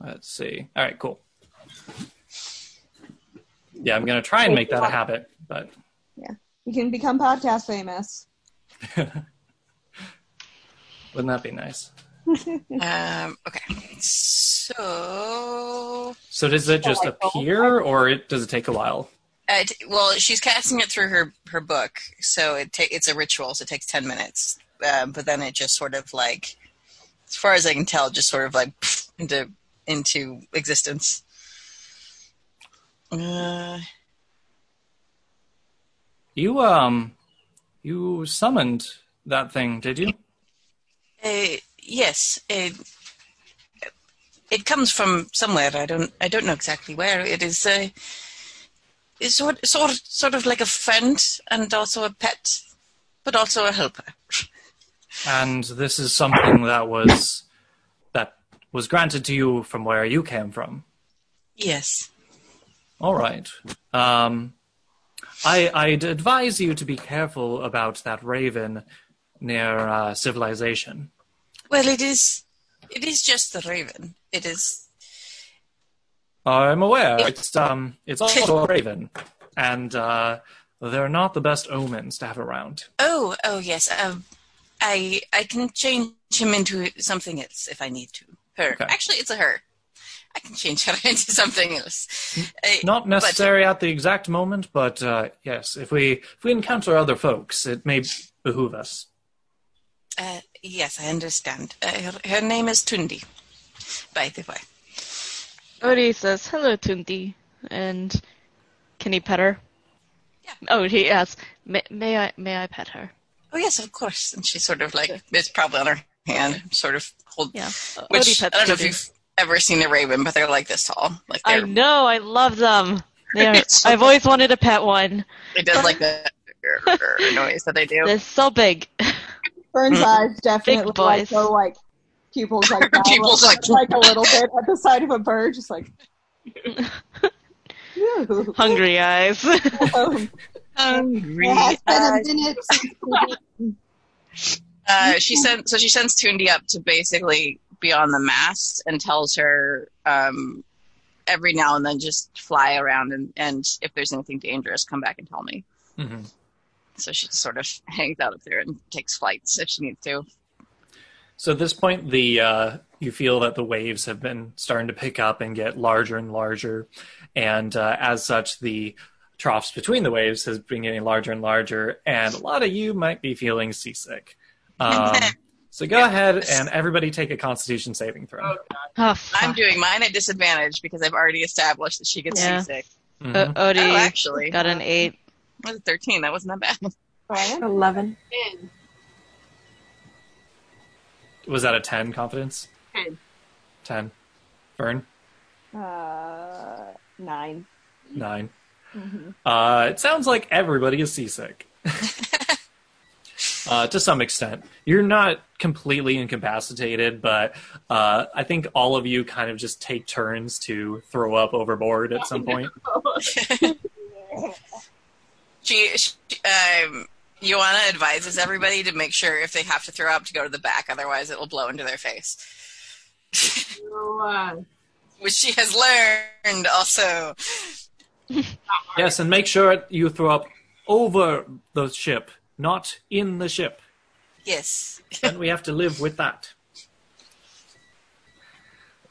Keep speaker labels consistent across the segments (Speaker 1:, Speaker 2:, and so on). Speaker 1: Let's see. All right, cool. Yeah, I'm gonna try and make that a habit, but
Speaker 2: You can become podcast famous.
Speaker 1: wouldn't that be nice?
Speaker 3: Um, okay. So,
Speaker 1: So does it just appear, or it does it take a while?
Speaker 3: uh, t- well, she's casting it through her her book, so it ta- it's a ritual, so it takes ten minutes. Um, but then it just sort of like, as far as I can tell, just sort of like into into existence. Uh,
Speaker 1: You um, you summoned that thing, did you?
Speaker 3: Uh, yes, it, it comes from somewhere. I don't I don't know exactly where. It is uh, is sort sort sort of like a friend and also a pet, but also a helper.
Speaker 1: And this is something that was that was granted to you from where you came from.
Speaker 3: Yes.
Speaker 1: All right. Um, I, I'd advise you to be careful about that raven near uh, civilization.
Speaker 3: Well, it is it is just the raven. It is
Speaker 1: I'm aware. It's um, it's also a raven, and uh, they're not the best omens to have around.
Speaker 3: oh oh yes. Um, I I can change him into something else if I need to. Her
Speaker 1: Okay.
Speaker 3: actually, it's a her. I can change her into something else. Uh,
Speaker 1: Not
Speaker 3: but-
Speaker 1: necessary at the exact moment, but uh, yes, if we if we encounter other folks, it may behoove us.
Speaker 3: Uh, yes, I understand. Uh, her, her name is Tundi, by the way.
Speaker 4: Odie says, Hello, Tunti. And can he pet her?
Speaker 3: Yeah.
Speaker 4: Oh, he asks, may, may I may I pet her?
Speaker 3: Oh, yes, of course. And she's sort of like, it's probably on her hand, sort of hold.
Speaker 4: Yeah. O- Odie
Speaker 3: Which, I
Speaker 4: pets
Speaker 3: don't know if
Speaker 4: pigeons.
Speaker 3: you've ever seen a raven, but they're like this tall. Like
Speaker 4: I
Speaker 3: they're,
Speaker 4: know, I love them. They are, I've always wanted to pet one.
Speaker 3: They does like the noise that they do.
Speaker 4: They're so big.
Speaker 2: Burns eyes definitely
Speaker 4: Big
Speaker 2: look like
Speaker 4: boys.
Speaker 2: go like pupils like that,
Speaker 3: Pupils
Speaker 2: like,
Speaker 3: like-
Speaker 2: a little bit at the side of a bird, just like. Ooh.
Speaker 4: Hungry eyes. Oh,
Speaker 2: Um,
Speaker 3: Hungry.
Speaker 2: it has been a
Speaker 3: Uh,
Speaker 2: minute.
Speaker 3: uh, she sent, so she sends Tundi up to basically be on the mast and tells her um, every now and then just fly around and, and if there's anything dangerous, come back and tell me.
Speaker 1: hmm
Speaker 3: So she just sort of hangs out up there and takes flights if she needs to.
Speaker 1: So at this point, the uh, you feel that the waves have been starting to pick up and get larger and larger, and uh, as such, the troughs between the waves has been getting larger and larger, and a lot of you might be feeling seasick. Um, so go ahead and everybody take a Constitution saving throw.
Speaker 4: oh,
Speaker 3: I'm
Speaker 4: fuck.
Speaker 3: doing mine at disadvantage because I've already established that she gets
Speaker 4: Yeah.
Speaker 3: seasick.
Speaker 1: Mhm.
Speaker 4: O-
Speaker 3: Oh,
Speaker 4: Odie
Speaker 3: actually,
Speaker 4: Uh, got an eight.
Speaker 3: I was 13. That wasn't that bad.
Speaker 2: Brian?
Speaker 5: 11.
Speaker 1: Was that a ten confidence?
Speaker 5: Ten.
Speaker 1: Ten. Burn
Speaker 2: Uh, nine.
Speaker 1: 9 Uh, it sounds like everybody is seasick. Uh, to some extent, you're not completely incapacitated, but uh, I think all of you kind of just take turns to throw up overboard at some point.
Speaker 3: She, she um, Joanna advises everybody to make sure if they have to throw up to go to the back, otherwise it will blow into their face,
Speaker 5: So, uh,
Speaker 3: which she has learned also.
Speaker 1: Yes, and make sure you throw up over the ship, not in the ship.
Speaker 3: Yes.
Speaker 1: and we have to live with that.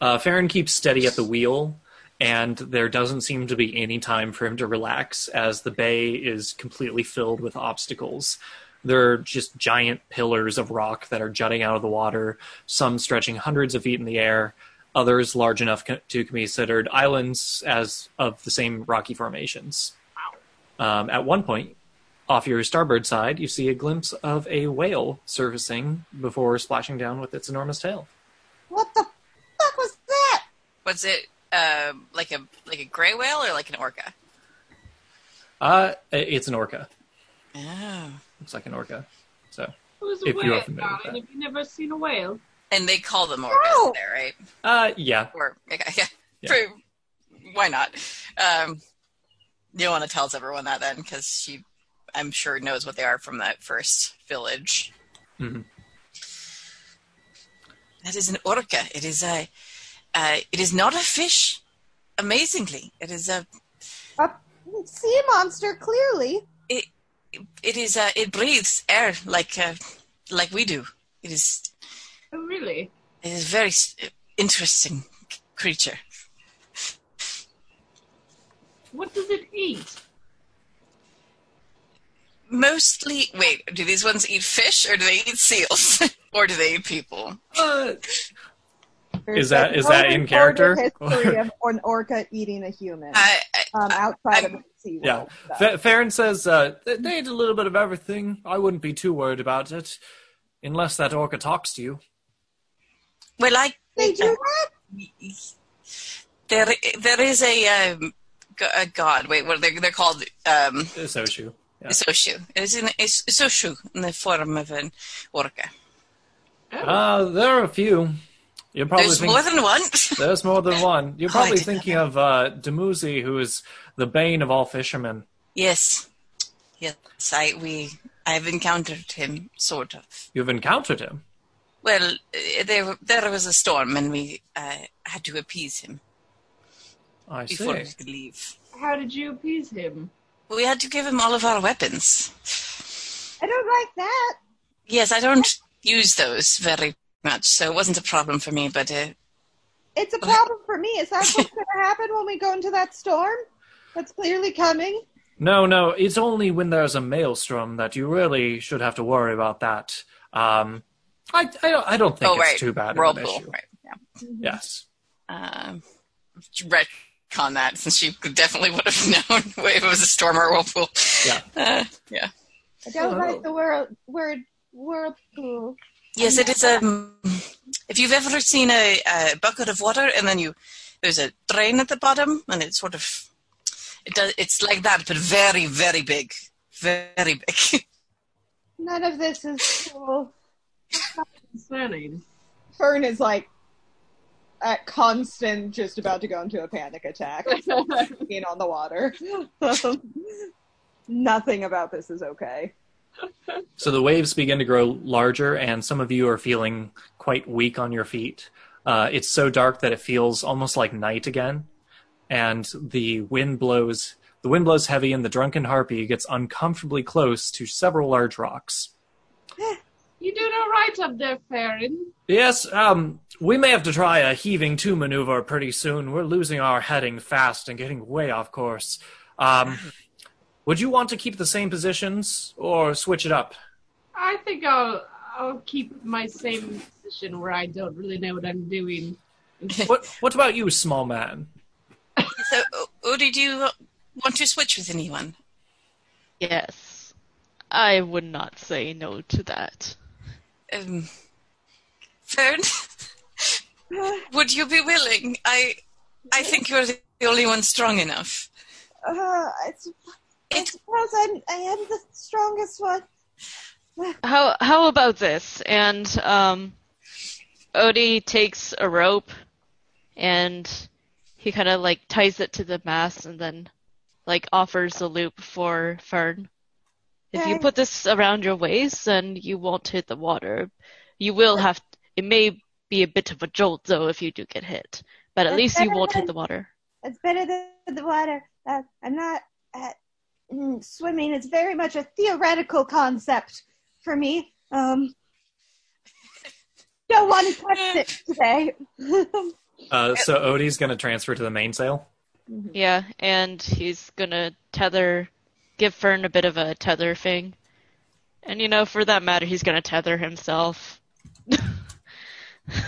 Speaker 1: Uh, Farron keeps steady at the wheel, and there doesn't seem to be any time for him to relax as the bay is completely filled with obstacles. There are just giant pillars of rock that are jutting out of the water, some stretching hundreds of feet in the air, others large enough co- to be considered islands as of the same rocky formations. Um, at one point, off your starboard side, you see a glimpse of a whale surfacing before splashing down with its enormous tail.
Speaker 2: What the fuck was that?
Speaker 3: Was it um, like a like a gray whale or like an orca?
Speaker 1: Uh, i- it's an orca.
Speaker 3: Oh.
Speaker 1: Looks like an orca. So,
Speaker 5: it was a
Speaker 1: If you are
Speaker 5: whale,
Speaker 1: familiar with
Speaker 5: darling.
Speaker 1: that.
Speaker 5: Have you never seen a whale?
Speaker 3: And they call them orcas
Speaker 2: Oh.
Speaker 3: there, right?
Speaker 1: uh, yeah.
Speaker 3: Or okay, yeah.
Speaker 1: Yeah.
Speaker 3: For- why not? Um, Joanna tells everyone that then, because she, I'm sure, knows what they are from that first village.
Speaker 1: Mhm.
Speaker 3: That is an orca. It is a, Uh, it is not a fish. Amazingly, it is a.
Speaker 2: A sea monster, clearly.
Speaker 3: It, it is a. It breathes air like uh, like we do. It is.
Speaker 5: Oh, really?
Speaker 3: It is a very s- interesting c- creature.
Speaker 5: What does it eat?
Speaker 3: Mostly, wait. Do these ones eat fish, or do they eat seals, or do they eat people?
Speaker 1: Uh,
Speaker 2: There's
Speaker 1: Is that-
Speaker 2: been
Speaker 1: is that
Speaker 2: no
Speaker 1: in
Speaker 2: recorded
Speaker 1: character?
Speaker 2: History of an orca eating a human
Speaker 3: I, I,
Speaker 2: um, outside of
Speaker 3: I'm-
Speaker 2: the sea
Speaker 1: yeah.
Speaker 2: world. so.
Speaker 1: Fa Farron says uh, they they did a little bit of everything. I wouldn't be too worried about it, unless that orca talks to you.
Speaker 3: well, I
Speaker 2: they do that?
Speaker 3: there there is a um, g- a god. Wait, what are they? They're called um,
Speaker 1: It's Oshu. Yeah.
Speaker 3: Isoshu. It is in is- Isoshu in the form of an orca.
Speaker 1: Uh, there are a few. You're probably
Speaker 3: There's
Speaker 1: thinking-
Speaker 3: more than one.
Speaker 1: There's more than one. You're
Speaker 3: Oh, I
Speaker 1: probably
Speaker 3: didn't know
Speaker 1: thinking of uh, Dumuzi, who is the bane of all fishermen.
Speaker 3: yes, yes. I we I've encountered him sort of.
Speaker 1: You've encountered him.
Speaker 3: Well, eh, there there was a storm and we uh, had to appease him
Speaker 1: I see.
Speaker 3: before we could leave.
Speaker 5: How did you appease him?
Speaker 3: We had to give him all of our weapons.
Speaker 2: I don't like that.
Speaker 3: Yes, I don't use those very much, so it wasn't a problem for me. But uh,
Speaker 2: It's a problem for me. Is that what's going to happen when we go into that storm? That's clearly coming.
Speaker 1: No, no, it's only when there's a maelstrom that you really should have to worry about that. Um, I, I, don't- I don't think
Speaker 3: oh
Speaker 1: it's
Speaker 3: right,
Speaker 1: too bad of an
Speaker 3: whirlpool,
Speaker 1: issue.
Speaker 3: right? Yeah.
Speaker 1: Yes.
Speaker 3: um, retcon that since you definitely would have known if it was a storm or a whirlpool.
Speaker 1: Yeah.
Speaker 3: Uh, yeah.
Speaker 2: I don't like the word, word whirlpool.
Speaker 3: Yes, it is. Um, if you've ever seen a, a bucket of water and then you there's a drain at the bottom and it sort of it does it's like that but very very big, very big.
Speaker 2: None of this is cool.
Speaker 5: Concerning.
Speaker 2: Fern is like at constant, just about to go into a panic attack, being on the water. Nothing about this is okay.
Speaker 1: So the waves begin to grow larger, and some of you are feeling quite weak on your feet. Uh, it's so dark that it feels almost like night again, and the wind blows. The wind blows heavy, and the drunken harpy gets uncomfortably close to several large rocks.
Speaker 5: you doing all right up there, Farron?
Speaker 1: Yes, um, we may have to try a heaving to maneuver pretty soon. We're losing our heading fast and getting way off course. Um, would you want to keep the same positions or switch it up?
Speaker 5: I think I'll I'll keep my same position where I don't really know what I'm doing.
Speaker 1: What What about you, small man?
Speaker 3: so, or did you want to switch with anyone?
Speaker 4: Yes. I would not say no to that.
Speaker 3: Um, Fern, would you be willing? I I think you're the only one strong enough.
Speaker 2: Uh, it's, I
Speaker 3: It's-
Speaker 2: suppose I'm, I am the strongest one.
Speaker 4: How how about this? And um, Odie takes a rope, and he kind of like ties it to the mast, and then like offers a loop for Fern. If you
Speaker 2: Okay.
Speaker 4: put this around your waist, then you won't hit the water. You will have. It may be a bit of a jolt though if you do get hit, but at
Speaker 2: That's
Speaker 4: least you
Speaker 2: better
Speaker 4: won't hit
Speaker 2: than-
Speaker 4: the water.
Speaker 2: It's better than the water. Uh, I'm not uh, mm, swimming. It's very much a theoretical concept for me. Um, don't want to touch it today.
Speaker 1: Uh, so Odie's going to transfer to the mainsail.
Speaker 4: Yeah, and he's gonna tether, give Fern a bit of a tether thing. And you know, for that matter, he's gonna tether himself.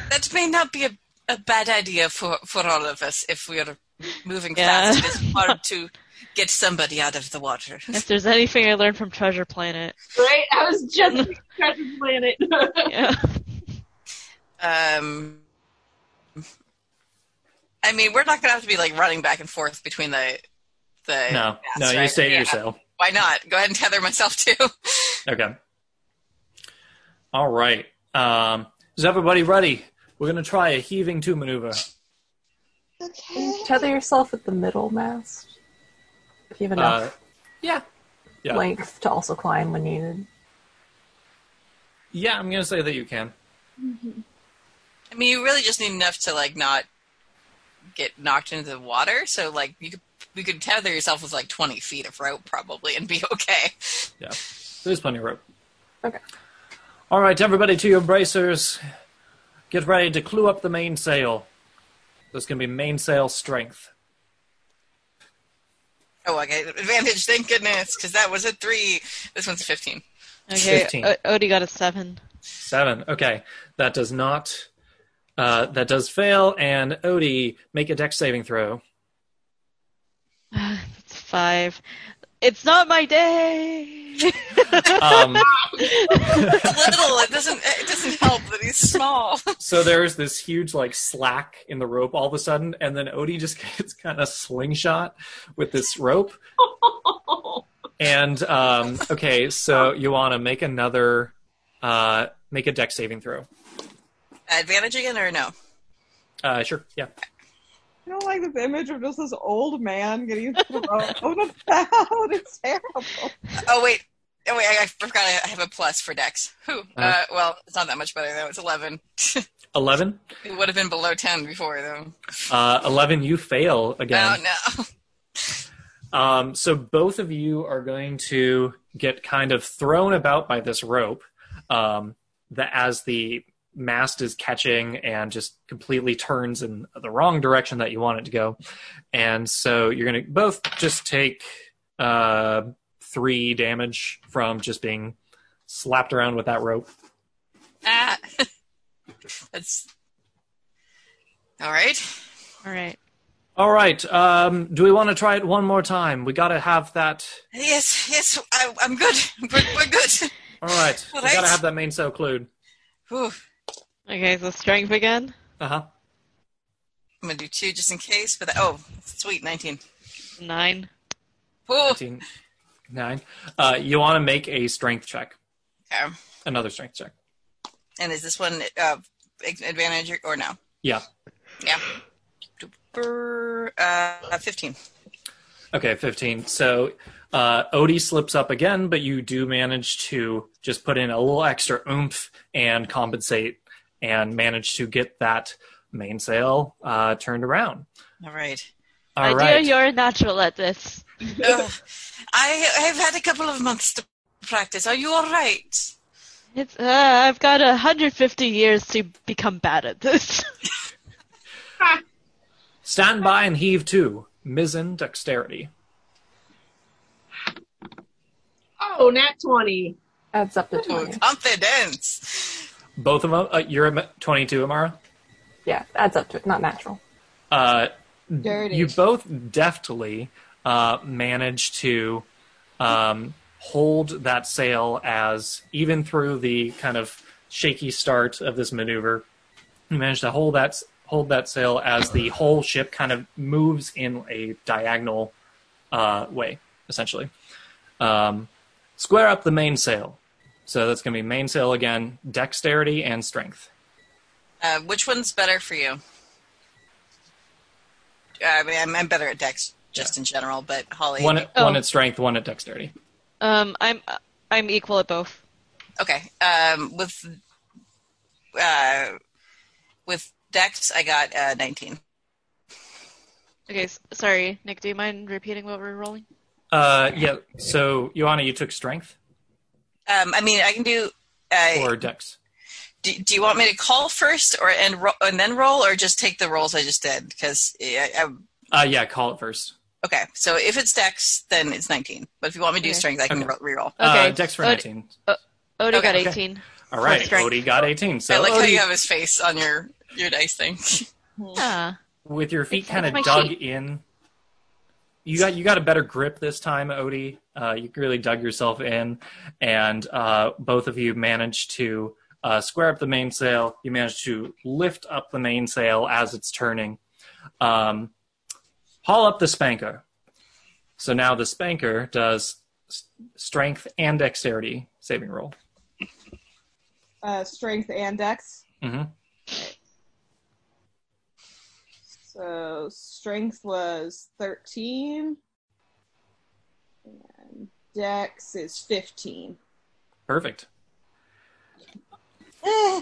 Speaker 3: That may not be a, a bad idea for, for all of us if we are moving
Speaker 4: Yeah.
Speaker 3: fast. It's hard to get somebody out of the water.
Speaker 4: If there's anything I learned from Treasure Planet,
Speaker 5: Right? I was just thinking Treasure Planet.
Speaker 4: yeah.
Speaker 3: Um, I mean, we're not going to have to be like running back and forth between the the.
Speaker 1: No,
Speaker 3: masts,
Speaker 1: no, you
Speaker 3: right?
Speaker 1: stay at
Speaker 3: Yeah.
Speaker 1: your sail.
Speaker 3: Why not? Go ahead and tether myself too.
Speaker 1: Okay. All right. Um, is everybody ready? We're going to try a heaving to maneuver.
Speaker 2: okay.
Speaker 6: You tether yourself at the middle mast. If you have
Speaker 1: Uh,
Speaker 6: enough
Speaker 1: yeah. yeah.
Speaker 6: length to also climb when needed.
Speaker 1: Yeah, I'm going to say that you can.
Speaker 3: I mean, you really just need enough to like not get knocked into the water. So like you could you could tether yourself with like twenty feet of rope probably and be okay.
Speaker 1: Yeah, there's plenty of rope.
Speaker 6: Okay.
Speaker 1: All right, everybody, to your bracers. Get ready to clue up the mainsail. There's going to be mainsail strength.
Speaker 3: Oh, I got advantage, thank goodness, because that was a three. This one's a fifteen.
Speaker 4: Okay,
Speaker 1: 15.
Speaker 4: o- Odie got a seven.
Speaker 1: Seven. Okay, that does not. Uh, that does fail, and Odie make a deck saving throw.
Speaker 4: That's five. It's not my day.
Speaker 1: Um,
Speaker 3: Little, it doesn't it doesn't help that he's small.
Speaker 1: so there's this huge like slack in the rope all of a sudden, and then Odie just gets kind of slingshot with this rope. And um, okay, so you want to make another, uh, make a deck saving throw.
Speaker 3: advantage again or no?
Speaker 1: Uh, sure, yeah.
Speaker 2: I don't like this image of just this old man getting thrown about. It's terrible.
Speaker 3: Oh wait, oh wait, I, I forgot I have a plus for Dex. Who? Uh,
Speaker 1: Uh.
Speaker 3: well, it's not that much better though. It's eleven.
Speaker 1: Eleven.
Speaker 3: It would have been below ten before though.
Speaker 1: Uh, Eleven. You fail again.
Speaker 3: Oh no.
Speaker 1: Um, so both of you are going to get kind of thrown about by this rope um, that as the mast is catching and just completely turns in the wrong direction that you want it to go. And so you're going to both just take uh, three damage from just being slapped around with that rope.
Speaker 3: Ah. That's all right.
Speaker 4: All right.
Speaker 1: All right. Um, do we want to try it one more time? We got to have that.
Speaker 3: Yes, yes, I, I'm good. We're, we're good.
Speaker 1: All right.
Speaker 3: All
Speaker 1: We got
Speaker 3: right.
Speaker 1: to have that mainsail clued.
Speaker 3: Whew.
Speaker 4: Okay, so strength again.
Speaker 1: Uh huh.
Speaker 3: I'm gonna do two just in case. But oh, sweet, nineteen.
Speaker 4: Nine.
Speaker 3: Whew.
Speaker 1: 15, 9. Uh, you want to make a strength check.
Speaker 3: Okay.
Speaker 1: Another strength check.
Speaker 3: And is this one uh, advantage or, or no?
Speaker 1: Yeah.
Speaker 3: Yeah. Duper, Uh, 15.
Speaker 1: Okay, 15. So uh, Odie slips up again, but you do manage to just put in a little extra oomph and compensate and manage to get that mainsail uh, turned around.
Speaker 3: All right.
Speaker 1: All right.
Speaker 4: Idea, you're a natural at this.
Speaker 3: Ugh. Oh, I have had a couple of months to practice. Are you all right?
Speaker 4: It's uh, I've got 150 years to become bad at this.
Speaker 1: Stand by and heave to. Mizzen dexterity.
Speaker 5: Oh, nat 20.
Speaker 6: Adds up to
Speaker 3: Oh,
Speaker 6: 20.
Speaker 3: confidence.
Speaker 1: Both of them. Uh, you're a m- 22, Amara.
Speaker 6: Yeah, adds up to it. Not natural.
Speaker 1: Uh,
Speaker 2: Dirty.
Speaker 1: you both deftly uh, manage to um, hold that sail as even through the kind of shaky start of this maneuver you manage to hold that hold that sail as the whole ship kind of moves in a diagonal uh, way essentially um, square up the mainsail so that's going to be mainsail again dexterity and strength
Speaker 3: Uh, which one's better for you? Uh, I mean, I'm, I'm better at Dex just in general, but Holly.
Speaker 1: one, at- one
Speaker 4: Oh.
Speaker 1: at strength one at dexterity
Speaker 4: um, I'm I'm equal at both.
Speaker 3: Okay. Um, with uh, with Dex, I got uh, 19.
Speaker 4: Okay, s- sorry, Nick. Do you mind repeating what we're rolling?
Speaker 1: uh, yeah so joanna you took strength
Speaker 3: Um, I mean, I can do. Uh,
Speaker 1: or dex
Speaker 3: do, do you want me to call first or and ro- and then roll or just take the rolls I just did because I, I,
Speaker 1: Uh, yeah, call it first.
Speaker 3: okay so if it's dex then it's 19 but if you want me to do
Speaker 4: Okay.
Speaker 3: strength I can
Speaker 1: Okay.
Speaker 3: ro- reroll
Speaker 1: Uh,
Speaker 4: Okay.
Speaker 1: Dex for
Speaker 4: Od-
Speaker 1: 19.
Speaker 4: Odie got
Speaker 1: Okay.
Speaker 4: 18.
Speaker 1: All right,
Speaker 4: for strength.
Speaker 1: Odie got 18. So oh,
Speaker 3: I like how
Speaker 1: Odie,
Speaker 3: you have his face on your your dice thing
Speaker 4: Ah,
Speaker 1: with your feet
Speaker 4: It's like
Speaker 1: kind
Speaker 4: my
Speaker 1: of dug
Speaker 4: sheet.
Speaker 1: in, you got you got a better grip this time, Odie. Uh, you really dug yourself in, and uh, both of you managed to uh, square up the mainsail. You managed to lift up the mainsail as it's turning. Um, haul up the spanker. So now the spanker does s- strength and dexterity saving roll.
Speaker 2: Uh, strength and dex.
Speaker 1: hmm
Speaker 2: So strength was 13. And dex is 15.
Speaker 1: Perfect.
Speaker 2: Eh,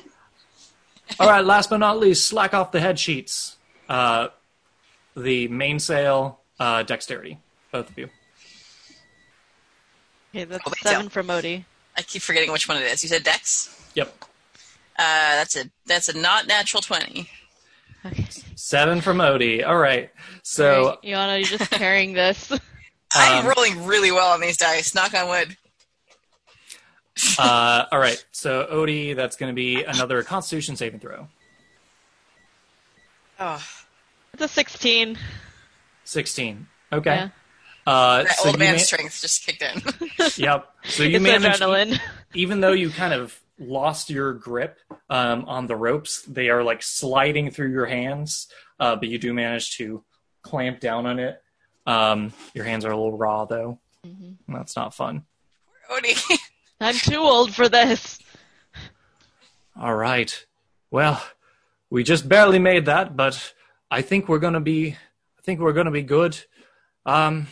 Speaker 1: All right, last but not least, slack off the head sheets. Uh, the mainsail, uh, dexterity, both of you.
Speaker 4: Okay, that's
Speaker 7: Oh, wait,
Speaker 4: seven
Speaker 7: yeah.
Speaker 4: from Odie.
Speaker 7: I keep forgetting which one it is. You said Dex.
Speaker 1: Yep,
Speaker 7: Uh, that's a that's a not natural twenty.
Speaker 4: Okay.
Speaker 1: seven from Odie. All right, so
Speaker 4: Alright, Yana, you're just carrying this.
Speaker 7: I'm
Speaker 1: Um,
Speaker 7: rolling really well on these dice. Knock on wood.
Speaker 1: uh, all right, so Odie, that's going to be another Constitution saving throw.
Speaker 7: Oh,
Speaker 4: It's a 16.
Speaker 1: Sixteen. Okay.
Speaker 4: Yeah.
Speaker 1: Uh,
Speaker 7: that
Speaker 1: so
Speaker 7: old
Speaker 1: you
Speaker 7: man
Speaker 1: ma-
Speaker 7: strength just kicked in.
Speaker 1: Yep. So you
Speaker 4: it's
Speaker 1: manage,
Speaker 4: adrenaline.
Speaker 1: even though you kind of lost your grip um, on the ropes, they are like sliding through your hands, uh, but you do manage to clamp down on it. Um, your hands are a little raw though.
Speaker 4: Mhm.
Speaker 1: That's not fun.
Speaker 7: Odie.
Speaker 4: I'm too old for this.
Speaker 1: All right. Well, we just barely made that, but I think we're gonna be. I think we're gonna be good. Um,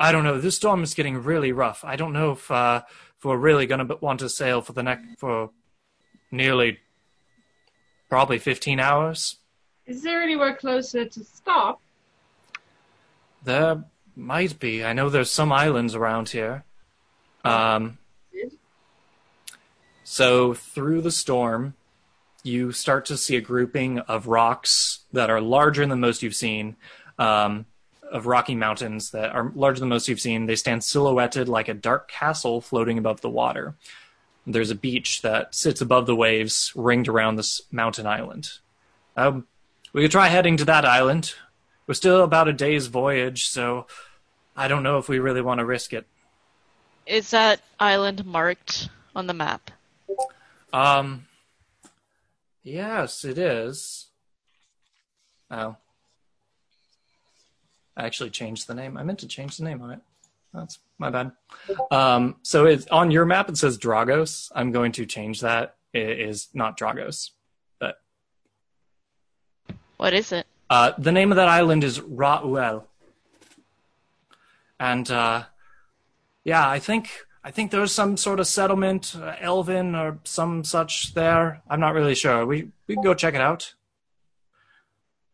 Speaker 1: I don't know. This storm is getting really rough. I don't know if uh, if we're really gonna b- want to sail for the next for nearly probably fifteen hours.
Speaker 5: Is there anywhere closer to stop?
Speaker 1: There might be. I know there's some islands around here. Um, so through the storm, you start to see a grouping of rocks that are larger than most you've seen, um, of rocky mountains that are larger than most you've seen. They stand silhouetted like a dark castle floating above the water. There's a beach that sits above the waves, ringed around this mountain island. Um, we could try heading to that island. We're still about a day's voyage, so I don't know if we really want to risk it.
Speaker 4: Is that island marked on the map?
Speaker 1: Um. Yes, it is. Oh. I actually changed the name. I meant to change the name on it. That's my bad. Um, so it's on your map. It says Dragos. I'm going to change that. It is not Dragos.
Speaker 4: What is it?
Speaker 1: Uh, the name of that island is Ra'uel. And uh, yeah, I think I think there's some sort of settlement, uh, Elven or some such there. I'm not really sure. We we can go check it out.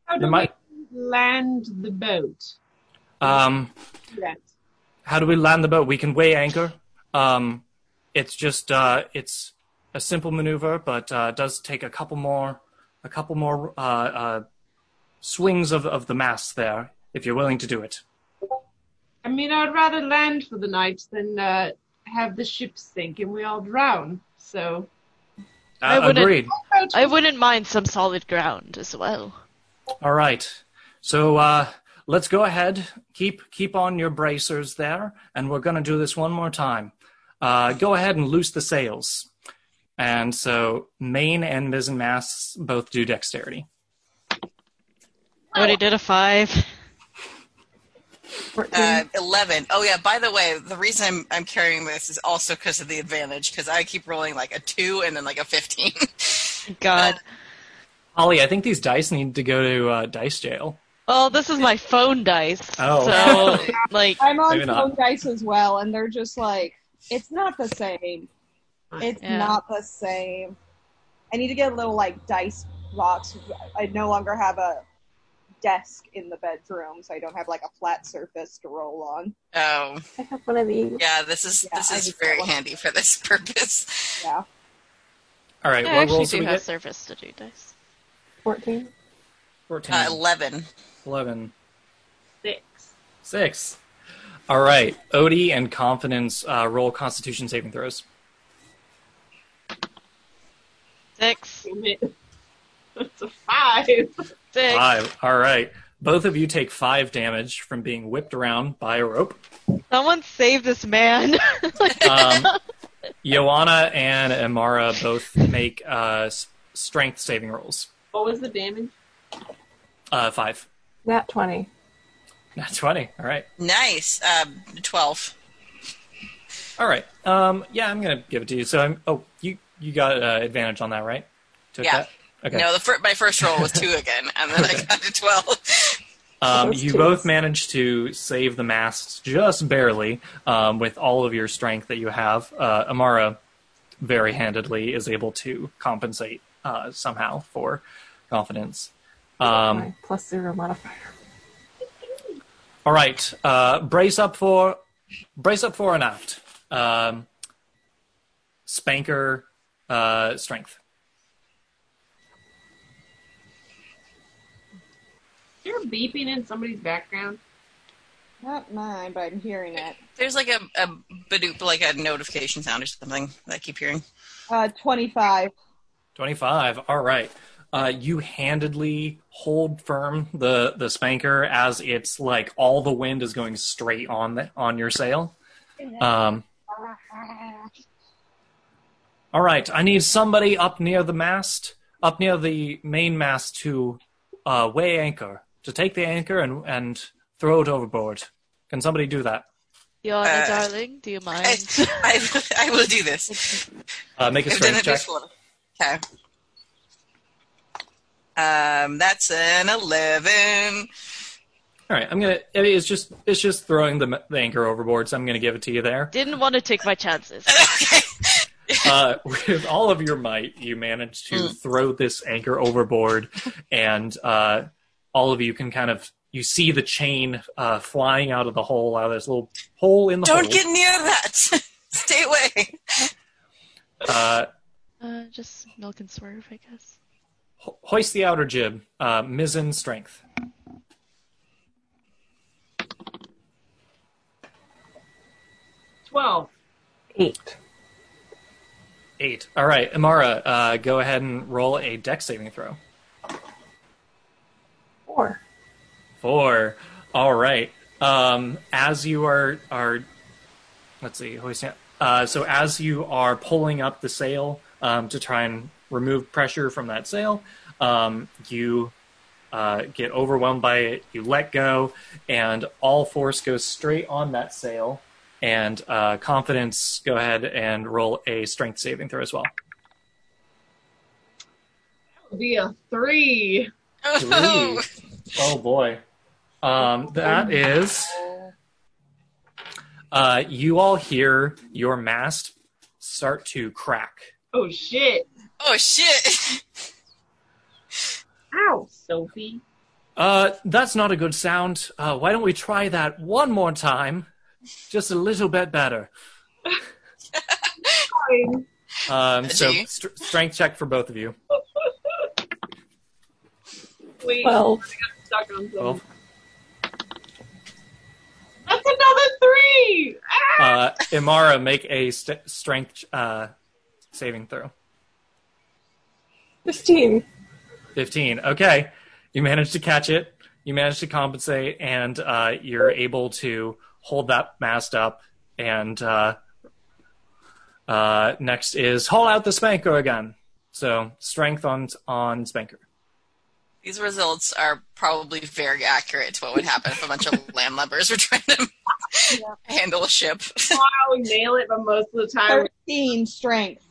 Speaker 5: How
Speaker 1: It
Speaker 5: do
Speaker 1: might-
Speaker 5: we land the boat?
Speaker 1: Um,
Speaker 5: That.
Speaker 1: how do we land the boat? We can weigh anchor. Um, it's just uh, it's a simple maneuver, but uh, does take a couple more a couple more uh, uh, swings of, of the mast there if you're willing to do it.
Speaker 5: I mean, I'd rather land for the night than uh, have the ship sink and we all drown. So
Speaker 4: I
Speaker 1: Uh,
Speaker 4: wouldn't-
Speaker 1: agreed.
Speaker 4: I wouldn't mind some solid ground as well.
Speaker 1: All right. So uh, let's go ahead. Keep keep on your bracers there, and we're going to do this one more time. Uh, go ahead and loose the sails. And so main and mizzen masts both do dexterity.
Speaker 4: Odie did a five.
Speaker 7: Uh, Eleven. Oh yeah. By the way, the reason I'm I'm carrying this is also because of the advantage. Because I keep rolling like a two and then like a fifteen.
Speaker 4: God.
Speaker 1: Holly, I think these dice need to go to uh, dice jail.
Speaker 4: Well, this is my phone dice.
Speaker 1: Oh.
Speaker 4: So, like,
Speaker 2: I'm on
Speaker 1: Maybe not.
Speaker 2: phone dice as well, and they're just like, it's not the same. It's
Speaker 4: Yeah.
Speaker 2: not the same. I need to get a little like dice box. I no longer have a desk in the bedroom, so I don't have like a flat surface to roll on.
Speaker 7: oh
Speaker 6: I have one of these.
Speaker 7: yeah. This is
Speaker 2: Yeah,
Speaker 7: this
Speaker 2: I
Speaker 7: is
Speaker 2: just got
Speaker 7: very
Speaker 2: one.
Speaker 7: handy for this purpose.
Speaker 2: Yeah.
Speaker 1: All
Speaker 4: I
Speaker 1: right. What
Speaker 4: actually
Speaker 1: rolls do
Speaker 4: do
Speaker 1: we
Speaker 4: have
Speaker 1: get?
Speaker 4: surface to do dice.
Speaker 6: 14.
Speaker 1: 14,
Speaker 7: Uh, Eleven.
Speaker 1: 11,
Speaker 5: six.
Speaker 1: 6. All right. Odie and Confidence uh, roll Constitution saving throws.
Speaker 4: Six.
Speaker 5: Damn it. That's a five.
Speaker 4: Six.
Speaker 1: Five. All right. Both of you take five damage from being whipped around by a rope.
Speaker 4: Someone save this man.
Speaker 1: um, Joanna and Amara both make uh, s- strength saving rolls.
Speaker 5: What was the damage?
Speaker 1: Uh, five,
Speaker 6: Nat 20.
Speaker 1: not twenty. All right,
Speaker 7: Nice. Um, Twelve.
Speaker 1: all right. Um, yeah, I'm gonna give it to you. So, I'm, oh, you you got uh, advantage on that, right? Took
Speaker 7: Yeah.
Speaker 1: that? Okay.
Speaker 7: No, the fir- my first roll was two again, and then I got to twelve.
Speaker 1: um,
Speaker 6: Those
Speaker 1: you
Speaker 6: two.
Speaker 1: both managed to save the masts just barely um, with all of your strength that you have. Uh, Amara very handedly is able to compensate uh, somehow for confidence. Um,
Speaker 6: My plus zero modifier.
Speaker 1: All right, uh, brace up for brace up for an aft. Um, spanker uh, strength.
Speaker 5: You're beeping in somebody's background.
Speaker 2: Not mine, but I'm hearing it.
Speaker 7: There's like a, a badoop, like a notification sound or something that I keep hearing.
Speaker 2: Uh, 25.
Speaker 1: 25. All right. Uh, you handedly hold firm the, the spanker as it's like all the wind is going straight on the, on your sail. Um, all right. I need somebody up near the mast, up near the main mast to uh, weigh anchor, to take the anchor and, and throw it overboard. Can somebody do that?
Speaker 4: Yana,
Speaker 7: Uh,
Speaker 4: darling, do you mind?
Speaker 7: I, I, I will do this.
Speaker 1: Uh, make a
Speaker 7: I've done
Speaker 1: strength
Speaker 7: it
Speaker 1: check.
Speaker 7: before. Okay. Um, that's an 11.
Speaker 1: All right, I'm gonna. It is just it's just throwing the, the anchor overboard, so I'm gonna give it to you there.
Speaker 4: Didn't want to take my chances.
Speaker 7: Okay.
Speaker 1: Uh, with all of your might, you manage to
Speaker 7: Mm.
Speaker 1: throw this anchor overboard, and uh, all of you can kind of you see the chain uh, flying out of the hole, out of this little hole in the
Speaker 7: Don't
Speaker 1: hole.
Speaker 7: get near that. Stay away.
Speaker 1: uh,
Speaker 4: Uh, just milk and swerve, I guess.
Speaker 1: ho- hoist the outer jib, uh, mizzen strength.
Speaker 5: Twelve.
Speaker 6: Eight.
Speaker 1: Eight. All right, Amara, uh, go ahead and roll a deck saving throw.
Speaker 6: Four.
Speaker 1: Four. All right. Um, as you are are, let's see, hoisting. up- Uh, so as you are pulling up the sail um, to try and remove pressure from that sail, um, you uh, get overwhelmed by it. You let go, and all force goes straight on that sail. And uh, confidence, go ahead and roll a strength saving throw as well.
Speaker 5: That would be a three.
Speaker 1: Three. oh boy. Um, that is. Uh, you all hear your mast start to crack.
Speaker 5: Oh shit.
Speaker 7: Oh, shit.
Speaker 5: Ow, Sophie.
Speaker 1: Uh, that's not a good sound. Uh, why don't we try that one more time? Just a little bit better. Um, so,
Speaker 7: Gee.
Speaker 1: st- strength check for both of you.
Speaker 5: Wait,
Speaker 6: Twelve.
Speaker 5: I'm stuck on something.
Speaker 1: Well,
Speaker 5: That's another three. Ah!
Speaker 1: uh, Imara, make a st- strength uh, saving throw.
Speaker 6: Fifteen.
Speaker 1: 15. Okay. You managed to catch it. You managed to compensate, and uh, you're able to hold that mast up. And uh, uh, next is haul out the spanker again. So strength on on spanker.
Speaker 7: These results are probably very accurate to what would happen if a bunch of land lubbers were trying to handle a ship.
Speaker 5: Wow, we nail it, but most of the time
Speaker 2: 13 strength.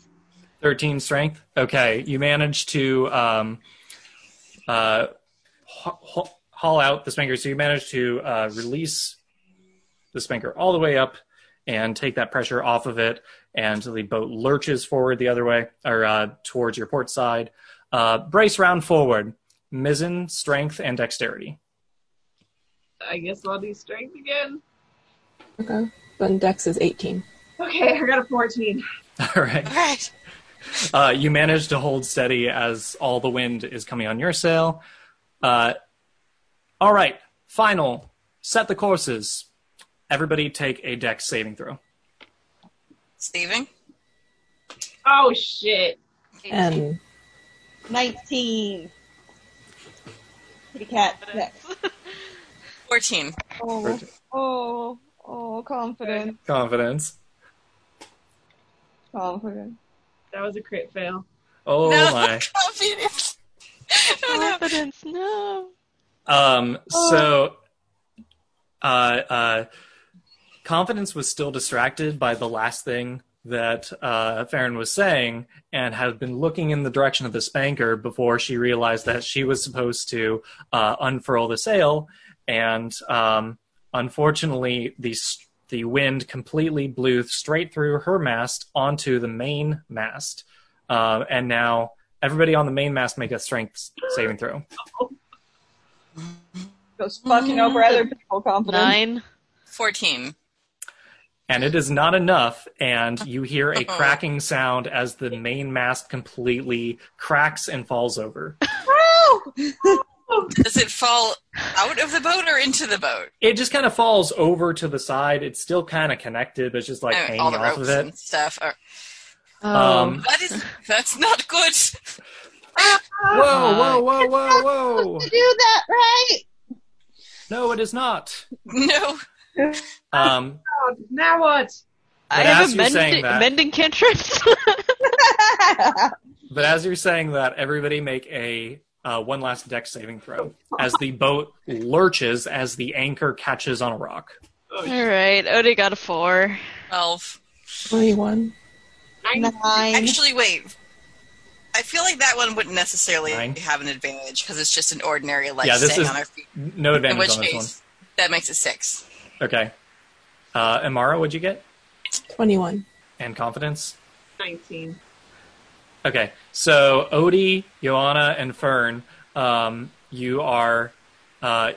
Speaker 1: 13 strength. Okay. You managed to um, uh, ha- ha- haul out the spanker. So you managed to uh, release the spanker all the way up and take that pressure off of it. And the boat lurches forward the other way or uh, towards your port side. Uh, brace round forward, mizzen, strength, and dexterity.
Speaker 5: I guess I'll do strength again.
Speaker 6: Okay. Then Dex is eighteen.
Speaker 5: Okay, I got a fourteen.
Speaker 1: All right.
Speaker 7: All right.
Speaker 1: Uh, you manage to hold steady as all the wind is coming on your sail. Uh, all right, final. Set the courses. Everybody take a dex saving throw.
Speaker 7: Saving.
Speaker 5: Oh shit.
Speaker 6: And
Speaker 2: 19. Kitty cat. next.
Speaker 7: 14.
Speaker 2: Oh,
Speaker 1: Perfect.
Speaker 2: oh, oh, confidence.
Speaker 1: Confidence.
Speaker 2: Confidence.
Speaker 5: That was a crit fail.
Speaker 1: Oh
Speaker 7: no.
Speaker 1: my.
Speaker 7: Confidence. Oh, no.
Speaker 4: Confidence, no.
Speaker 1: Um, so, uh, uh, confidence was still distracted by the last thing that uh, Farron was saying, and had been looking in the direction of the spanker before she realized that she was supposed to uh, unfurl the sail, and um, unfortunately, the s- the wind completely blew straight through her mast onto the main mast, uh, and now everybody on the main mast make a strength s- saving throw.
Speaker 2: Goes fucking over other people confidence.
Speaker 4: Nine.
Speaker 3: 14.
Speaker 1: and it is not enough and you hear
Speaker 3: Oh.
Speaker 1: a cracking sound as the main mast completely cracks and falls over
Speaker 3: Does it fall out of the boat or into the boat?
Speaker 1: it just kind of falls over to the side it's still kind of connected but it's just like
Speaker 3: I mean,
Speaker 1: hanging
Speaker 3: all the
Speaker 1: off of
Speaker 3: ropes
Speaker 1: it
Speaker 3: and stuff. Are,
Speaker 1: Um,
Speaker 3: that is, that's not good.
Speaker 1: whoa whoa whoa whoa whoa
Speaker 8: to do that, right?
Speaker 1: no it is not
Speaker 3: No.
Speaker 1: um
Speaker 5: God, now what?
Speaker 4: I
Speaker 1: But
Speaker 4: have
Speaker 1: as
Speaker 4: a
Speaker 1: you're saying
Speaker 4: mending,
Speaker 1: that- Oh,
Speaker 4: mending cantrips.
Speaker 1: But as you're saying that, everybody make a uh, one last deck saving throw as the boat lurches as the anchor catches on a rock.
Speaker 4: All right, Odie got a four.
Speaker 3: 12.
Speaker 6: 21.
Speaker 8: Nine.
Speaker 3: Actually, wait. I feel like that one wouldn't necessarily
Speaker 1: Nine.
Speaker 3: have an advantage because it's just an ordinary, like,
Speaker 1: Yeah, this
Speaker 3: staying
Speaker 1: is-
Speaker 3: on our feet.
Speaker 1: N- No
Speaker 3: In
Speaker 1: advantage
Speaker 3: which
Speaker 1: on this
Speaker 3: case, that makes it six.
Speaker 1: one. Okay. Uh, Amara, what'd you get?
Speaker 6: 21.
Speaker 1: And confidence?
Speaker 5: 19.
Speaker 1: Okay. So, Odie, Joanna, and Fern, um, you are. Uh,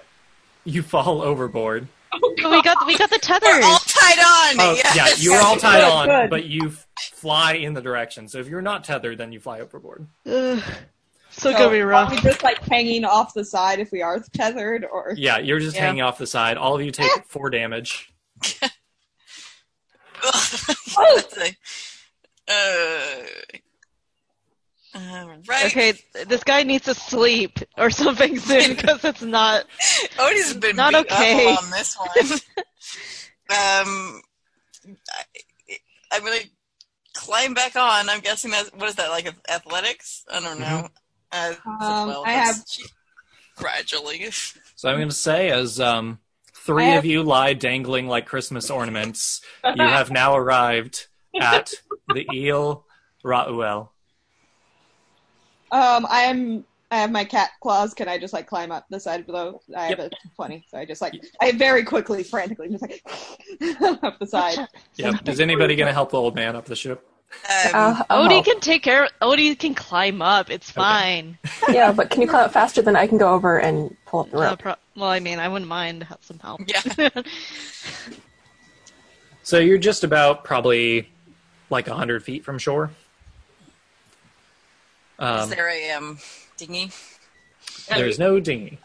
Speaker 1: you fall overboard.
Speaker 4: Oh, we got we got the
Speaker 3: We're all
Speaker 4: tethers.
Speaker 3: tied on.
Speaker 1: Oh,
Speaker 3: yes.
Speaker 1: yeah, you are all tied
Speaker 2: Good,
Speaker 1: on,
Speaker 2: good.
Speaker 1: but you f- fly in the direction. So, if you're not tethered, then you fly overboard.
Speaker 4: Ugh. So
Speaker 2: So,
Speaker 4: gonna be
Speaker 2: are
Speaker 4: rough.
Speaker 2: Oh, we just like hanging off the side if we are tethered, or
Speaker 1: Yeah, you're just
Speaker 4: Yeah.
Speaker 1: hanging off the side. All of you take four damage.
Speaker 3: Ugh. That's a- uh, all right.
Speaker 4: Okay, th- this guy needs to sleep or something soon because it's not.
Speaker 3: Odie's been
Speaker 4: Not
Speaker 3: beat up
Speaker 4: okay.
Speaker 3: on this one. um, I, I'm gonna climb back on. I'm guessing that's what is that like athletics? I don't know. Uh, it's a
Speaker 2: Um,
Speaker 3: 12.
Speaker 2: I
Speaker 3: That's
Speaker 2: have-
Speaker 3: cheap. gradually. Um,
Speaker 1: So I'm going to say, as um, three
Speaker 2: I have-
Speaker 1: of you lie dangling like Christmas ornaments, you have now arrived at the Eel Rauel.
Speaker 2: um, I am. I have my cat claws. Can I just like climb up the side of the boat? I have a twenty, so I just like I very quickly, frantically, just like up the side.
Speaker 1: Yep. Is anybody going to help the old man up the ship?
Speaker 2: Oh.
Speaker 3: Um,
Speaker 6: I'll- I'll
Speaker 4: Odie
Speaker 6: help.
Speaker 4: can take care. Odie can climb up. It's fine.
Speaker 6: yeah, but can you climb up faster than I can go over and pull up the
Speaker 4: No
Speaker 6: rope?
Speaker 4: pro- well, I mean, I wouldn't mind ha- some help.
Speaker 3: yeah.
Speaker 1: So you're just about probably like 100 feet from shore.
Speaker 3: Is
Speaker 1: Um,
Speaker 3: there a um, dinghy?
Speaker 1: there's no dinghy.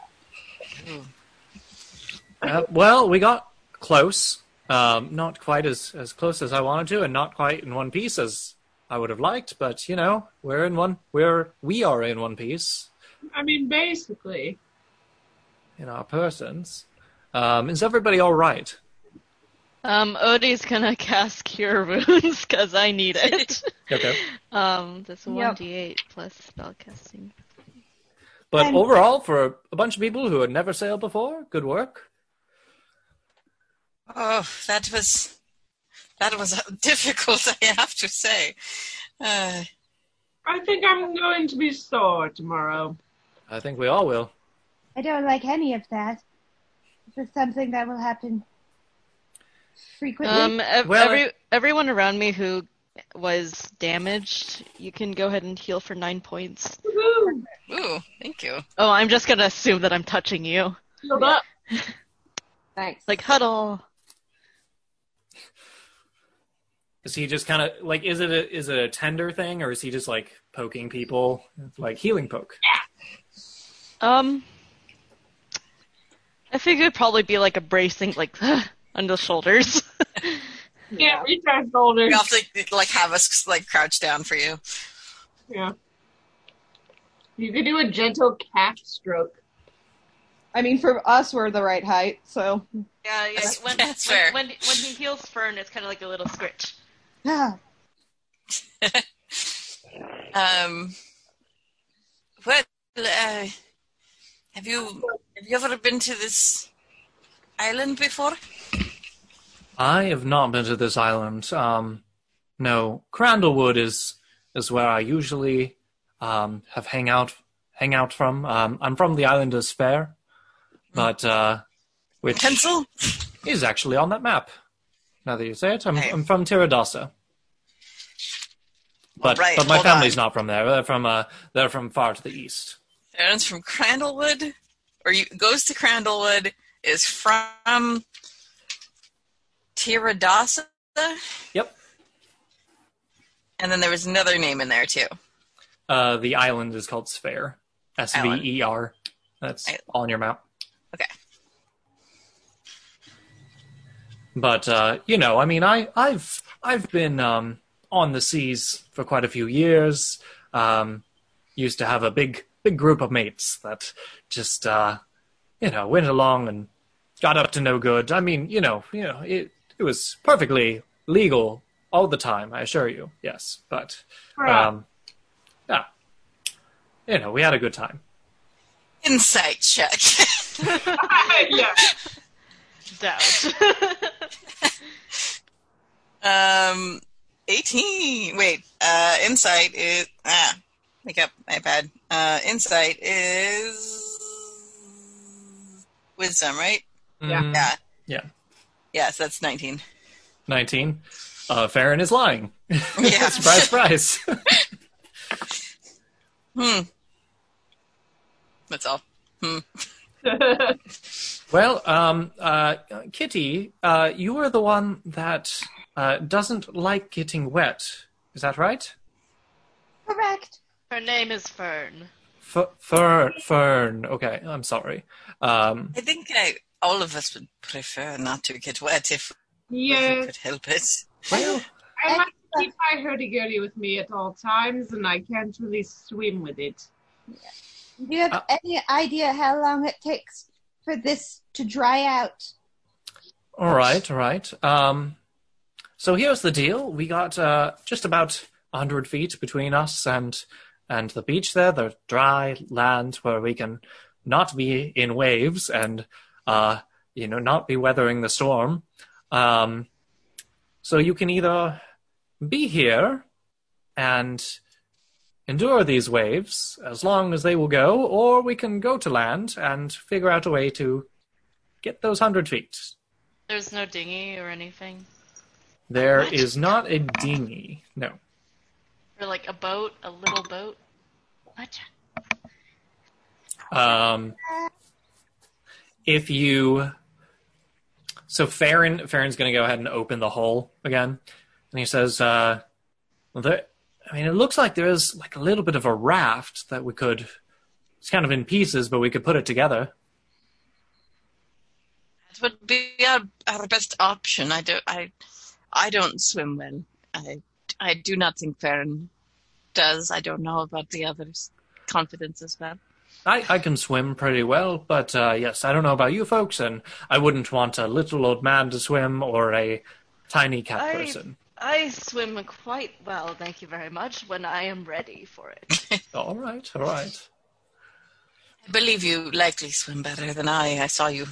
Speaker 1: Uh, well, we got close. Um, not quite as, as close as I wanted to, and not quite in one piece as I would have liked. But you know, we're in one. We're we are in one piece
Speaker 5: I mean, basically.
Speaker 1: in our persons. Um, is everybody all right?
Speaker 4: Um, Odie's gonna cast Cure Wounds because I need it.
Speaker 1: Okay.
Speaker 4: um, that's one
Speaker 2: Yep.
Speaker 4: d eight plus spellcasting.
Speaker 1: But
Speaker 8: I'm-
Speaker 1: overall, for a bunch of people who had never sailed before, good work.
Speaker 3: Oh, that was that was difficult. I have to say. Uh,
Speaker 5: I think I'm going to be sore tomorrow.
Speaker 1: I think we all will.
Speaker 8: I don't like any of that. This is something that will happen
Speaker 2: Uh,
Speaker 8: frequently.
Speaker 4: Um, ev-
Speaker 1: Well,
Speaker 4: every everyone around me who was damaged, you can go ahead and heal for nine points.
Speaker 5: Woohoo!
Speaker 3: ooh, thank you.
Speaker 4: Oh, I'm just gonna assume that I'm touching you.
Speaker 5: Healed up.
Speaker 2: Thanks.
Speaker 4: Like huddle.
Speaker 1: Is he just kind of like? Is it a, is it a tender thing, or is he just like poking people, like healing poke?
Speaker 4: Um, I think it'd probably be like a bracing, like on the shoulders.
Speaker 5: Can't reach our shoulders.
Speaker 3: We have to like have us like crouch down for you.
Speaker 5: Yeah. You could do a gentle calf stroke.
Speaker 2: I mean, for us, we're the right height, so
Speaker 4: Yeah, yeah.
Speaker 3: That's- when- that's when- fair.
Speaker 4: when when he heals Fern, it's kind of like a little scritch.
Speaker 8: Ah,
Speaker 3: Um, what uh, have you have you ever been to this island before?
Speaker 1: I have not been to this island. Um, no, Crandallwood is is where I usually um, have hang out hang out from. Um, I'm from the island of Spare, but uh, which
Speaker 3: Pencil?
Speaker 1: is actually on that map. Now that you say it, I'm,
Speaker 3: Hey.
Speaker 1: I'm from Tiradasa, but
Speaker 3: right,
Speaker 1: but my
Speaker 3: hold on.
Speaker 1: family's not from there. They're from uh, they're from far to the east.
Speaker 3: Aaron's from Crandallwood. or you, goes to Crandallwood is from Tiradasa,
Speaker 1: Yep.
Speaker 3: and then there was another name in there too.
Speaker 1: Uh, the island is called Sphere. S V E R. That's
Speaker 3: I-
Speaker 1: on your map.
Speaker 3: Okay.
Speaker 1: But uh, you know, I mean, I, I've I've been um, on the seas for quite a few years. Um, used to have a big big group of mates that just uh, you know went along and got up to no good. I mean, you know, you know, it it was perfectly legal all the time. I assure you, yes. But um, yeah, you know, we had a good time.
Speaker 3: Insight check.
Speaker 5: yeah.
Speaker 4: Doubt.
Speaker 3: um, eighteen. Wait. Uh, insight is ah. Make up iPad. Uh, insight is wisdom, right?
Speaker 5: Yeah.
Speaker 1: Mm,
Speaker 3: Yeah.
Speaker 1: yeah.
Speaker 3: Yes, that's nineteen.
Speaker 1: 19. Uh, Farron is lying.
Speaker 3: Yeah.
Speaker 1: surprise, surprise.
Speaker 3: Hmm. That's all.
Speaker 1: well, um, uh, Kitty, uh, you are the one that uh, doesn't like getting wet. Is that right?
Speaker 8: Correct.
Speaker 4: Her name is Fern.
Speaker 1: F- fern, fern. Okay, I'm sorry. Um,
Speaker 3: I think uh, all of us would prefer not to get wet if we
Speaker 5: Yeah.
Speaker 3: could help it.
Speaker 1: well,
Speaker 5: I must keep my hurdy-gurdy with me at all times, and I can't really swim with it.
Speaker 8: Do you have
Speaker 1: Uh,
Speaker 8: any idea how long it takes for this to dry out?
Speaker 1: all right, all right. Um, so here's the deal. We got uh, just about 100 feet between us and and the beach there, the dry land where we can not be in waves and uh, you know not be weathering the storm. Um, so you can either be here and endure these waves as long as they will go, or we can go to land and figure out a way to get those hundred feet.
Speaker 4: There's no dinghy or anything.
Speaker 1: There is not a dinghy. No.
Speaker 4: Or like a boat, a little boat. What?
Speaker 1: Um, if you, so Farron, Farron's going to go ahead and open the hole again, and he says, uh, "Well, there. I mean, it looks like there is like a little bit of a raft that we could. It's kind of in pieces, but we could put it together.
Speaker 3: That would be our, our best option. I don't. I, I don't swim well. I, I do not think Farron does. I don't know about the others' confidence as well.
Speaker 1: I, I can swim pretty well, but uh, yes, I don't know about you folks, and I wouldn't want a little old man to swim or a tiny cat
Speaker 4: I-
Speaker 1: person.
Speaker 4: I swim quite well, thank you very much, when I am ready for it.
Speaker 1: All right, all right."
Speaker 3: I believe you likely swim better than I. I saw you.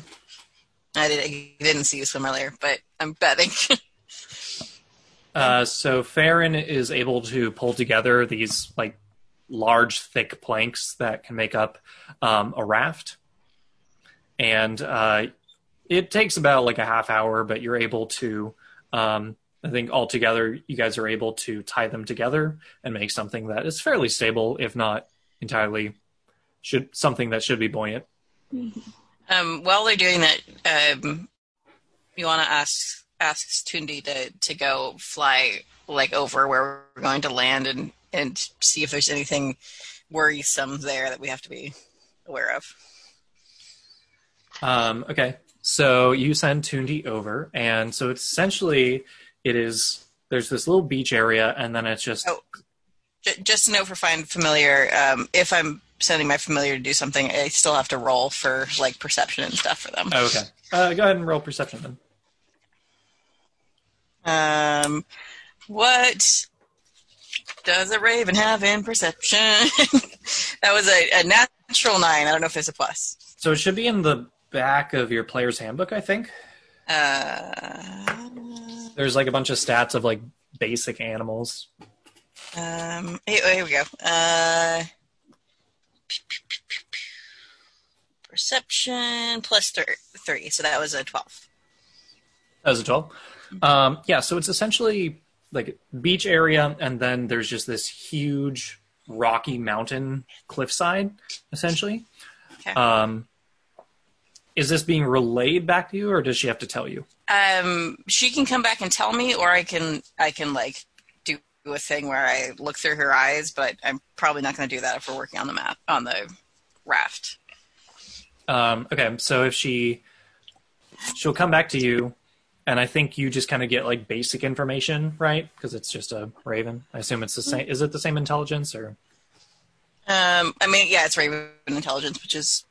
Speaker 3: I, did, I didn't see you swim earlier, but I'm betting.
Speaker 1: Uh, so Farron is able to pull together these like large, thick planks that can make up um, a raft, and uh, it takes about like a half hour. But you're able to, um, I think, altogether, you guys are able to tie them together and make something that is fairly stable, if not entirely, should something that should be buoyant.
Speaker 3: Um, while they're doing that, um, Ioana asks asks Tundi to to go fly like over where we're going to land and and see if there's anything worrisome there that we have to be aware of.
Speaker 1: Um, okay, so you send Tundi over, and so it's essentially it is there's this little beach area, and then it's just
Speaker 3: Oh. J- just to know for find familiar, um, if I'm sending my familiar to do something, I still have to roll for like perception and stuff for them.
Speaker 1: okay. Uh, go ahead and roll perception then.
Speaker 3: Um, what does a raven have in perception? that was a, a natural nine. I don't know if there's a plus.
Speaker 1: So it should be in the back of your player's handbook, I think.
Speaker 3: Uh,
Speaker 1: There's like a bunch of stats of like basic animals.
Speaker 3: um, here, here we go. Uh, perception plus thir- three, so that was a twelve.
Speaker 1: That was a twelve. Um, yeah, so it's essentially like beach area, and then there's just this huge rocky mountain cliffside, essentially.
Speaker 3: Okay.
Speaker 1: Um, Is this being relayed back to you, or does she have to tell you?
Speaker 3: Um, she can come back and tell me, or I can I can like do a thing where I look through her eyes, but I'm probably not going to do that if we're working on the map on the raft.
Speaker 1: Um, okay, so if she she'll come back to you, and I think you just kind of get like basic information, right? Because it's just a raven. I assume it's the same. Is it the same intelligence or?
Speaker 3: Um, I mean, yeah, it's Raven intelligence, which is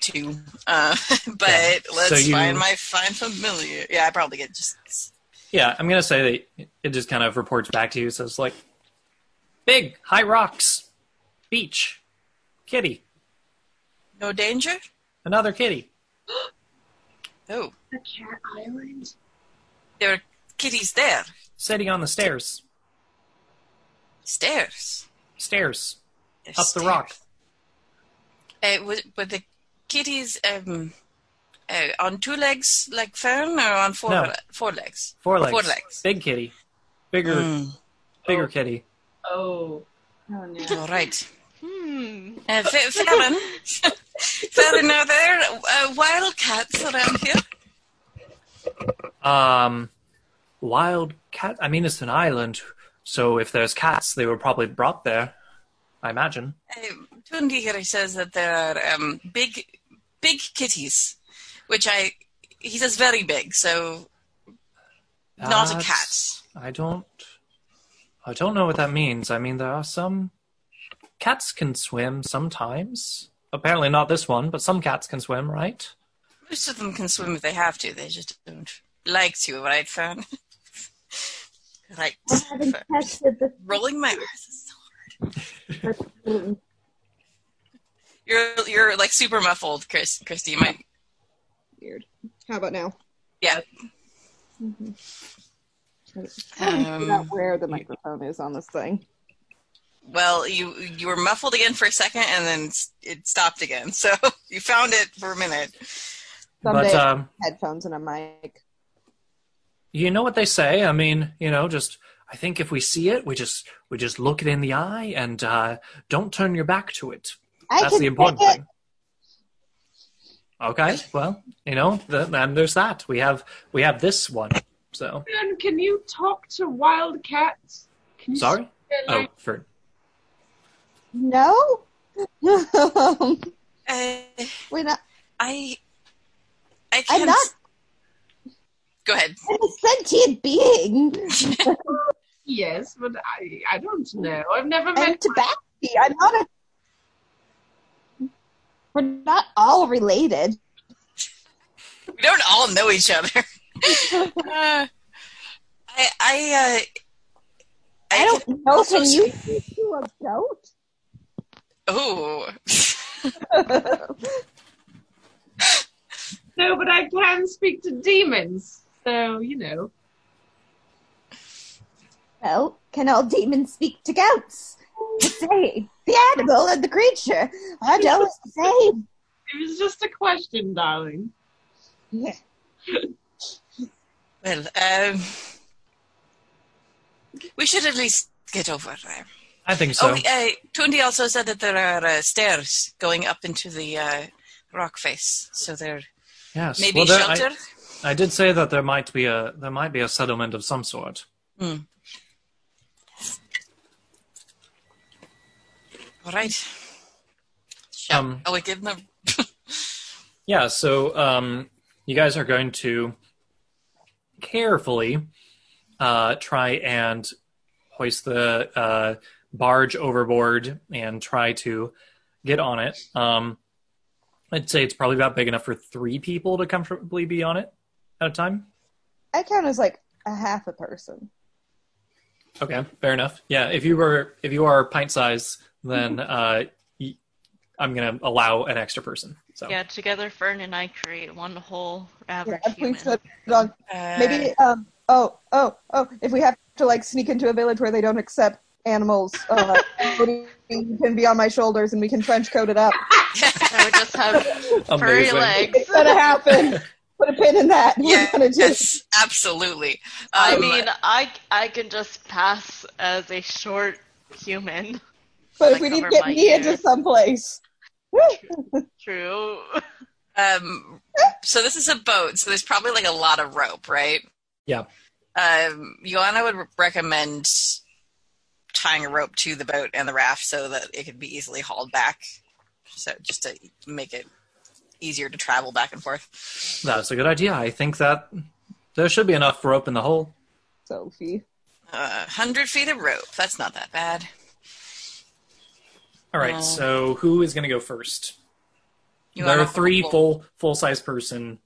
Speaker 3: two. Uh, but
Speaker 1: Yeah.
Speaker 3: let's
Speaker 1: So you-
Speaker 3: find my find familiar. Yeah, I probably get just
Speaker 1: Yeah, I'm gonna say that it just kind of reports back to you. So it's like big high rocks, beach, kitty,
Speaker 3: no danger.
Speaker 1: another kitty.
Speaker 3: Oh,
Speaker 5: The cat island.
Speaker 3: there are kitties there.
Speaker 1: sitting on the stairs.
Speaker 3: Stairs.
Speaker 1: Stairs.
Speaker 3: There's
Speaker 1: Up the
Speaker 3: stairs.
Speaker 1: rock.
Speaker 3: Uh, was, were the kitties um, uh, on two legs like Fern or on four
Speaker 1: No.
Speaker 3: four legs?
Speaker 1: Four legs.
Speaker 3: Four legs.
Speaker 1: Big kitty. Bigger
Speaker 3: Mm,
Speaker 1: bigger
Speaker 5: Oh.
Speaker 1: kitty.
Speaker 5: Oh.
Speaker 2: Oh no.
Speaker 3: all right.
Speaker 4: Hmm.
Speaker 3: Uh, Fe- Farron, Farron, are there uh, wildcats around here?
Speaker 1: Um wild cat I mean it's an island, so if there's cats they were probably brought there, I imagine.
Speaker 3: Uh, Tundi here says that there are um, big, big kitties, which I he says very big, so not
Speaker 1: Ah,
Speaker 3: a cat.
Speaker 1: That's- I don't I don't know what that means. I mean there are some cats can swim sometimes. Apparently not this one, but some cats can swim, right?
Speaker 3: Most of them can swim if they have to. They just don't like to, right, Fern? right.
Speaker 8: I haven't
Speaker 3: Fern.
Speaker 8: tested the
Speaker 3: Rolling my eyes.
Speaker 8: food.
Speaker 3: You're you're like super muffled, Chris. Christy, my
Speaker 2: Weird. How about now?
Speaker 3: yeah.
Speaker 8: Mm-hmm.
Speaker 2: Figure out
Speaker 3: Um,
Speaker 2: where the microphone is on this thing.
Speaker 3: well, you you were muffled again for a second, and then s- it stopped again. So you found it for a minute.
Speaker 2: Someday.
Speaker 1: But um
Speaker 2: Headphones and a mic.
Speaker 1: you know what they say i mean you know just i think if we see it we just we just look it in the eye and uh don't turn your back to it
Speaker 8: I
Speaker 1: that's
Speaker 8: can
Speaker 1: the important
Speaker 8: say it.
Speaker 1: thing okay well you know th- then there's that we have we have this one so
Speaker 5: Fern, can you talk to wildcats? Can you
Speaker 1: sorry
Speaker 5: speak their
Speaker 1: oh
Speaker 5: language?
Speaker 1: for
Speaker 8: No,
Speaker 2: Um,
Speaker 3: Uh,
Speaker 8: we're not.
Speaker 3: I I
Speaker 8: I'm
Speaker 3: can't.
Speaker 8: not
Speaker 3: Go ahead.
Speaker 8: I'm a sentient being.
Speaker 5: Yes, but I I don't know. I've never
Speaker 8: I'm
Speaker 5: met.
Speaker 8: Tabaxi. I'm not a. We're not all related.
Speaker 3: We don't all know each other. Uh, I I uh,
Speaker 8: I don't know.
Speaker 3: also
Speaker 8: Can you speak to a goat?
Speaker 3: Oh,
Speaker 5: No, but I can speak to demons. So you know.
Speaker 8: Well, can all demons speak to goats? The same. The animal and the creature are always the same.
Speaker 5: It was just a question, darling.
Speaker 3: well. Um, we should at least get over there.
Speaker 1: i think so
Speaker 3: Oh, uh, Tundi also said that there are uh, stairs going up into the uh, rock face, so there
Speaker 1: yes
Speaker 3: may be
Speaker 1: well, there- I-
Speaker 3: shelter.
Speaker 1: I, did say that there might be a there might be a settlement of some sort
Speaker 3: All right. Shall,
Speaker 1: Um,
Speaker 3: shall we give them?
Speaker 1: Yeah, so um, you guys are going to carefully uh, try and hoist the uh, barge overboard and try to get on it. Um, I'd say it's probably about big enough for three people to comfortably be on it at a time.
Speaker 2: I count as like a half a person.
Speaker 1: Okay, fair enough. Yeah, if you were if you are pint size, then uh, y- I'm gonna allow an extra person. So
Speaker 4: Yeah, together Fern and I create one whole
Speaker 2: Yeah,
Speaker 4: average
Speaker 2: if we
Speaker 4: human.
Speaker 2: put it on-
Speaker 3: Uh,
Speaker 2: Maybe um oh oh oh if we have to like sneak into a village where they don't accept animals, uh, Cody can be on my shoulders and we can trench coat it up.
Speaker 4: I would just have furry
Speaker 1: Amazing.
Speaker 4: legs.
Speaker 2: It's gonna happen. Put a pin in that. We're
Speaker 3: Yeah,
Speaker 2: gonna do it.
Speaker 3: yes, absolutely.
Speaker 4: I
Speaker 3: Um,
Speaker 4: mean, I I can just pass as a short human.
Speaker 2: But
Speaker 4: like
Speaker 2: if we need
Speaker 4: over
Speaker 2: to get
Speaker 4: my
Speaker 2: me
Speaker 4: hair.
Speaker 2: into someplace.
Speaker 4: True.
Speaker 3: um, So this is a boat. So there's probably like a lot of rope, right?
Speaker 1: Yeah.
Speaker 3: Um, Joanna would recommend tying a rope to the boat and the raft so that it could be easily hauled back. So just to make it easier to travel back and forth.
Speaker 1: That's a good idea. I think that there should be enough rope in the hole.
Speaker 2: Sophie.
Speaker 3: Uh, 100 feet of rope. That's not that bad.
Speaker 1: All right.
Speaker 3: Uh.
Speaker 1: so who is going to go first?
Speaker 3: Joanna
Speaker 1: there are three
Speaker 3: will-
Speaker 1: full full size person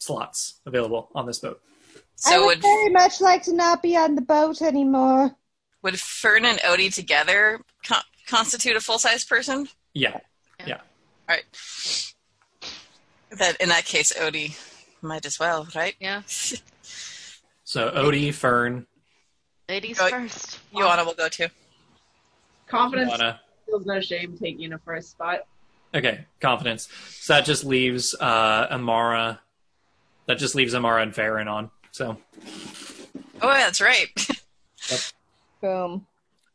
Speaker 1: slots available on this boat.
Speaker 8: I
Speaker 3: So
Speaker 8: would
Speaker 3: would
Speaker 8: very much like to not be on the boat anymore.
Speaker 3: would Fern and Odie together co- constitute a full size person?
Speaker 1: Yeah.
Speaker 3: All right. That in that case, Odie might as well, right?
Speaker 4: Yeah.
Speaker 1: So Odie, Fern,
Speaker 4: Ladies
Speaker 3: Right.
Speaker 4: first.
Speaker 3: Joanna will go too.
Speaker 5: Confidence
Speaker 1: Lana.
Speaker 5: feels no shame taking a first spot.
Speaker 1: Okay, confidence. So that just leaves uh, Amara. That just leaves Amara and Farron on. So,
Speaker 3: Oh, yeah, that's right.
Speaker 2: Boom.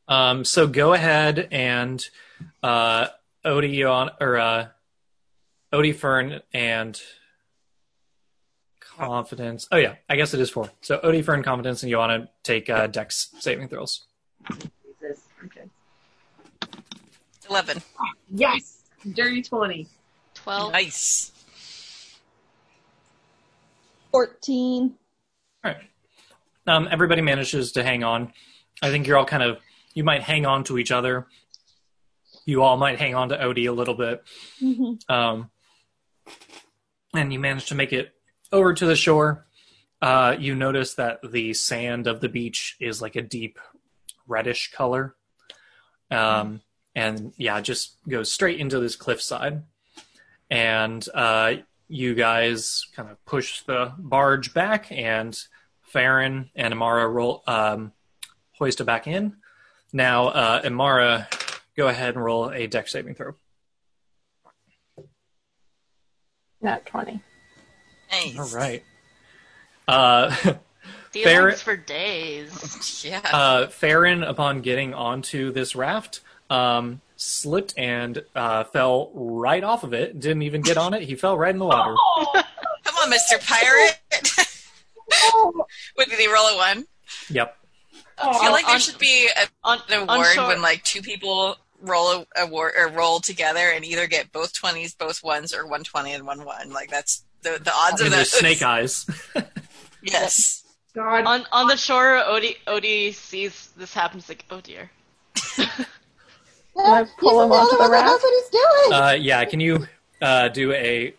Speaker 1: um, so go ahead and uh, Odie on or uh, Odie Fern and confidence. Oh yeah, I guess it is four. So Odie Fern confidence and Joanna take uh, Dex saving throws.
Speaker 5: Jesus. Okay.
Speaker 3: Eleven.
Speaker 5: Yes. Dirty twenty.
Speaker 1: Oh.
Speaker 4: Twelve.
Speaker 3: Nice.
Speaker 2: 14.
Speaker 1: All right. Um, everybody manages to hang on. I think you're all kind of you might hang on to each other. You all might hang on to Odie a little bit.
Speaker 8: Mhm.
Speaker 1: Um, and you manage to make it over to the shore. Uh, you notice that the sand of the beach is like a deep reddish color. Um, and yeah, just goes straight into this cliffside. And uh, you guys kind of push the barge back, and Farron and Amara roll, um, hoist it back in. Now, uh, Amara, go ahead and roll a deck saving throw.
Speaker 6: Not 20.
Speaker 3: Nice.
Speaker 1: All right. Uh,
Speaker 4: Feelings for days.
Speaker 3: Yeah.
Speaker 1: uh, Farron, upon getting onto this raft, um, slipped and uh, fell right off of it. Didn't even get on it. He fell right in the water.
Speaker 3: Come on, Mr. Pirate.
Speaker 2: Oh,
Speaker 3: What did he roll a one?
Speaker 1: Yep.
Speaker 3: I feel like there
Speaker 4: on-
Speaker 3: should be a,
Speaker 4: On,
Speaker 3: an
Speaker 4: on
Speaker 3: award
Speaker 4: shore-
Speaker 3: when like two people roll a award or roll together and either get both twenties, both ones, or one twenty and one one. Like that's the the odds
Speaker 1: And
Speaker 3: of that.
Speaker 1: there's snake eyes.
Speaker 3: Yes.
Speaker 5: God.
Speaker 4: on on the shore, Odie Odie sees this happens like, oh dear.
Speaker 6: I pull him onto the
Speaker 8: one that knows
Speaker 6: raft?
Speaker 8: what he's doing.
Speaker 1: Uh, yeah, can you uh, do a?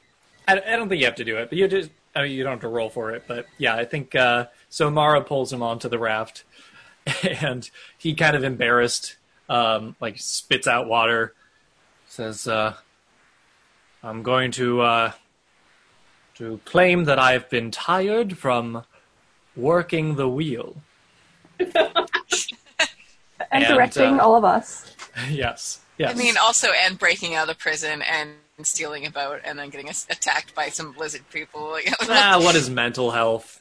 Speaker 1: I, I don't think you have to do it, but you just. I mean, you don't have to roll for it, but yeah, I think uh, so. Mara pulls him onto the raft, and he kind of embarrassed, um, like spits out water, says, uh, "I'm going to uh, to claim that I've been tired from working the wheel."
Speaker 6: And,
Speaker 1: And,
Speaker 6: directing
Speaker 1: uh,
Speaker 6: all of us.
Speaker 1: yes, yes.
Speaker 3: I mean, also, and breaking out of prison and stealing a boat and then getting as- attacked by some lizard people. Like,
Speaker 1: ah, what is mental health?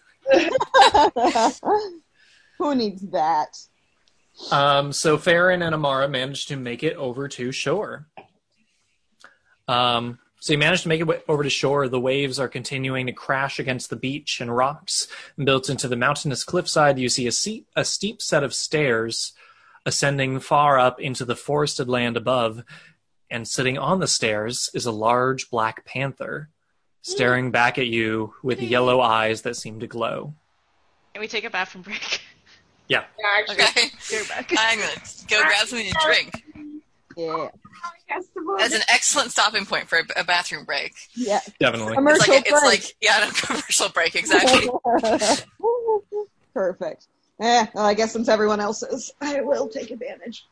Speaker 2: who needs that?
Speaker 1: Um, so Farron and Amara managed to make it over to shore. Um, so you managed to make it wa- over to shore. The waves are continuing to crash against the beach and rocks. Built into the mountainous cliffside, you see a, se- a steep set of stairs ascending far up into the forested land above. And sitting on the stairs is a large black panther, staring back at you with yellow eyes that seem to glow.
Speaker 4: Can we take a bathroom break?
Speaker 5: Yeah, actually,
Speaker 3: okay.
Speaker 4: You're back.
Speaker 3: I'm going to go grab something to drink.
Speaker 2: Yeah.
Speaker 5: festival.
Speaker 3: That's an excellent stopping point for a, a bathroom break.
Speaker 2: Yeah.
Speaker 1: Definitely.
Speaker 3: It's
Speaker 2: Commercial
Speaker 3: like, it's
Speaker 2: break.
Speaker 3: like, yeah, no commercial break, exactly.
Speaker 2: Perfect. Eh, well, I guess since everyone else is, I will take advantage.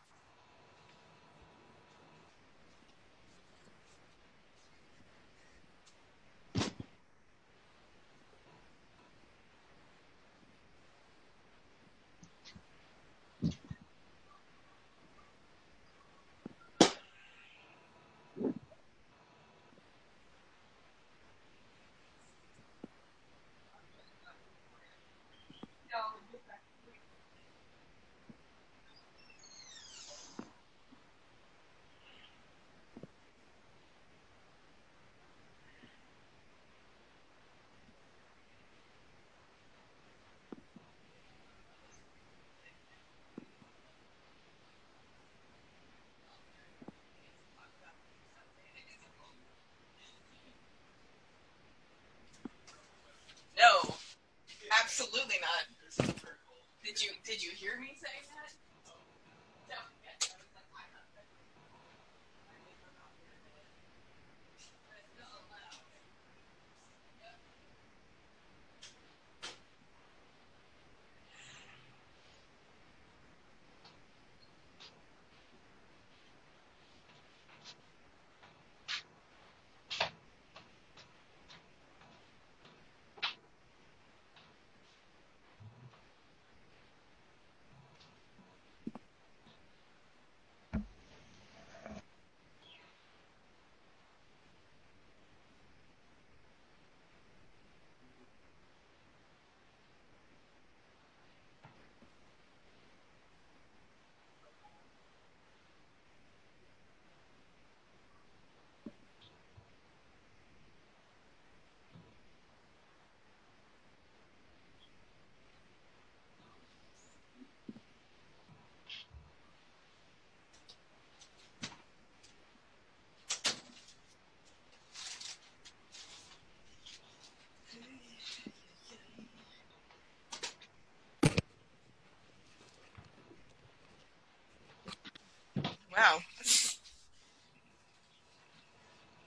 Speaker 3: Wow.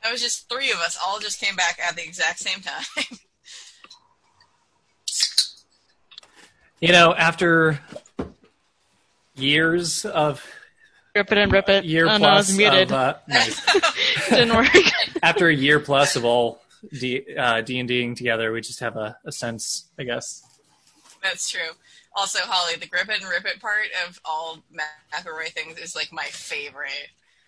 Speaker 3: That was just three of us all just came back at the exact same time.
Speaker 1: You know, after years of
Speaker 4: Rip it and rip it.
Speaker 1: year
Speaker 4: oh,
Speaker 1: plus
Speaker 4: no, I was muted.
Speaker 1: of uh, nice.
Speaker 4: Didn't work.
Speaker 1: after a year plus of all D uh, D and Ding together, we just have a, a sense, I guess.
Speaker 3: That's true. Also, Holly, the grip it and rip it part of all Ma- McElroy things is like my favorite.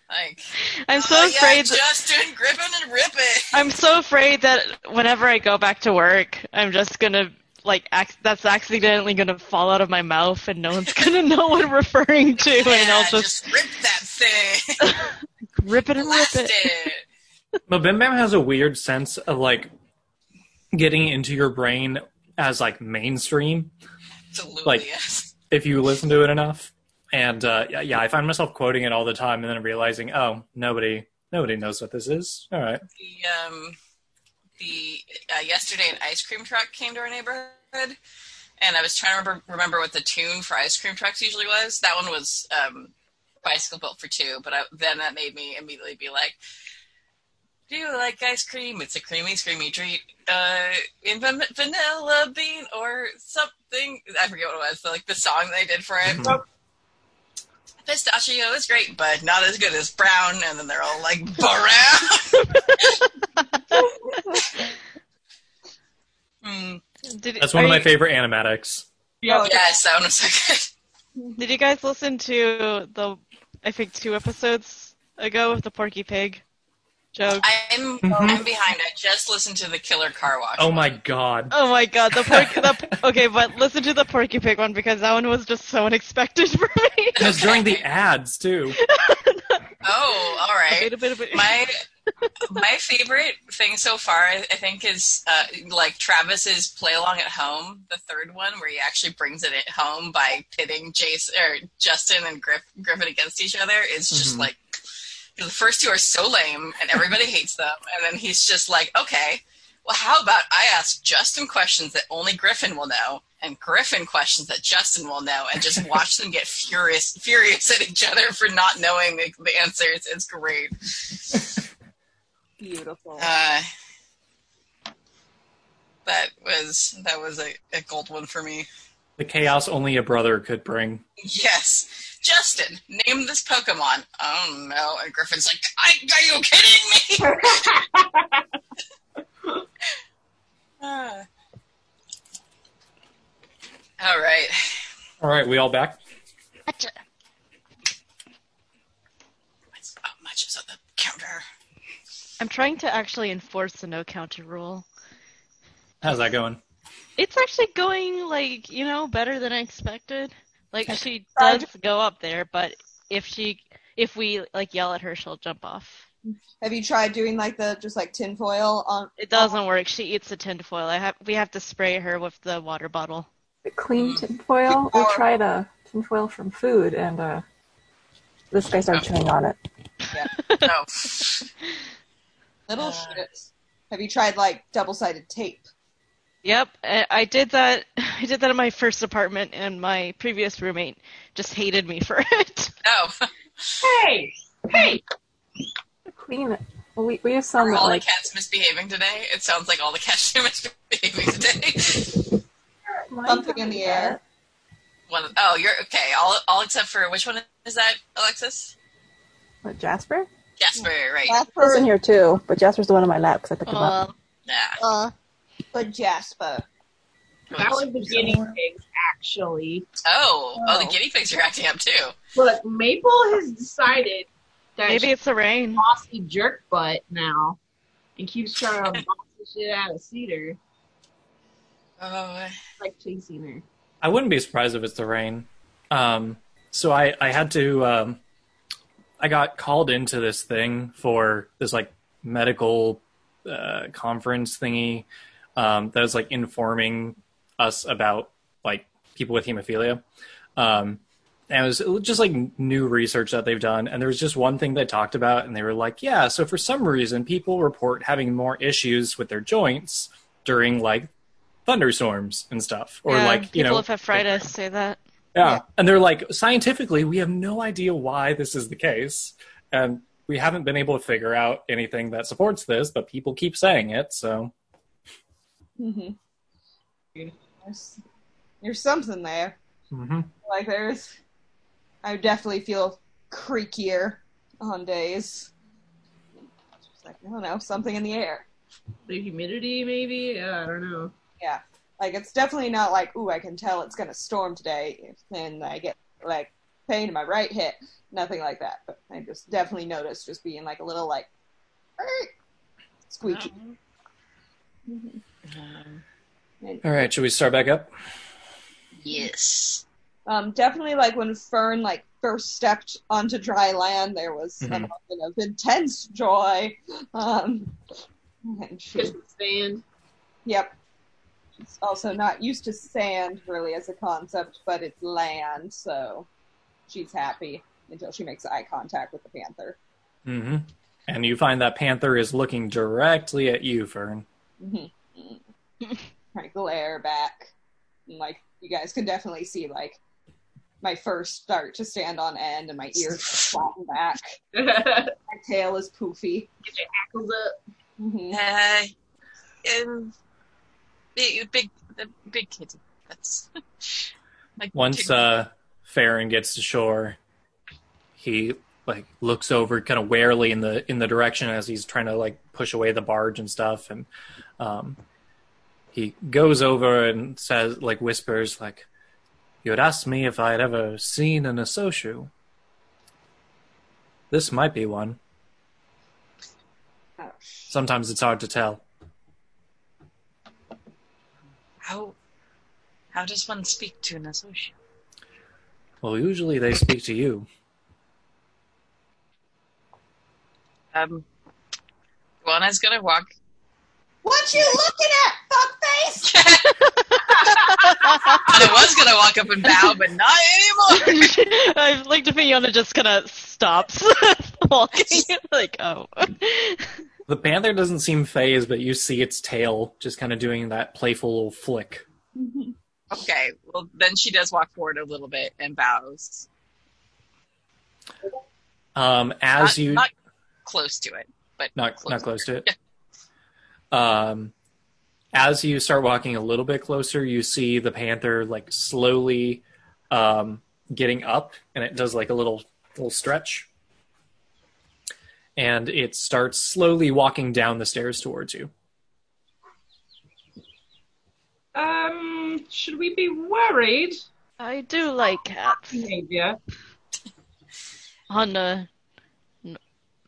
Speaker 3: Like
Speaker 4: I'm so
Speaker 3: "Oh, yeah,
Speaker 4: afraid. that-
Speaker 3: Justin, grip it and rip it.
Speaker 4: I'm so afraid that whenever I go back to work, I'm just gonna like ac- that's accidentally gonna fall out of my mouth, and no one's gonna know what I'm referring to, and I'll
Speaker 3: Yeah,
Speaker 4: just,
Speaker 3: rip that thing.
Speaker 4: rip it and rip
Speaker 3: Blast
Speaker 4: it.
Speaker 3: it.
Speaker 1: But Bim Bam has a weird sense of like getting into your brain as like mainstream
Speaker 3: Absolutely.
Speaker 1: Like-
Speaker 3: yes.
Speaker 1: if you listen to it enough. And uh, yeah, yeah, I find myself quoting it all the time, and then realizing, oh, nobody, nobody knows what this is. All right,
Speaker 3: The um, the uh, yesterday an ice cream truck came to our neighborhood, and I was trying to remember, remember what the tune for ice cream trucks usually was. That one was um, bicycle built for two, but I, then that made me immediately be like. Do you like ice cream? It's a creamy, screamy treat. Uh, in van- vanilla bean or something. I forget what it was. But, like the song they did for it.
Speaker 1: Mhm.
Speaker 3: Pistachio is great, but not as good as brown. And then they're all like brown. Hmm.
Speaker 4: Did,
Speaker 1: that's one of
Speaker 4: are
Speaker 1: my
Speaker 4: you-
Speaker 1: favorite animatics.
Speaker 5: Yeah.
Speaker 3: yes, that one was so good.
Speaker 4: Did you guys listen to the I think two episodes ago with the Porky Pig joke?
Speaker 3: I'm I'm behind. I just listened to the Killer Car Wash.
Speaker 1: Mm-hmm. Oh my god!
Speaker 4: Oh my god, the porky. the, okay, but listen to the Porky Pig one because that one was just so unexpected for me.
Speaker 1: It was during the ads too.
Speaker 3: Oh, all right.
Speaker 4: Wait a bit, a bit.
Speaker 3: my my favorite thing so far I, I think is uh, like Travis's play along at home the third one where he actually brings it at home by pitting Jason or Justin and Griff, Griffin against each other is just
Speaker 1: Mhm.
Speaker 3: like the first two are so lame and everybody hates them and then he's just like okay well how about I ask Justin questions that only Griffin will know and Griffin questions that Justin will know and just watch them get furious furious at each other for not knowing the, the answers it's great
Speaker 2: Beautiful.
Speaker 3: uh, that was that was a, a gold one for me.
Speaker 1: The chaos only a brother could bring.
Speaker 3: Yes, Justin, name this Pokemon. I don't know. And Griffin's like, I, "Are you kidding me?" Uh. all right.
Speaker 1: All right, we all back.
Speaker 3: What's up? Much is on the counter.
Speaker 4: I'm trying to actually enforce the no counter rule.
Speaker 1: How's that going?
Speaker 4: It's actually going like you know better than I expected. Like she
Speaker 2: Sorry.
Speaker 4: does go up there, but if she if we like yell at her, she'll jump off.
Speaker 2: Have you tried doing like the just like tinfoil on?
Speaker 4: It
Speaker 3: Oh.
Speaker 4: doesn't work. She eats the tinfoil. I have we have to spray her with the water bottle.
Speaker 6: Clean tinfoil. We tried a tinfoil from food, and uh, this guy started chewing on it.
Speaker 3: Oh,
Speaker 2: Little
Speaker 3: Uh.
Speaker 2: shit. Have you tried like double-sided tape?
Speaker 4: Yep, I I did that. I did that in my first apartment, and my previous roommate just hated me for it.
Speaker 3: oh.
Speaker 5: Hey, hey.
Speaker 6: Clean it. Well, we, we have some
Speaker 3: Are
Speaker 6: that
Speaker 3: all the
Speaker 6: like
Speaker 3: cats misbehaving today? It sounds like all the cats are misbehaving today.
Speaker 6: Why
Speaker 2: Something
Speaker 6: you
Speaker 2: in the
Speaker 6: do
Speaker 2: air.
Speaker 6: that?
Speaker 3: One of- oh, you're okay. All, all except for which one is that, Alexis?
Speaker 6: What, Jasper?
Speaker 3: Jasper, right?
Speaker 6: He's in
Speaker 2: Jasper,
Speaker 6: here too, but Jasper's the one on my lap because I picked him up.
Speaker 4: Aw.
Speaker 3: Yeah.
Speaker 2: uh, but Jasper.
Speaker 5: That was the guinea pigs, actually.
Speaker 3: Oh, oh, the
Speaker 5: Oh.
Speaker 3: guinea pigs are acting up too.
Speaker 5: Look, Maple has decided that
Speaker 4: Maybe
Speaker 5: she's
Speaker 4: it's the rain.
Speaker 5: a bossy jerk butt now, and keeps trying to boss the shit out of Cedar,
Speaker 3: Oh,
Speaker 5: like chasing her.
Speaker 1: I wouldn't be surprised if it's the rain. Um, so I, I had to, um, I got called into this thing for this like medical uh, conference thingy um, that was like informing us about like people with hemophilia. Um, and it was just like new research that they've done. And there was just one thing they talked about, and they were like, yeah, so for some reason, people report having more issues with their joints during like thunderstorms and stuff, or
Speaker 4: Yeah,
Speaker 1: like, you
Speaker 4: people
Speaker 1: know,
Speaker 4: with arthritis say that.
Speaker 1: Yeah. And they're like, scientifically, we have no idea why this is the case. And we haven't been able to figure out anything that supports this, but people keep saying it. So,
Speaker 2: Mm-hmm. There's, there's something there.
Speaker 1: mhm.
Speaker 2: Like there's, I definitely feel creakier on days. It's just like I don't know, something in the air.
Speaker 5: The humidity, maybe? Yeah, I don't know.
Speaker 2: Yeah, like it's definitely not like ooh, I can tell it's gonna storm today, and I get like pain in my right hip. Nothing like that, but I just definitely noticed just being like a little like squeaky.
Speaker 7: Um,
Speaker 1: all right, should we start back up?
Speaker 7: yes.
Speaker 2: Um, definitely like when Fern like first stepped onto dry land, there was
Speaker 1: Mhm.
Speaker 2: a moment of intense joy. Um, and she,
Speaker 5: Christmas sand.
Speaker 2: yep. She's also not used to sand really as a concept, but it's land, so she's happy until she makes eye contact with the panther.
Speaker 1: hmm And you find that Panther is looking directly at you, Fern.
Speaker 2: Mm-hmm. I glare back, and like you guys can definitely see like my fur start to stand on end, and my ears flatten back.
Speaker 5: Get your hackles
Speaker 2: My tail is poofy.
Speaker 5: up.
Speaker 2: hmm
Speaker 7: Uh, um, big, big, the big kitty. That's like
Speaker 1: Once
Speaker 7: two-
Speaker 1: uh, Farron gets to shore, he like looks over kind of warily in the in the direction as he's trying to like push away the barge and stuff, and um, he goes over and says like whispers like, "You had asked me if I had ever seen an associate. This might be one.
Speaker 2: Oh.
Speaker 1: Sometimes it's hard to tell.
Speaker 7: how how does one speak to an associate?
Speaker 1: Well, usually they speak to you."
Speaker 7: Um, Juana's gonna walk.
Speaker 2: What you looking at, fuckface?
Speaker 7: I was gonna walk up and bow, but not anymore.
Speaker 4: I like to be Fiona just kind of stops walking. like, oh.
Speaker 1: The panther doesn't seem phased, but you see its tail just kind of doing that playful little flick.
Speaker 7: Okay, well then she does walk forward a little bit and bows.
Speaker 1: Um,
Speaker 7: not,
Speaker 1: as you
Speaker 7: not close to it, but
Speaker 1: not not close to it. Um, as you start walking a little bit closer, you see the panther like slowly um, getting up, and it does like a little little stretch, and it starts slowly walking down the stairs towards you.
Speaker 5: Um, should we be worried?
Speaker 4: I do like cats
Speaker 5: Behavior.
Speaker 4: on a n-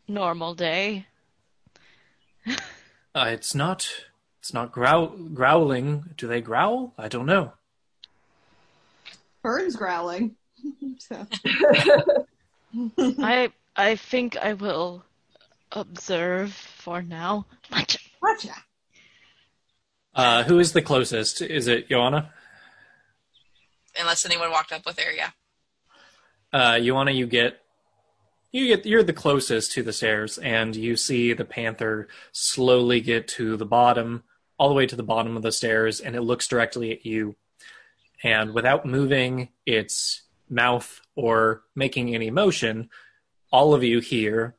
Speaker 4: normal day.
Speaker 1: Uh, it's not it's not growl, growling. Do they growl? I don't know.
Speaker 2: Fern's growling. so,
Speaker 4: I I think I will observe for now. Like,
Speaker 2: gotcha.
Speaker 1: Uh, who is the closest? Is it Joanna?
Speaker 7: Unless anyone walked up with her, yeah.
Speaker 1: uh, Ioana, you get you get you're the closest to the stairs, and you see the panther slowly get to the bottom, all the way to the bottom of the stairs, and it looks directly at you. And without moving its mouth or making any motion, all of you hear,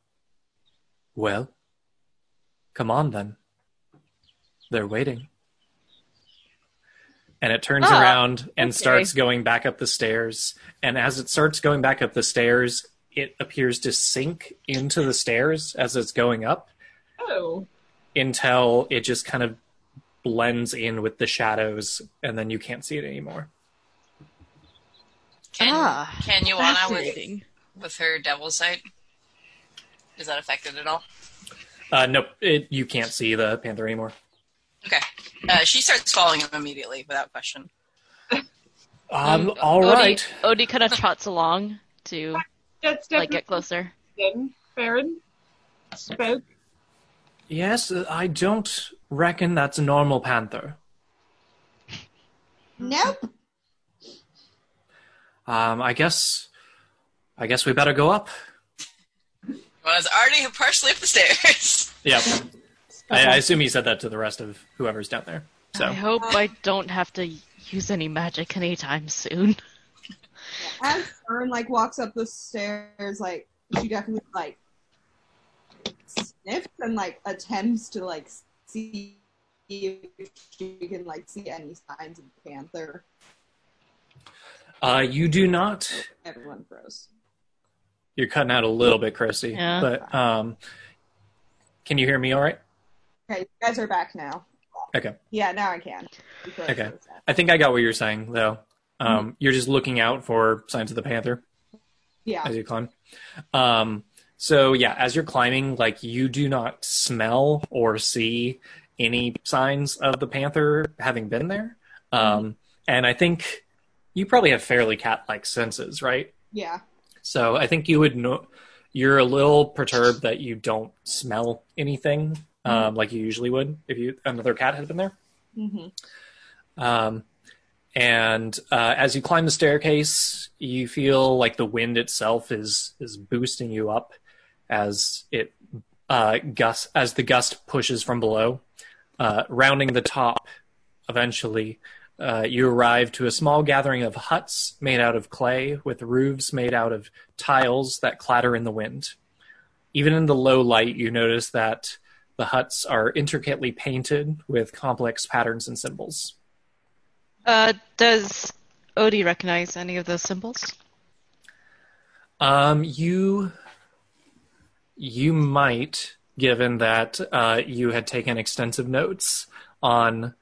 Speaker 1: "Well, come on then. They're waiting." And it turns
Speaker 4: Ah,
Speaker 1: around and
Speaker 4: okay.
Speaker 1: starts going back up the stairs and as it starts going back up the stairs, it appears to sink into the stairs as it's going up
Speaker 5: Oh.
Speaker 1: until it just kind of blends in with the shadows, and then you can't see it anymore.
Speaker 7: Can
Speaker 4: Ah,
Speaker 7: can you Juana with
Speaker 4: fascinating.
Speaker 7: with her devil sight? Is that affected at all?
Speaker 1: Uh, nope, it, you can't see the panther anymore.
Speaker 7: Okay. Uh, she starts following him immediately without question.
Speaker 1: Um, all right.
Speaker 4: Odie, Odie kind of trots along to
Speaker 5: That's
Speaker 4: like
Speaker 5: definitely
Speaker 4: get closer.
Speaker 5: then. Baron spoke.
Speaker 1: Yes, I don't reckon that's a normal panther.
Speaker 8: Nope.
Speaker 1: Um, I guess, I guess we better go up.
Speaker 7: Juana's already partially up the stairs.
Speaker 1: Yep. I, I assume he said that to the rest of whoever's down there. So.
Speaker 4: I hope I don't have to use any magic anytime soon.
Speaker 2: As Fern like walks up the stairs, like she definitely like sniffs and like attempts to like see if she can like see any signs of the panther.
Speaker 1: Uh, you do not.
Speaker 2: Everyone froze.
Speaker 1: You're cutting out a little bit, Chrissy.
Speaker 4: Yeah.
Speaker 1: But um, can you hear me all right?
Speaker 2: Okay, you guys are back now.
Speaker 1: Okay.
Speaker 2: Yeah, now I can. You froze
Speaker 1: Okay.
Speaker 2: for a sec.
Speaker 1: I think I got what you're saying, though. Um, You're just looking out for signs of the panther.
Speaker 2: Yeah.
Speaker 1: as you climb. Um, so yeah, as you're climbing, like you do not smell or see any signs of the panther having been there. Um, and I think you probably have fairly cat-like senses, right?
Speaker 2: Yeah.
Speaker 1: So I think you would know. You're a little perturbed that you don't smell anything um, like you usually would if you another cat had been there.
Speaker 2: hmm
Speaker 1: Um, and uh, as you climb the staircase, you feel like the wind itself is is boosting you up as it uh, gust as the gust pushes from below, uh, rounding the top. Eventually, uh, you arrive to a small gathering of huts made out of clay with roofs made out of tiles that clatter in the wind. Even in the low light, you notice that the huts are intricately painted with complex patterns and symbols.
Speaker 4: Uh, does Odie recognize any of those symbols?
Speaker 1: Um, you you might, given that uh, you had taken extensive notes on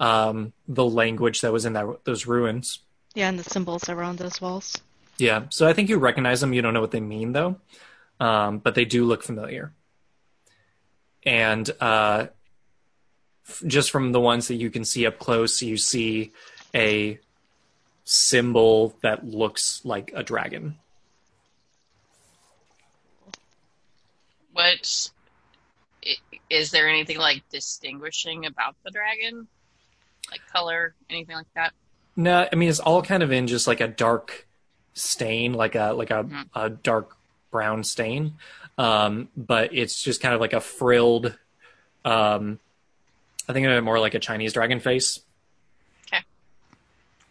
Speaker 1: um, the language that was in that those ruins.
Speaker 4: Yeah, and the symbols that were on those walls.
Speaker 1: Yeah, so I think you recognize them. You don't know what they mean though, um, but they do look familiar. And uh, f- just from the ones that you can see up close, you see a symbol that looks like a dragon.
Speaker 3: What i- is there anything like distinguishing about the dragon? Like color, anything like that?
Speaker 1: No, I mean it's all kind of in just like a dark stain, like a like a,
Speaker 3: Mhm.
Speaker 1: a dark brown stain. Um, but it's just kind of like a frilled um I think of it more like a Chinese dragon face.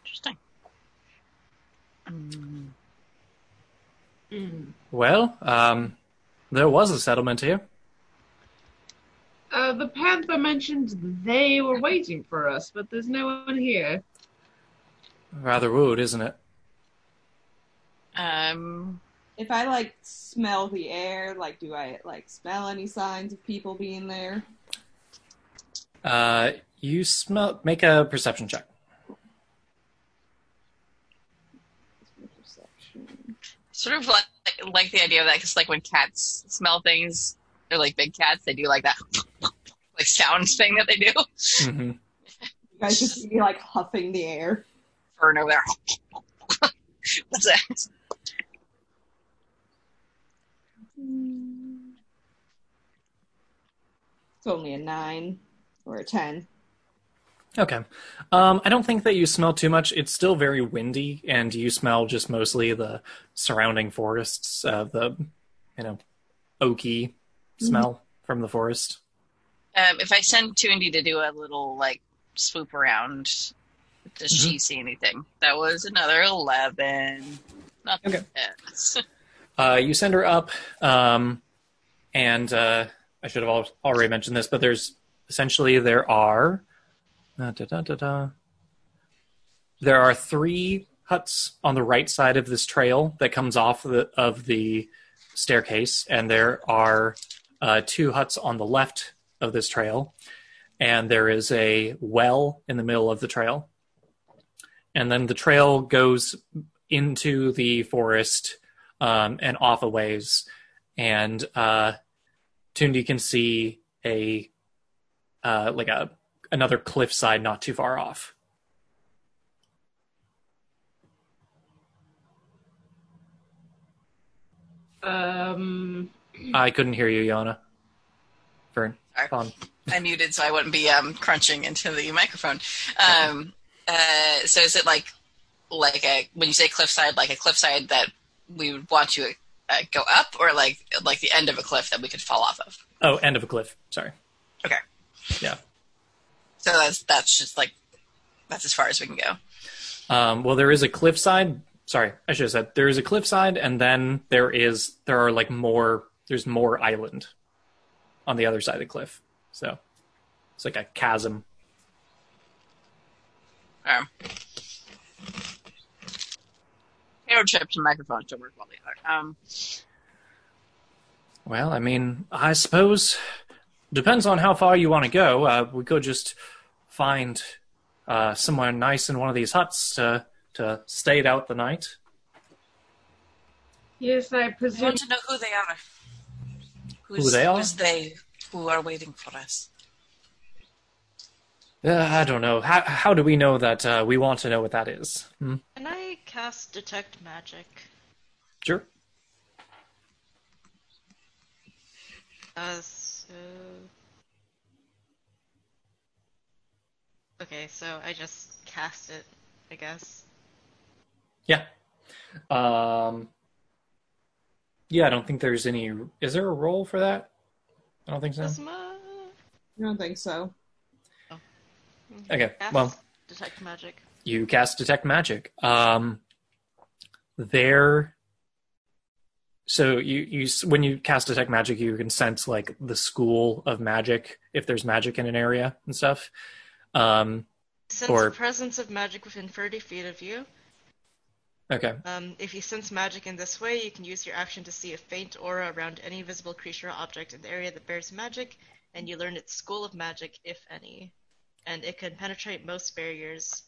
Speaker 3: Interesting. Mm,
Speaker 5: Mm.
Speaker 1: Well, um there was a settlement here.
Speaker 5: Uh, the panther mentioned they were waiting for us, but there's no one here.
Speaker 1: Rather rude, isn't it?
Speaker 3: Um,
Speaker 2: If I like smell the air, like do I like smell any signs of people being there?
Speaker 1: Uh you smell make a perception check.
Speaker 2: Perception.
Speaker 3: sort of like like the idea of that because like when cats smell things, they're like big cats. They do like that like sound thing that they do.
Speaker 1: hmm
Speaker 2: You guys just be like huffing the air.
Speaker 3: Fern over there. What's that?
Speaker 2: It's only a nine or a ten.
Speaker 1: Okay. Um, I don't think that you smell too much. It's still very windy, and you smell just mostly the surrounding forests, uh, the, you know, oaky smell from the forest.
Speaker 3: Um, if I send Tundi to do a little like swoop around, does she see anything? That was another eleven. Not
Speaker 1: Okay.
Speaker 3: that.
Speaker 1: Uh, you send her up, um, and uh, I should have al- already mentioned this, but there's essentially there are uh, da, da, da, da. there are three huts on the right side of this trail that comes off the, of the staircase, and there are uh, two huts on the left of this trail, and there is a well in the middle of the trail, and then the trail goes into the forest um, and off a ways, and uh, Tundi can see a uh, like a another cliffside not too far off.
Speaker 5: Um,
Speaker 1: I couldn't hear you, Yana. Vern,
Speaker 3: Sorry.
Speaker 1: Fawn.
Speaker 3: Mm. I muted so I wouldn't be um, crunching into the microphone. Um, uh, so is it like like a when you say cliffside, like a cliffside that we would want you uh, go up, or like like the end of a cliff that we could fall off of?
Speaker 1: Oh, end of a cliff. Sorry.
Speaker 3: Okay.
Speaker 1: Yeah.
Speaker 3: So that's that's just like that's as far as we can go.
Speaker 1: Um, well, there is a cliffside sorry, I should have said there is a cliffside, and then there is there are like more there's more island on the other side of the cliff. So it's like a chasm.
Speaker 3: Um, Harold chips and microphones don't work well either. Um,
Speaker 1: Well, I mean, I suppose depends on how far you want to go. Uh, we could just find uh, somewhere nice in one of these huts to to stay it out the night.
Speaker 5: Yes, I
Speaker 3: I
Speaker 5: presume.
Speaker 3: want to know who they are. Who's,
Speaker 1: they are?
Speaker 3: Who's they who are waiting for us?
Speaker 1: Uh, I don't know. How how do we know that uh, we want to know what that is? Hmm?
Speaker 4: Can I cast detect magic?
Speaker 1: Sure.
Speaker 4: Uh, so. Okay, so I just cast it, I guess.
Speaker 1: Yeah. Um. Yeah, I don't think there's any. Is there a role for that? I don't think so.
Speaker 4: Cosma?
Speaker 2: I don't think so.
Speaker 1: Okay.
Speaker 4: Cast
Speaker 1: Well,
Speaker 4: detect magic.
Speaker 1: you cast detect magic um there so you you s- when you cast detect magic you can sense like the school of magic if there's magic in an area and stuff um
Speaker 4: Sense
Speaker 1: Or-
Speaker 4: the presence of magic within 30 feet of you.
Speaker 1: okay
Speaker 4: Um, if you sense magic in this way, you can use your action to see a faint aura around any visible creature or object in the area that bears magic, and you learn its school of magic, if any. And it can penetrate most barriers.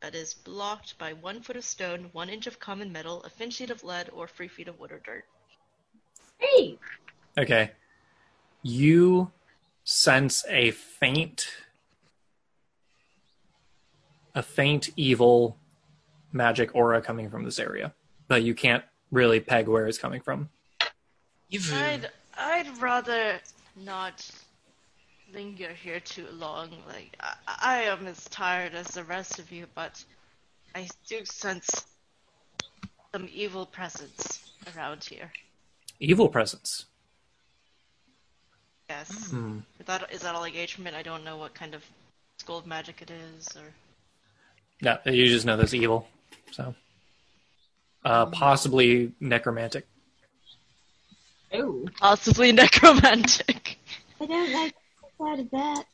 Speaker 4: That is blocked by one foot of stone, one inch of common metal, a thin sheet of lead, or three feet of wood or dirt.
Speaker 5: Hey,
Speaker 1: okay you sense a faint a faint evil magic aura coming from this area but you can't really peg where it's coming from
Speaker 3: You've
Speaker 4: I'd I'd rather not linger here too long. Like I, I am as tired as the rest of you, but I do sense some evil presence around here.
Speaker 1: evil presence
Speaker 4: Yes.
Speaker 1: Hmm.
Speaker 4: Is that is that all engagement? I don't know what kind of school of magic it is, or
Speaker 1: Yeah, you just know that's evil. So, uh, possibly necromantic.
Speaker 5: oh,
Speaker 4: possibly necromantic.
Speaker 8: I don't like the sound of that.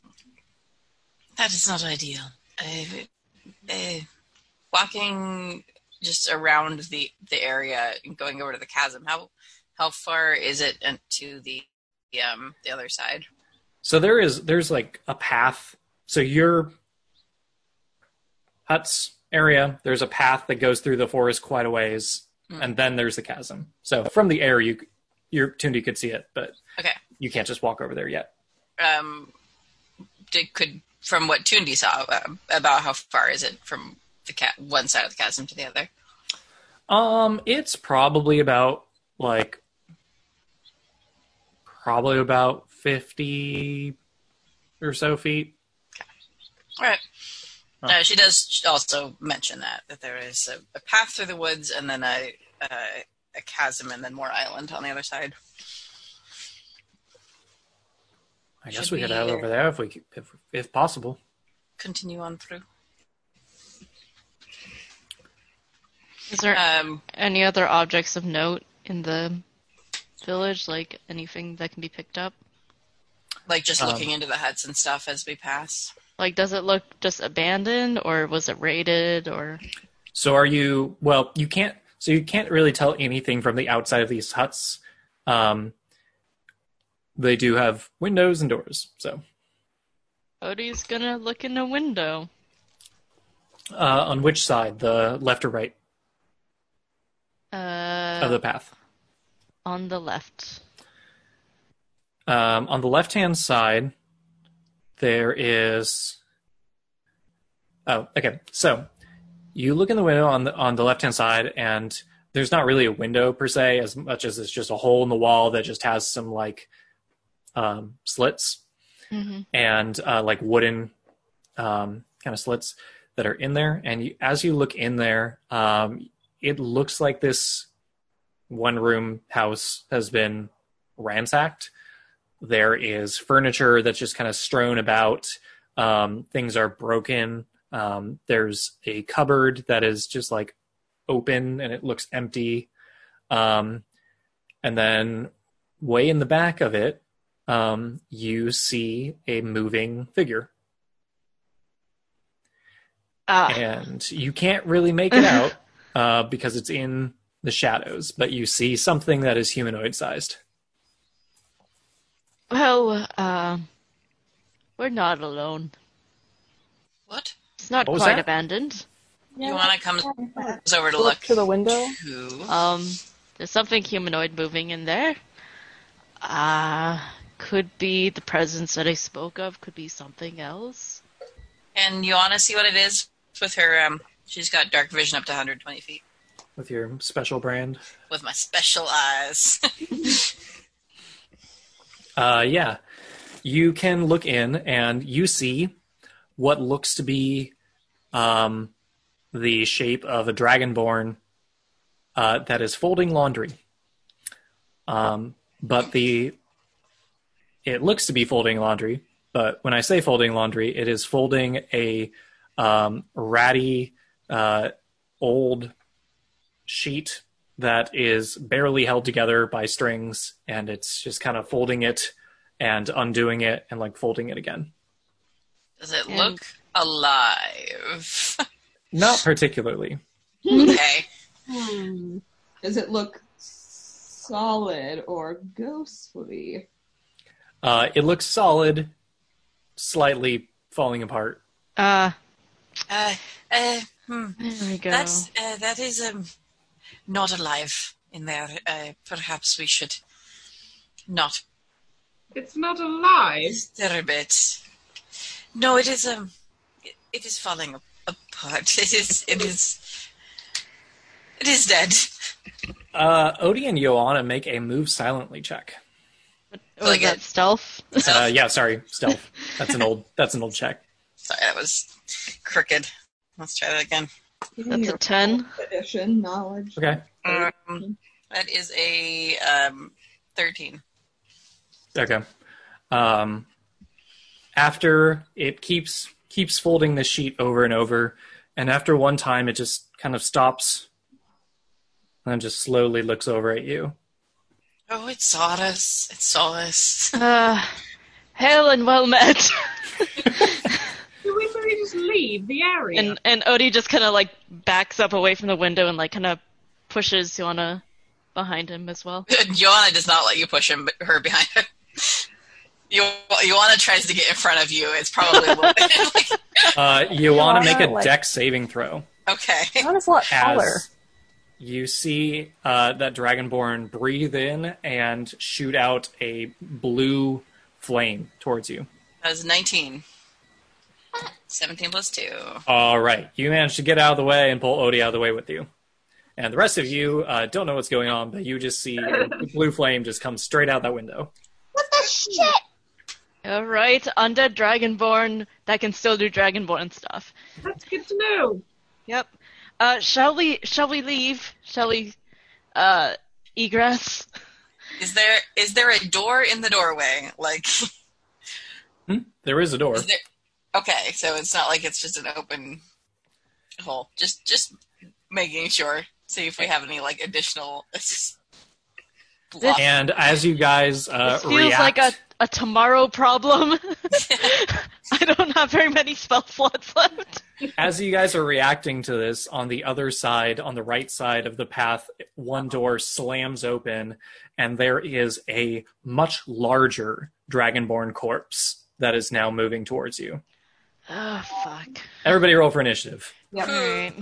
Speaker 3: That is not ideal. Uh, uh, walking just around the, the area and going over to the chasm. How how far is it uh, to the the, um the other side?
Speaker 1: So there is there's like a path. So your huts area, there's a path that goes through the forest quite a ways,
Speaker 3: Hmm.
Speaker 1: and then there's the chasm. So from the air, you c- your Tundi could see it, but
Speaker 3: Okay.
Speaker 1: you can't just walk over there yet.
Speaker 3: Um, did, could from what Tundi saw uh, about how far is it from the cat one side of the chasm to the other?
Speaker 1: Um, it's probably about like probably about fifty or so feet.
Speaker 3: All right.
Speaker 1: Huh.
Speaker 3: Uh, she does also mention that that there is a, a path through the woods and then a, a a chasm and then more island on the other side.
Speaker 1: I guess
Speaker 3: Should
Speaker 1: we could
Speaker 3: we-
Speaker 1: head over there if we if, if possible.
Speaker 3: Continue on through.
Speaker 4: Is there
Speaker 3: Um,
Speaker 4: any other objects of note in the village, like anything that can be picked up?
Speaker 3: like just
Speaker 1: Um,
Speaker 3: looking into the huts and stuff as we pass.
Speaker 4: Like, does it look just abandoned, or was it raided, or
Speaker 1: So are you? Well, you can't. So you can't really tell anything from the outside of these huts. Um, they do have windows and doors. So
Speaker 4: Odie's gonna look in a window?
Speaker 1: uh, on which side, the left or right
Speaker 4: Uh,
Speaker 1: of the path?
Speaker 4: on the left.
Speaker 1: Um, on the left hand side, there is. Oh, okay. So you look in the window on the on the left hand side, and there's not really a window per se, as much as it's just a hole in the wall that just has some like um, slits
Speaker 4: Mm-hmm.
Speaker 1: and uh, like wooden um, kind of slits that are in there. And you, as you look in there, um, it looks like this one room house has been ransacked. There is furniture that's just kind of strewn about. Um, things are broken. Um, there's a cupboard that is just like open and it looks empty. Um, and then way in the back of it, um, you see a moving figure.
Speaker 4: Ah.
Speaker 1: And you can't really make it out uh, because it's in the shadows, but you see something that is humanoid sized.
Speaker 4: Well, uh, we're not alone.
Speaker 3: What?
Speaker 4: It's not
Speaker 1: What was
Speaker 4: quite
Speaker 1: that?
Speaker 4: abandoned.
Speaker 3: You want to come over to
Speaker 6: Look
Speaker 3: look
Speaker 6: to the window.
Speaker 3: too?
Speaker 4: Um, there's something humanoid moving in there. Ah, could be the presence that I spoke of. Could be something else.
Speaker 3: And you want to see what it is with her? Um, she's got dark vision up to 120 feet
Speaker 1: With your special brand,
Speaker 3: with my special eyes.
Speaker 1: Uh, yeah. You can look in and you see what looks to be um, the shape of a dragonborn uh, that is folding laundry. Um, but the it looks to be folding laundry, but when I say folding laundry, it is folding a um, ratty uh, old sheet that is barely held together by strings and it's just kind of folding it and undoing it and like folding it again.
Speaker 3: Does it
Speaker 4: And-
Speaker 3: look alive?
Speaker 1: Not particularly.
Speaker 3: okay.
Speaker 5: Hmm.
Speaker 2: Does it look solid or ghostly?
Speaker 1: Uh, it looks solid, slightly falling apart.
Speaker 4: Ah,
Speaker 3: Uh, uh, hmm.
Speaker 4: there we go.
Speaker 3: That's uh, that is um, not alive in there. Uh, perhaps we should not
Speaker 5: It's not alive.
Speaker 3: disturb it. No, it is um, it, it is falling a- apart. It is. It is. It is dead.
Speaker 1: Uh, Odie and Joanna make a move silently check.
Speaker 4: Was
Speaker 3: like
Speaker 4: that
Speaker 3: it-
Speaker 4: stealth?
Speaker 1: Uh, yeah, sorry, stealth. That's an old. That's an old check.
Speaker 3: Sorry, that was crooked. Let's try that again.
Speaker 2: Give me
Speaker 4: That's a
Speaker 2: your
Speaker 4: ten.
Speaker 2: Tradition, knowledge.
Speaker 1: Okay.
Speaker 3: Um, that is a um, thirteen.
Speaker 1: Okay. Um, after it keeps keeps folding the sheet over and over, and after one time, it just kind of stops and then just slowly looks over at you.
Speaker 3: Oh, it saw us. It saw us.
Speaker 4: Uh, hail and well met.
Speaker 5: Do we really just leave the area?
Speaker 4: And and Odie just kind of like backs up away from the window and like kind of pushes Yona behind him as well.
Speaker 3: Joanna does not let you push him, but her behind her. You, Joanna tries to get in front of you. It's probably like,
Speaker 1: Uh, you want to
Speaker 6: Joanna,
Speaker 1: make a
Speaker 6: like-
Speaker 1: deck saving throw
Speaker 3: okay.
Speaker 6: Not as a lot taller.
Speaker 1: as you see uh, that dragonborn breathe in and shoot out a blue flame towards you.
Speaker 3: That was 19. 17 plus 2.
Speaker 1: All right, you managed to get out of the way and pull Odie out of the way with you, and the rest of you uh, don't know what's going on, but you just see the blue flame just come straight out that window.
Speaker 8: What the shit?
Speaker 4: All right, undead dragonborn that can still do dragonborn stuff.
Speaker 5: That's good to know.
Speaker 4: Yep. Uh, shall we? Shall we leave? Shall we? Uh, egress.
Speaker 3: Is there is there a door in the doorway? Like
Speaker 1: There is a door.
Speaker 3: is there Okay, so it's not like it's just an open hole. Just just making sure see if we have any like additional block.
Speaker 1: And as you guys uh,
Speaker 4: this feels
Speaker 1: react,
Speaker 4: like a, a tomorrow problem. I don't have very many spell slots left.
Speaker 1: as you guys are reacting to this, on the other side, on the right side of the path, one door slams open, and there is a much larger dragonborn corpse that is now moving towards you.
Speaker 4: Oh fuck.
Speaker 1: Everybody, roll for initiative.
Speaker 4: All right.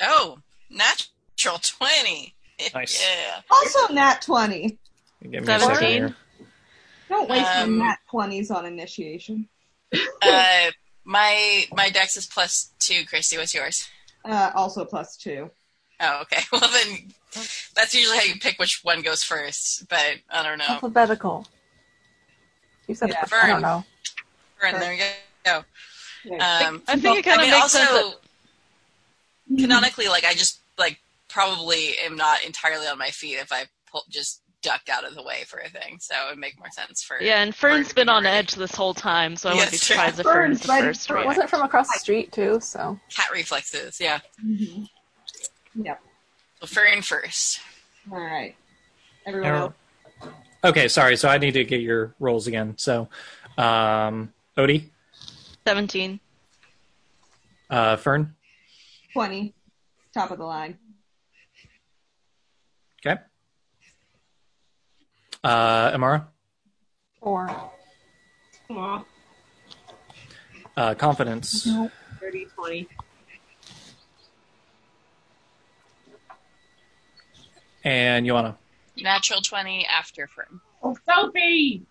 Speaker 3: Oh, natural 20.
Speaker 1: Nice.
Speaker 3: Yeah.
Speaker 2: Also, nat 20.
Speaker 1: Give me a second
Speaker 4: Seventeen.
Speaker 1: here.
Speaker 2: Don't waste your
Speaker 3: Um,
Speaker 2: nat 20s on initiation.
Speaker 3: Uh, my my dex is plus 2, Christy. What's yours?
Speaker 2: Uh, also, plus two.
Speaker 3: Oh, okay. Well, then that's usually how you pick which one goes first. But I don't know.
Speaker 6: Alphabetical. You said
Speaker 2: Yeah,
Speaker 6: I don't
Speaker 3: Vern.
Speaker 6: know.
Speaker 3: And there you go.
Speaker 2: Yeah.
Speaker 3: Um,
Speaker 4: I think it kind
Speaker 3: I mean,
Speaker 4: of makes
Speaker 3: also
Speaker 4: sense. That,
Speaker 3: canonically, like I just like probably am not entirely on my feet if I pull, just duck out of the way for a thing, so it would make more sense for
Speaker 4: Yeah, and Fern's
Speaker 3: Fern's
Speaker 4: been
Speaker 3: been
Speaker 4: on
Speaker 3: ready.
Speaker 4: edge this whole time, so I wouldn't be
Speaker 3: Yes, true.
Speaker 4: surprised if
Speaker 5: Fern's
Speaker 4: Fern's the
Speaker 5: ready
Speaker 4: first
Speaker 5: for it.
Speaker 4: react.
Speaker 6: Wasn't it from across the street too? So
Speaker 3: cat reflexes. Yeah,
Speaker 2: Mhm. Yep.
Speaker 3: so Fern first.
Speaker 2: All right. Everyone
Speaker 1: Error.
Speaker 2: else.
Speaker 1: Okay, sorry. So I need to get your rolls again. So, um, Odie,
Speaker 4: Seventeen.
Speaker 1: uh, Fern.
Speaker 2: 20. Top of the line.
Speaker 1: Okay. Uh, Amara,
Speaker 6: four.
Speaker 5: Aw,
Speaker 1: uh, confidence.
Speaker 5: 30, 20.
Speaker 1: And Joanna.
Speaker 3: Natural twenty after Fern.
Speaker 5: Oh, Sophie!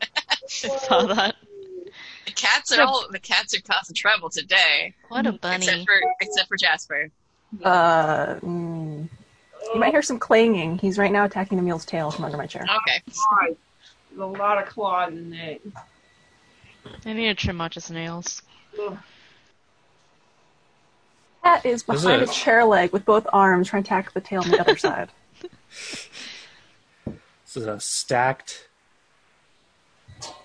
Speaker 4: I saw that.
Speaker 3: The cats are all the cats are causing trouble today,
Speaker 4: What a
Speaker 3: except
Speaker 4: bunny.
Speaker 3: for except for Jasper.
Speaker 6: Uh, mm,
Speaker 5: Oh,
Speaker 6: you might hear some clanging. He's right now attacking the mule's tail from under my chair.
Speaker 3: Okay,
Speaker 5: God, There's a lot of claws in that.
Speaker 4: I need to trim out his nails.
Speaker 5: Ugh.
Speaker 6: Cat is
Speaker 1: This is
Speaker 6: behind
Speaker 1: it.
Speaker 6: a chair leg with both arms trying to tackle the tail on the other side.
Speaker 1: This is a stacked.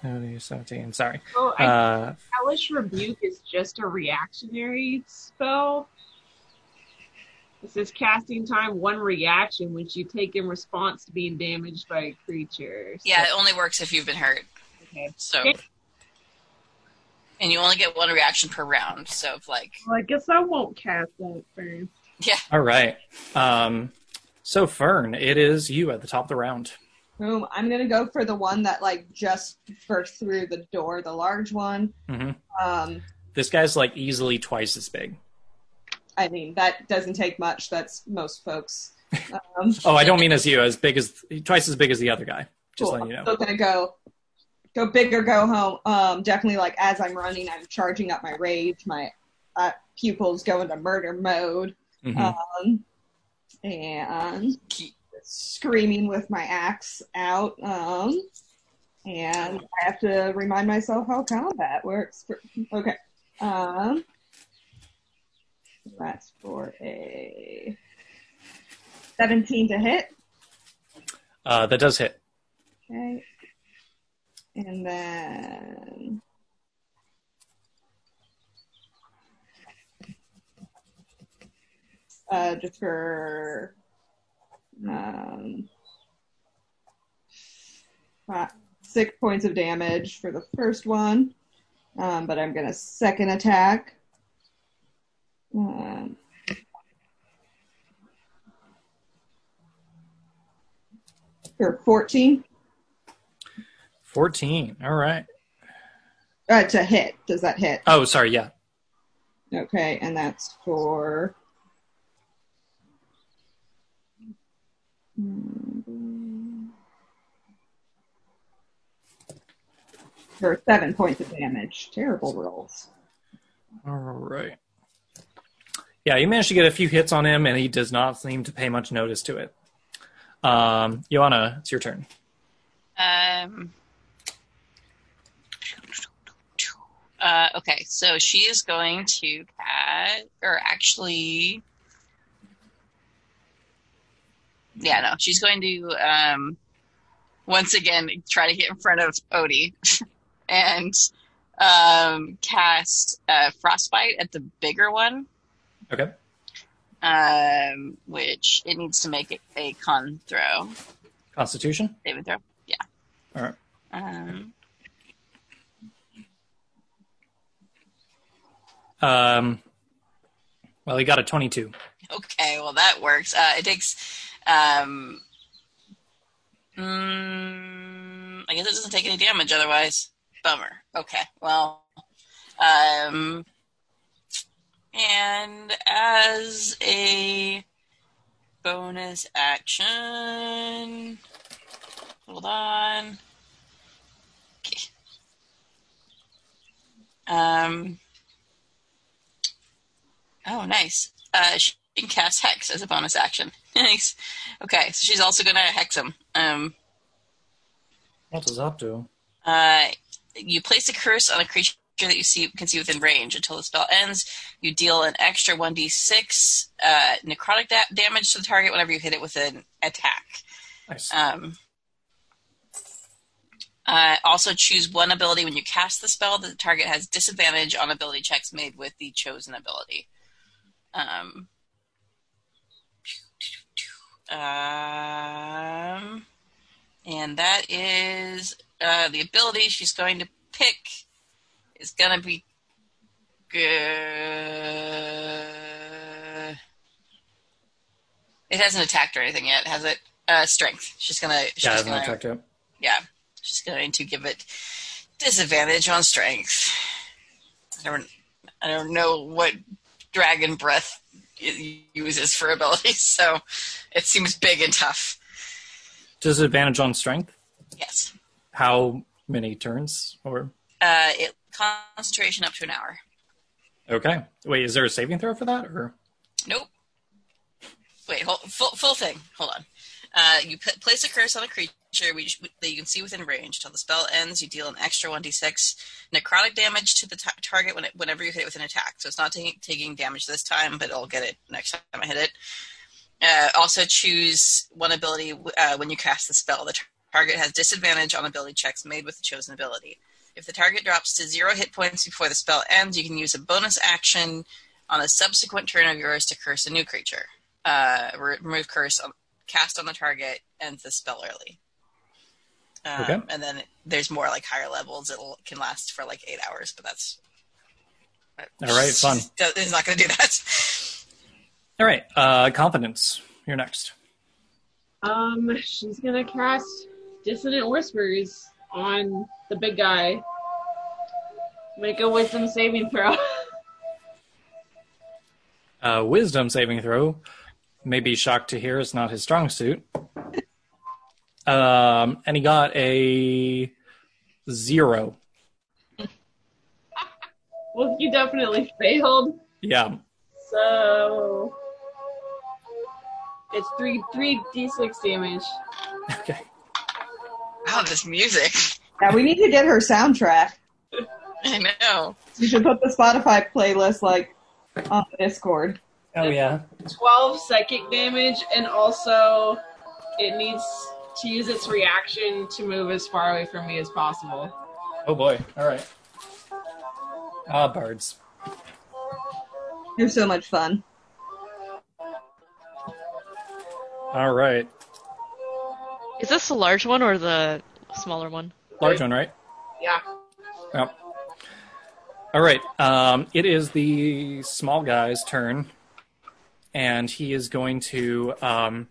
Speaker 1: Odie, 17. Sorry.
Speaker 5: Oh, I,
Speaker 1: Uh,
Speaker 5: Hellish Rebuke is just a reactionary spell. It says casting time one reaction which you take in response to being damaged by a creature. So-
Speaker 3: yeah, it only works if you've been hurt.
Speaker 5: Okay.
Speaker 3: So, and you only get one reaction per round. So, if like,
Speaker 5: Well, I guess I won't cast that first.
Speaker 3: yeah,
Speaker 1: all right. Um, so Fern, it is you at the top of the round.
Speaker 2: Boom. I'm going to go for the one that, like, just burst through the door, the large one.
Speaker 1: Mhm.
Speaker 2: Um,
Speaker 1: This guy's like easily twice as big.
Speaker 2: I mean, that doesn't take much. That's most folks. Um,
Speaker 1: Oh, I don't mean as you, as big as twice as big as the other guy. Just
Speaker 2: cool.
Speaker 1: letting you
Speaker 2: I'm
Speaker 1: know.
Speaker 2: still going to go. Go big or go home. Um, definitely, like as I'm running, I'm charging up my rage. My uh, pupils go into murder mode,
Speaker 1: Mhm.
Speaker 2: um, and screaming with my axe out. Um, and I have to remind myself how combat works. For, okay. Um, that's for a 17 to hit.
Speaker 1: Uh, that does hit.
Speaker 2: Okay. And then. Uh, just for. Um, uh, six points of damage for the first one. Um, but I'm going to second attack. Um, for 14
Speaker 1: 14. All right.
Speaker 2: uh, to hit. Does that hit?
Speaker 1: Oh, sorry. Yeah.
Speaker 2: Okay, and that's for. For seven points of damage. Terrible rolls.
Speaker 1: All right. Yeah, you managed to get a few hits on him, and he does not seem to pay much notice to it. Um, Joanna, it's your turn.
Speaker 3: Um, uh, okay, so she is going to cat, or actually, yeah, no, she's going to um, once again try to get in front of Odie and um, cast uh, frostbite at the bigger one,
Speaker 1: Okay.
Speaker 3: um, which it needs to make a- a con throw,
Speaker 1: Constitution.
Speaker 3: saving throw. Yeah.
Speaker 1: All right.
Speaker 3: Um,
Speaker 1: Um, well, he got a 22.
Speaker 3: Okay, well that works. Uh, it takes. Um, mm, I guess it doesn't take any damage otherwise. Bummer. Okay, well, um, and as a bonus action, hold on. Okay. Um. Oh, nice. Uh, she can cast Hex as a bonus action. nice. Okay, so she's also going to Hex him. Um,
Speaker 1: What does that do?
Speaker 3: uh, you place a curse on a creature that you see can see within range until the spell ends. You deal an extra 1d6 uh, necrotic da- damage to the target whenever you hit it with an attack.
Speaker 1: Nice.
Speaker 3: Um, uh, also, choose one ability when you cast the spell. The target has disadvantage on ability checks made with the chosen ability. Um, um, and that is uh, the ability she's going to pick is going to be good. It hasn't attacked or anything yet, has it? Uh, strength. She's gonna. She's
Speaker 1: yeah, I haven't
Speaker 3: gonna,
Speaker 1: attacked yet.
Speaker 3: yeah, she's going to give it disadvantage on strength. I don't, I don't know what dragon breath it uses for abilities, so it seems big and tough.
Speaker 1: Disadvantage on strength.
Speaker 3: Yes,
Speaker 1: How many turns? Or
Speaker 3: uh, it concentration up to an hour.
Speaker 1: okay. Wait, is there a saving throw for that? Or
Speaker 3: Nope. Wait, hold, full, full thing. Hold on. Uh, you put, place a curse on a creature which, that you can see within range. Till the spell ends, you deal an extra 1d6 necrotic damage to the ta- target when it, whenever you hit it with an attack. So it's not taking taking damage this time, but it'll get it next time I hit it. Uh, also, choose one ability uh, when you cast the spell. The tar- target has disadvantage on ability checks made with the chosen ability. If the target drops to zero hit points before the spell ends, you can use a bonus action on a subsequent turn of yours to curse a new creature. Uh, re- remove curse on, cast on the target ends the spell early. Um,
Speaker 1: Okay.
Speaker 3: And then there's more like higher levels. It can last for like eight hours, but that's
Speaker 1: all right, fun.
Speaker 3: It's not going to do that.
Speaker 1: All right, uh, confidence. You're next.
Speaker 5: Um, she's gonna cast Dissonant Whispers on the big guy. Make a wisdom saving throw.
Speaker 1: Uh, wisdom saving throw. May be shocked to hear it's not his strong suit. Um, and he got a zero.
Speaker 5: well, you definitely failed.
Speaker 1: Yeah.
Speaker 5: So it's three three d six damage.
Speaker 3: Wow, this music.
Speaker 2: Now we need to get her soundtrack.
Speaker 3: I know.
Speaker 2: We should put the Spotify playlist like on the Discord.
Speaker 1: Oh yeah.
Speaker 5: Twelve psychic damage, and also it needs to use its reaction to move as far away from me as possible.
Speaker 1: Oh boy. All right. Ah, bards.
Speaker 2: You're so much fun.
Speaker 1: All right.
Speaker 4: Is this the large one or the smaller one?
Speaker 1: Large one, right?
Speaker 5: Yeah.
Speaker 1: Yep. All right. Um, it is the small guy's turn, and he is going to. Um,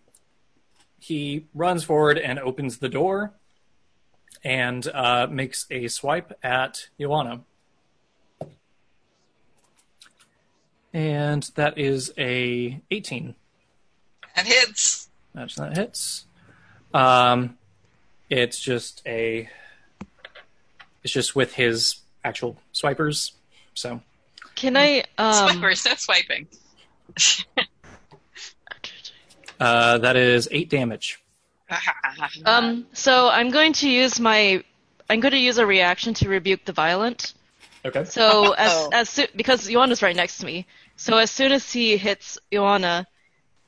Speaker 1: he runs forward and opens the door, and uh, makes a swipe at Ioana. And that is a 18.
Speaker 3: That hits.
Speaker 1: That's not hits. Um, it's just a. It's just with his actual swipers. So
Speaker 4: Can I um
Speaker 3: Swipers, no swiping.
Speaker 1: uh, that is eight damage.
Speaker 3: uh,
Speaker 4: um so I'm going to use my I'm going to use a reaction to rebuke the violent.
Speaker 1: Okay.
Speaker 4: So as
Speaker 3: Oh.
Speaker 4: as soo- because Ioana's right next to me, so as soon as he hits Ioana,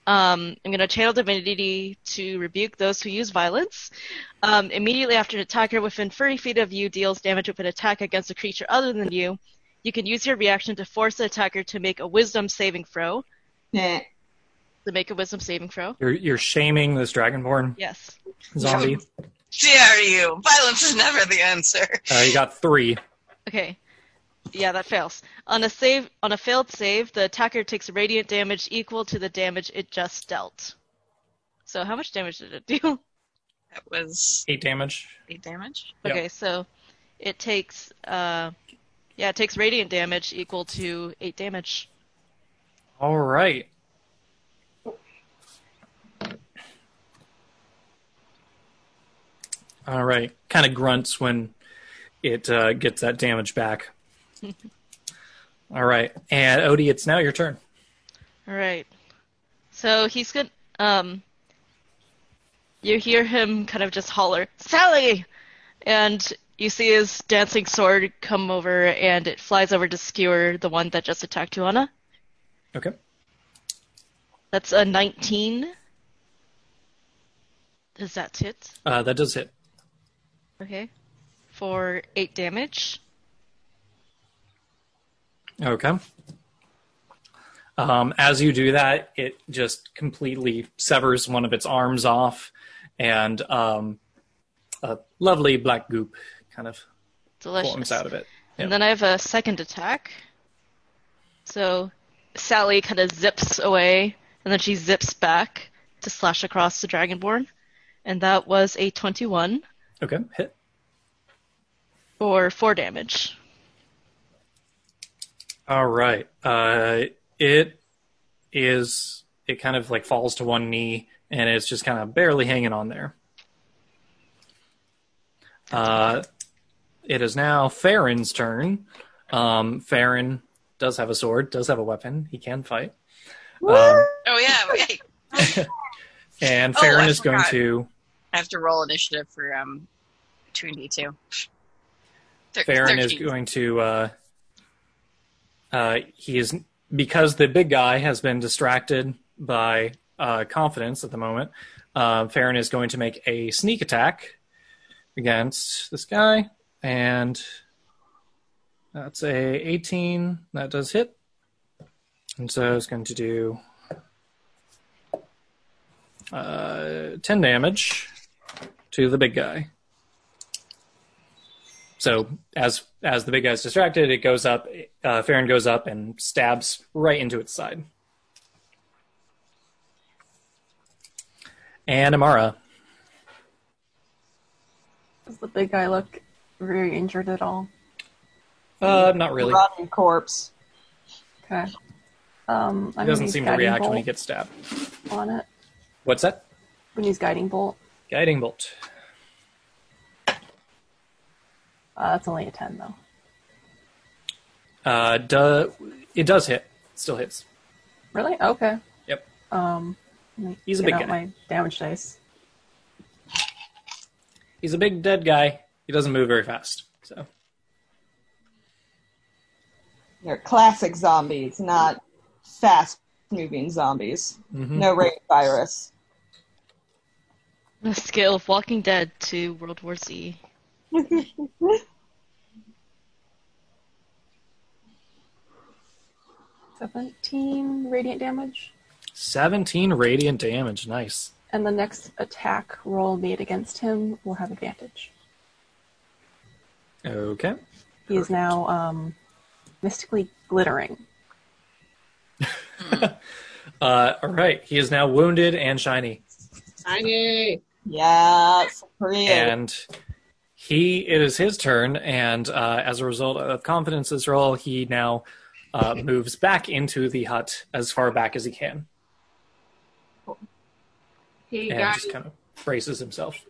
Speaker 4: um, I'm gonna channel divinity to rebuke those who use violence. Um, immediately after an attacker within 30 feet of you deals damage with an attack against a creature other than you, you can use your reaction to force the attacker to make a Wisdom saving throw.
Speaker 2: Nah.
Speaker 4: To make a Wisdom saving throw.
Speaker 1: You're you're shaming this dragonborn
Speaker 4: Yes.
Speaker 1: zombie.
Speaker 3: Dare you? Violence is never the answer.
Speaker 1: Uh, you got three.
Speaker 4: Okay. Yeah, that fails. On a save, on a failed save, the attacker takes radiant damage equal to the damage it just dealt. So how much damage did it do?
Speaker 3: That was
Speaker 1: Eight damage.
Speaker 3: eight damage.
Speaker 1: Yep.
Speaker 4: Okay, so it takes uh yeah, it takes radiant damage equal to 8 damage.
Speaker 1: All right. All right. Kind of grunts when it uh, gets that damage back. All right. And Odie, it's now your turn.
Speaker 4: All right. So he's going to um you hear him kind of just holler, "Sally!" And you see his dancing sword come over and it flies over to skewer the one that just attacked Juana.
Speaker 1: Okay.
Speaker 4: That's a 19. Is that it?
Speaker 1: Uh, that does hit.
Speaker 4: Okay. For eight damage.
Speaker 1: Okay. Um, as you do that, it just completely severs one of its arms off, and um, a lovely black goop kind of forms
Speaker 4: Delicious.
Speaker 1: out of it. Yeah.
Speaker 4: And then I have a second attack. So Sally kind of zips away, and then she zips back to slash across the Dragonborn. And that was a 21
Speaker 1: Okay, hit.
Speaker 4: for 4 damage.
Speaker 1: All right. Uh, it is. It kind of like falls to one knee, and it's just kind of barely hanging on there. Uh, it is now Farron's turn. Um, Farron does have a sword, does have a weapon. He can fight. Um,
Speaker 3: Oh yeah, wait.
Speaker 1: and
Speaker 3: Oh,
Speaker 1: Farron
Speaker 3: I
Speaker 1: is going
Speaker 3: forgot.
Speaker 1: to.
Speaker 3: I have to roll initiative for um, two and D two. Thir-
Speaker 1: Farron is
Speaker 3: 13.
Speaker 1: going to. Uh, uh, he is because the big guy has been distracted by uh, confidence at the moment. Uh, Farron is going to make a sneak attack against this guy, and that's a 18. That does hit, and so it's going to do uh, 10 damage to the big guy. So as as the big guy's distracted, it goes up. Uh, Farron goes up and stabs right into its side. And Amara,
Speaker 6: Does the big guy look very injured at all?
Speaker 1: uh, not really. He
Speaker 2: Rotten corpse.
Speaker 6: Okay. Um, I'm
Speaker 1: doesn't seem to react when he gets stabbed.
Speaker 6: on it.
Speaker 1: What's that?
Speaker 6: When he's guiding bolt,
Speaker 1: Guiding bolt.
Speaker 6: uh, that's only a ten though.
Speaker 1: Uh, do, it does hit. Still hits.
Speaker 6: Really? Okay.
Speaker 1: Yep.
Speaker 6: Um, let me
Speaker 1: He's a
Speaker 6: get
Speaker 1: big
Speaker 6: out
Speaker 1: guy.
Speaker 6: My damage dice.
Speaker 1: He's a big dead guy. He doesn't move very fast. So
Speaker 2: They're classic zombies, not fast moving zombies.
Speaker 1: Mhm.
Speaker 2: No rate virus.
Speaker 4: The scale of Walking Dead to World War Z.
Speaker 6: Seventeen radiant damage.
Speaker 1: seventeen radiant damage. Nice.
Speaker 6: And the next attack roll made against him will have advantage.
Speaker 1: Okay.
Speaker 6: He is now um, mystically glittering.
Speaker 1: Uh, all right. He is now wounded and shiny.
Speaker 5: Tiny.
Speaker 2: Yes, pretty.
Speaker 1: and he it is his turn and uh, as a result of confidence's roll he now uh, moves back into the hut as far back as he can
Speaker 5: Hey
Speaker 1: and
Speaker 5: guys,
Speaker 1: just kind of braces himself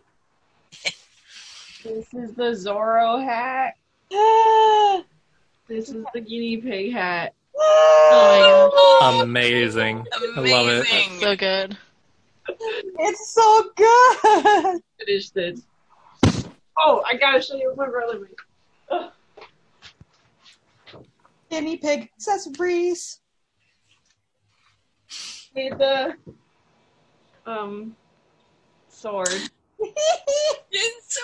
Speaker 5: this is the Zorro hat.
Speaker 2: Ah,
Speaker 5: This is the guinea pig hat.
Speaker 4: Oh
Speaker 1: amazing i love it
Speaker 4: my
Speaker 3: Amazing.
Speaker 4: gosh. So good.
Speaker 2: it's so good.
Speaker 5: Finish this. Oh, I gotta show you my brother.
Speaker 2: Guinea pig accessories.
Speaker 5: Made the um sword.
Speaker 3: It's so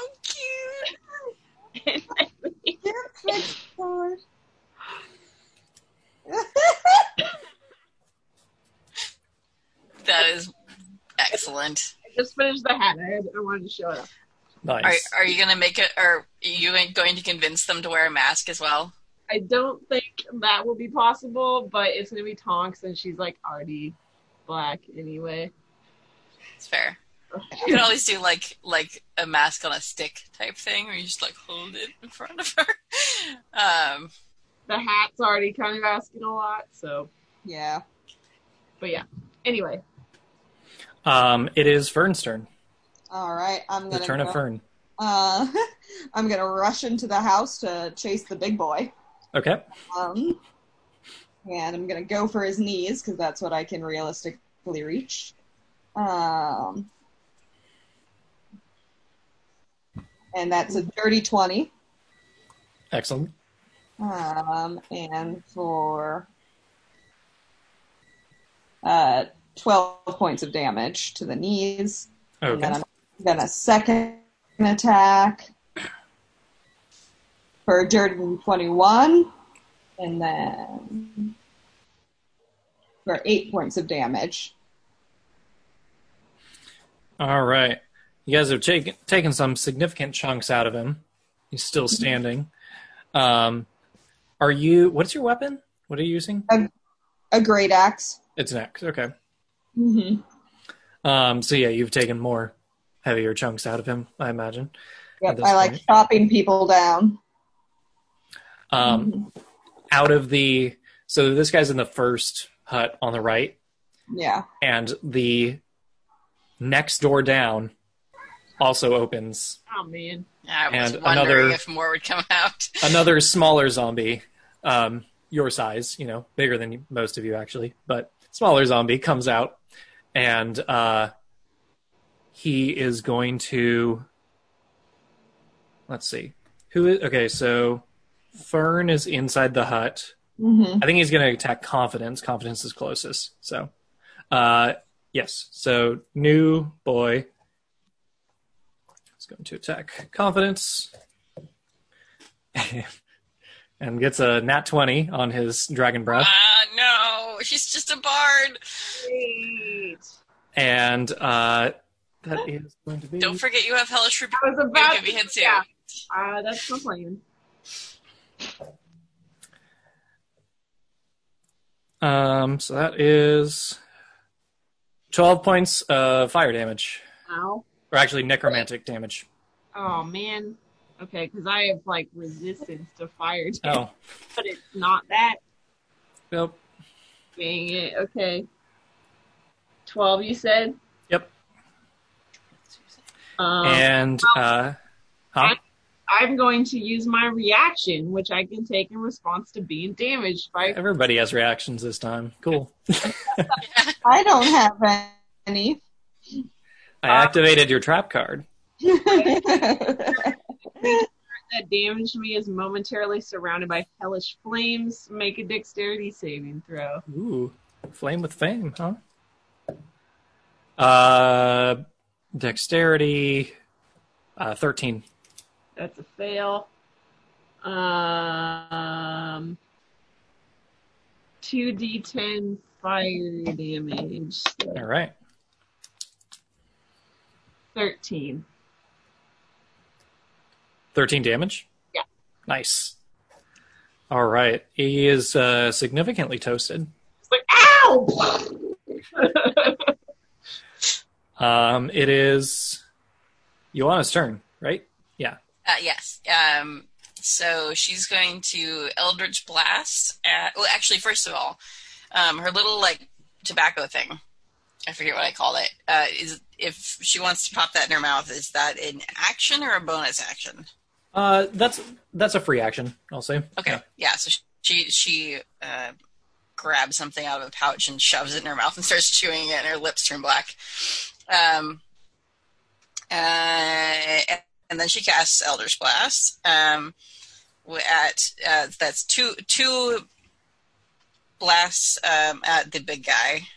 Speaker 3: cute.
Speaker 2: Guinea pig sword.
Speaker 3: That is excellent.
Speaker 5: I just finished the hat. I, I wanted to show it off.
Speaker 3: Are
Speaker 1: nice
Speaker 3: are you gonna make it? Are you going to convince them to wear a mask as well?
Speaker 5: I don't think that will be possible, but it's gonna be Tonks, and she's like already black anyway.
Speaker 3: It's fair. You can always do like like a mask on a stick type thing, where you just like hold it in front of her. Um,
Speaker 5: The hat's already kind of asking a lot, so
Speaker 2: Yeah.
Speaker 5: but yeah. Anyway,
Speaker 1: um, it is fern's turn
Speaker 2: All right. I'm
Speaker 1: the
Speaker 2: gonna.
Speaker 1: turn
Speaker 2: go-
Speaker 1: of fern
Speaker 2: Uh, I'm gonna rush into the house to chase the big boy.
Speaker 1: okay
Speaker 2: Um, and I'm gonna go for his knees because that's what I can realistically reach. Um, and that's a dirty twenty.
Speaker 1: excellent
Speaker 2: Um, and for uh, twelve points of damage to the knees. And then
Speaker 1: okay
Speaker 2: I'm Then a second attack for a Jordan 21. And then for eight points of damage.
Speaker 1: All right. You guys have taken taken some significant chunks out of him. He's still standing. Um, are you? What's your weapon? What are you using?
Speaker 2: A great ax
Speaker 1: It's an axe. Okay.
Speaker 2: Mm-hmm.
Speaker 1: Um, so yeah, you've taken more heavier chunks out of him, I imagine. At
Speaker 2: Yep,
Speaker 1: this
Speaker 2: I like
Speaker 1: point.
Speaker 2: chopping people down.
Speaker 1: Um, Out of the so this guy's in the first hut on the right,
Speaker 2: Yeah.
Speaker 1: and the next door down also opens.
Speaker 5: Oh man.
Speaker 3: I was
Speaker 1: And
Speaker 3: wondering
Speaker 1: another-
Speaker 3: if more would come out.
Speaker 1: Another smaller zombie, um, your size, you know, bigger than most of you actually, but smaller zombie comes out, and uh, he is going to. Let's see, who is okay? So, Fern is inside the hut.
Speaker 2: Mm-hmm.
Speaker 1: I think he's going to attack confidence. Confidence is closest. So, uh, yes. So, new boy is going to attack confidence and gets a nat 20 on his dragon breath.
Speaker 3: Ah, no, she's just a bard.
Speaker 5: Great.
Speaker 1: And uh, that is going to be.
Speaker 3: Don't forget you have hellish rebuke.
Speaker 5: I was
Speaker 3: It
Speaker 5: about
Speaker 3: could be hit too.
Speaker 5: yeah. Uh, that's my plan.
Speaker 1: Um, so, that is 12 points of fire damage,
Speaker 5: Ow.
Speaker 1: or actually necromantic damage.
Speaker 5: Oh man. Okay, because I have like resistance to fire, damage,
Speaker 1: Oh,
Speaker 5: but it's not that.
Speaker 1: nope.
Speaker 5: Dang it. Okay. Twelve, you said.
Speaker 1: Yep.
Speaker 5: Um,
Speaker 1: and uh, huh?
Speaker 5: I'm going to use my reaction, which I can take in response to being damaged by.
Speaker 1: Everybody has reactions this time. Cool.
Speaker 2: I don't have any.
Speaker 1: I activated your trap card.
Speaker 5: that damaged me is momentarily surrounded by hellish flames. Make a dexterity saving throw.
Speaker 1: Ooh, flame with fame, huh? Uh, dexterity, uh, thirteen.
Speaker 5: That's a fail. Um, 2d10 fire damage. So
Speaker 1: All right.
Speaker 5: 13.
Speaker 1: 13 damage?
Speaker 5: Yeah.
Speaker 1: Nice. All right. He is uh, significantly toasted.
Speaker 5: It's like, ow!
Speaker 1: Um, it is Ioana's turn, right? Yeah.
Speaker 3: Uh, yes. Um, so she's going to Eldritch Blast. At, well, actually, first of all, um, her little like tobacco thing. I forget what I called it. Uh, is if she wants to pop that in her mouth, is that an action or a bonus action?
Speaker 1: Uh, that's that's a free action. I'll say.
Speaker 3: Okay.
Speaker 1: Yeah.
Speaker 3: Yeah. so she she uh, grabs something out of a pouch and shoves it in her mouth and starts chewing it, and her lips turn black. Um. Uh, and then she casts Elder's Blast. Um, w- at uh, that's two two blasts um, at the big guy.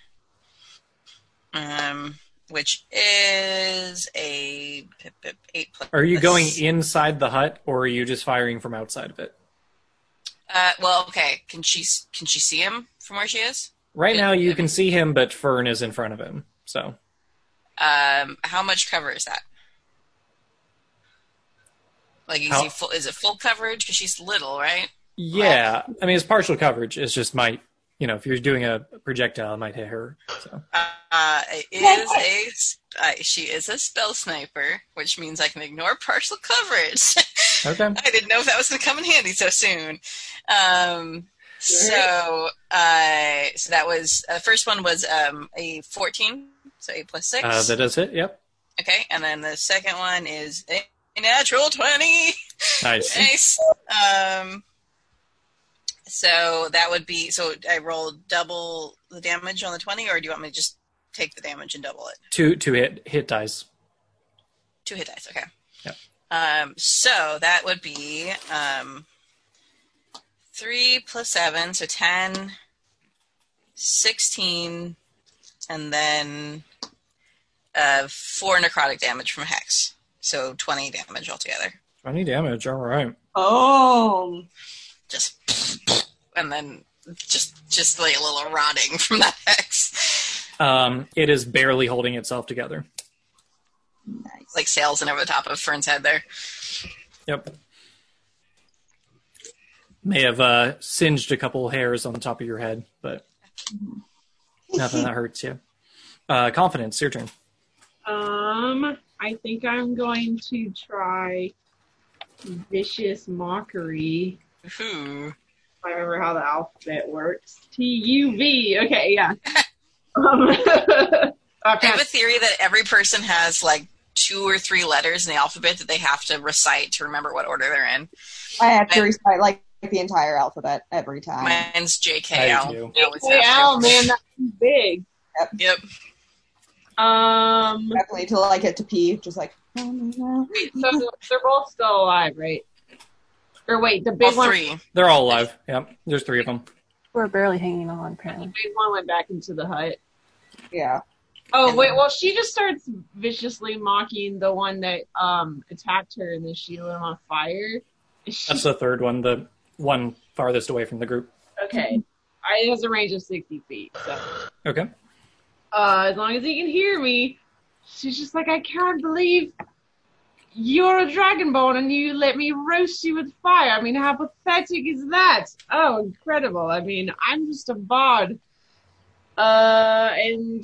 Speaker 3: Um, which is a pip, pip, eight plus.
Speaker 1: Are you going inside the hut, or are you just firing from outside of it?
Speaker 3: Uh, well, okay. Can she s- can she see him from where she is?
Speaker 1: Right now, you
Speaker 3: Yeah.
Speaker 1: can see him, but Fern is in front of him. So
Speaker 3: Um, how much cover is that? Like, is,
Speaker 1: How-
Speaker 3: he full, is it full coverage? Because she's little, right?
Speaker 1: yeah, I mean, it's partial coverage. It's just might you know if you're doing a projectile, it might hit her. So
Speaker 3: Uh, it is a s- uh, she is a spell sniper, which means I can ignore partial coverage.
Speaker 1: okay, Uh,
Speaker 3: I didn't know if that was going to come in handy so soon. Um, so, uh, so that was uh, first one was um, a fourteen, so eight plus six.
Speaker 1: uh, that does hit. Yep,
Speaker 3: okay, and then the second one is a natural twenty.
Speaker 1: nice.
Speaker 3: Nice. Um, so that would be so I rolled double the damage on the twenty, or do you want me to just take the damage and double it?
Speaker 1: Two two hit hit dice.
Speaker 3: Two hit dice. Okay.
Speaker 1: Yep.
Speaker 3: Um, so that would be um, three plus seven, so 10, 16, and then uh, four necrotic damage from Hex. So 20 damage altogether.
Speaker 1: 20 damage, alright.
Speaker 2: Oh,
Speaker 3: Just, and then just, just like a little rotting from that Hex.
Speaker 1: Um, it is barely holding itself together.
Speaker 2: nice.
Speaker 3: Like sails and over the top of Fern's head there.
Speaker 1: Yep. May have uh, singed a couple hairs on the top of your head, but nothing that hurts you. Uh, confidence, your turn.
Speaker 5: Um, I think I'm going to try vicious mockery.
Speaker 3: Ooh.
Speaker 5: I remember how the alphabet works. T U V. Okay, yeah. um, okay.
Speaker 3: I have a theory that every person has like two or three letters in the alphabet that they have to recite to remember what order they're in.
Speaker 2: I have to recite like the entire alphabet every time.
Speaker 3: Mine's
Speaker 1: I do.
Speaker 3: JKL. I always have to.
Speaker 5: Wow, man, that's too big.
Speaker 3: Yep.
Speaker 5: Um,
Speaker 2: Definitely till I get to P, just like. "Oh, No, no,
Speaker 5: wait, so they're both still alive, right? Or wait, the big
Speaker 3: All
Speaker 5: one,
Speaker 3: three.
Speaker 1: They're all alive. Yep. There's three of them.
Speaker 6: We're barely hanging on,
Speaker 5: the
Speaker 6: apparently.
Speaker 5: big one went back into the hut.
Speaker 2: Yeah.
Speaker 5: Oh
Speaker 3: And
Speaker 5: wait,
Speaker 3: then-
Speaker 5: well she just starts viciously mocking the one that um attacked her and then she lit him on fire. She-
Speaker 1: That's the third one, the one farthest away from the group.
Speaker 5: okay. I it has a range of sixty feet. So
Speaker 1: Okay.
Speaker 5: uh as long as he can hear me, she's just like, I can't believe you're a dragonborn and you let me roast you with fire. I mean, how pathetic is that? Oh, incredible. I mean, I'm just a bard. Uh, and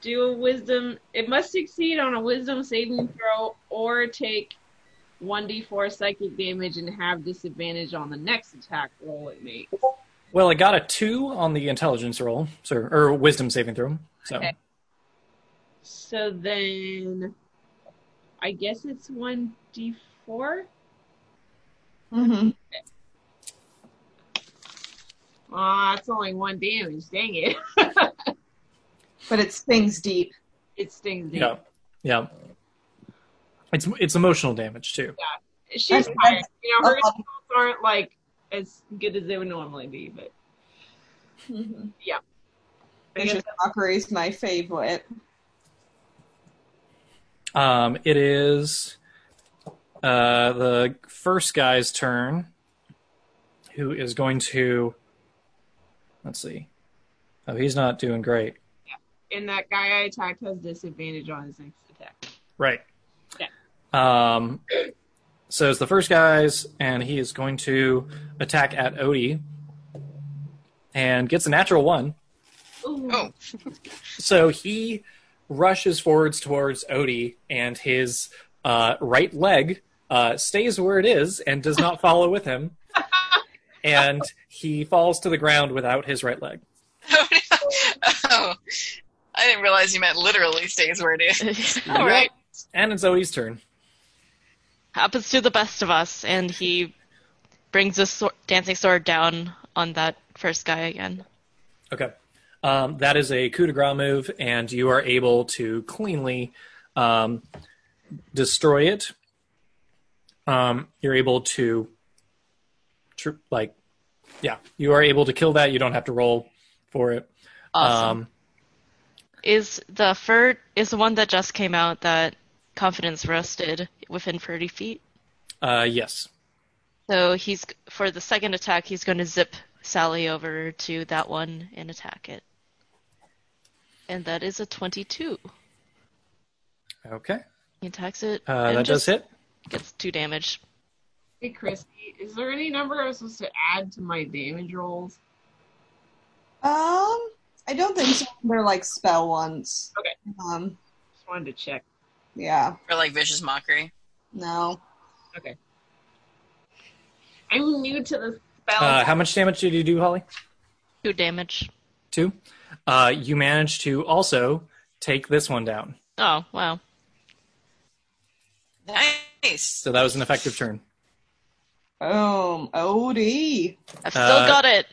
Speaker 5: do a wisdom. It must succeed on a wisdom saving throw or take 1d4 psychic damage and have disadvantage on the next attack roll it makes.
Speaker 1: Well, I got a two on the intelligence roll, so, or wisdom saving throw. So
Speaker 5: Okay. So then, I guess it's one d four.
Speaker 2: Mm-hmm.
Speaker 5: Ah, it's only one damage. Dang it!
Speaker 2: But it stings deep.
Speaker 5: it stings. me.
Speaker 1: yeah, yeah. It's it's emotional damage too.
Speaker 5: She's
Speaker 2: That's-
Speaker 5: tired. You know, her
Speaker 2: Uh-oh.
Speaker 5: skills aren't like as good as they would normally be, but
Speaker 2: Mm-hmm.
Speaker 5: Yeah. I guess
Speaker 2: Vicious mockery is my favorite.
Speaker 1: Um, it is uh, the first guy's turn, who is going to. Let's see. Oh, he's not doing great.
Speaker 5: and that guy I attacked has disadvantage on his next attack.
Speaker 1: Right. Um, so it's the first guy's, and he is going to attack at Odie, and gets a natural one.
Speaker 5: Ooh.
Speaker 3: Oh.
Speaker 1: So he rushes forwards towards Odie, and his uh, right leg uh, stays where it is and does not follow with him. And he falls to the ground without his right leg.
Speaker 3: Oh, no. oh, I didn't realize you meant literally stays where it is. All right.
Speaker 1: And it's Odie's turn.
Speaker 4: Happens to the best of us, and he brings his swor- dancing sword down on that first guy again.
Speaker 1: Okay. Um, that is a coup de grace move, and you are able to cleanly um, destroy it. Um, you're able to, tr- like, yeah, you are able to kill that. You don't have to roll for it.
Speaker 4: Awesome.
Speaker 1: Um,
Speaker 4: Is the fur is the one that just came out that confidence roasted within 30 feet?
Speaker 1: uh, yes.
Speaker 4: So he's for the second attack, he's going to zip Sally over to that one and attack it. And that is a 22.
Speaker 1: Okay.
Speaker 4: He attacks it.
Speaker 1: Uh,
Speaker 4: and
Speaker 1: that does
Speaker 4: just
Speaker 1: hit.
Speaker 4: Gets two damage.
Speaker 5: Hey, Christy, is there any number I'm supposed to add to my damage rolls?
Speaker 2: Um, I don't think so. They're like spell ones.
Speaker 5: Okay.
Speaker 2: Um,
Speaker 5: Just wanted to check.
Speaker 2: yeah.
Speaker 3: Or like vicious mockery.
Speaker 2: No.
Speaker 5: I'm new to the spell.
Speaker 1: Uh, how much damage did you do, Holly?
Speaker 4: Two damage.
Speaker 1: Two. Uh, you managed to also take this one down.
Speaker 4: Oh, wow.
Speaker 3: Nice.
Speaker 1: So that was an effective turn.
Speaker 2: Boom. OD.
Speaker 4: I've still
Speaker 1: Uh,
Speaker 4: got it.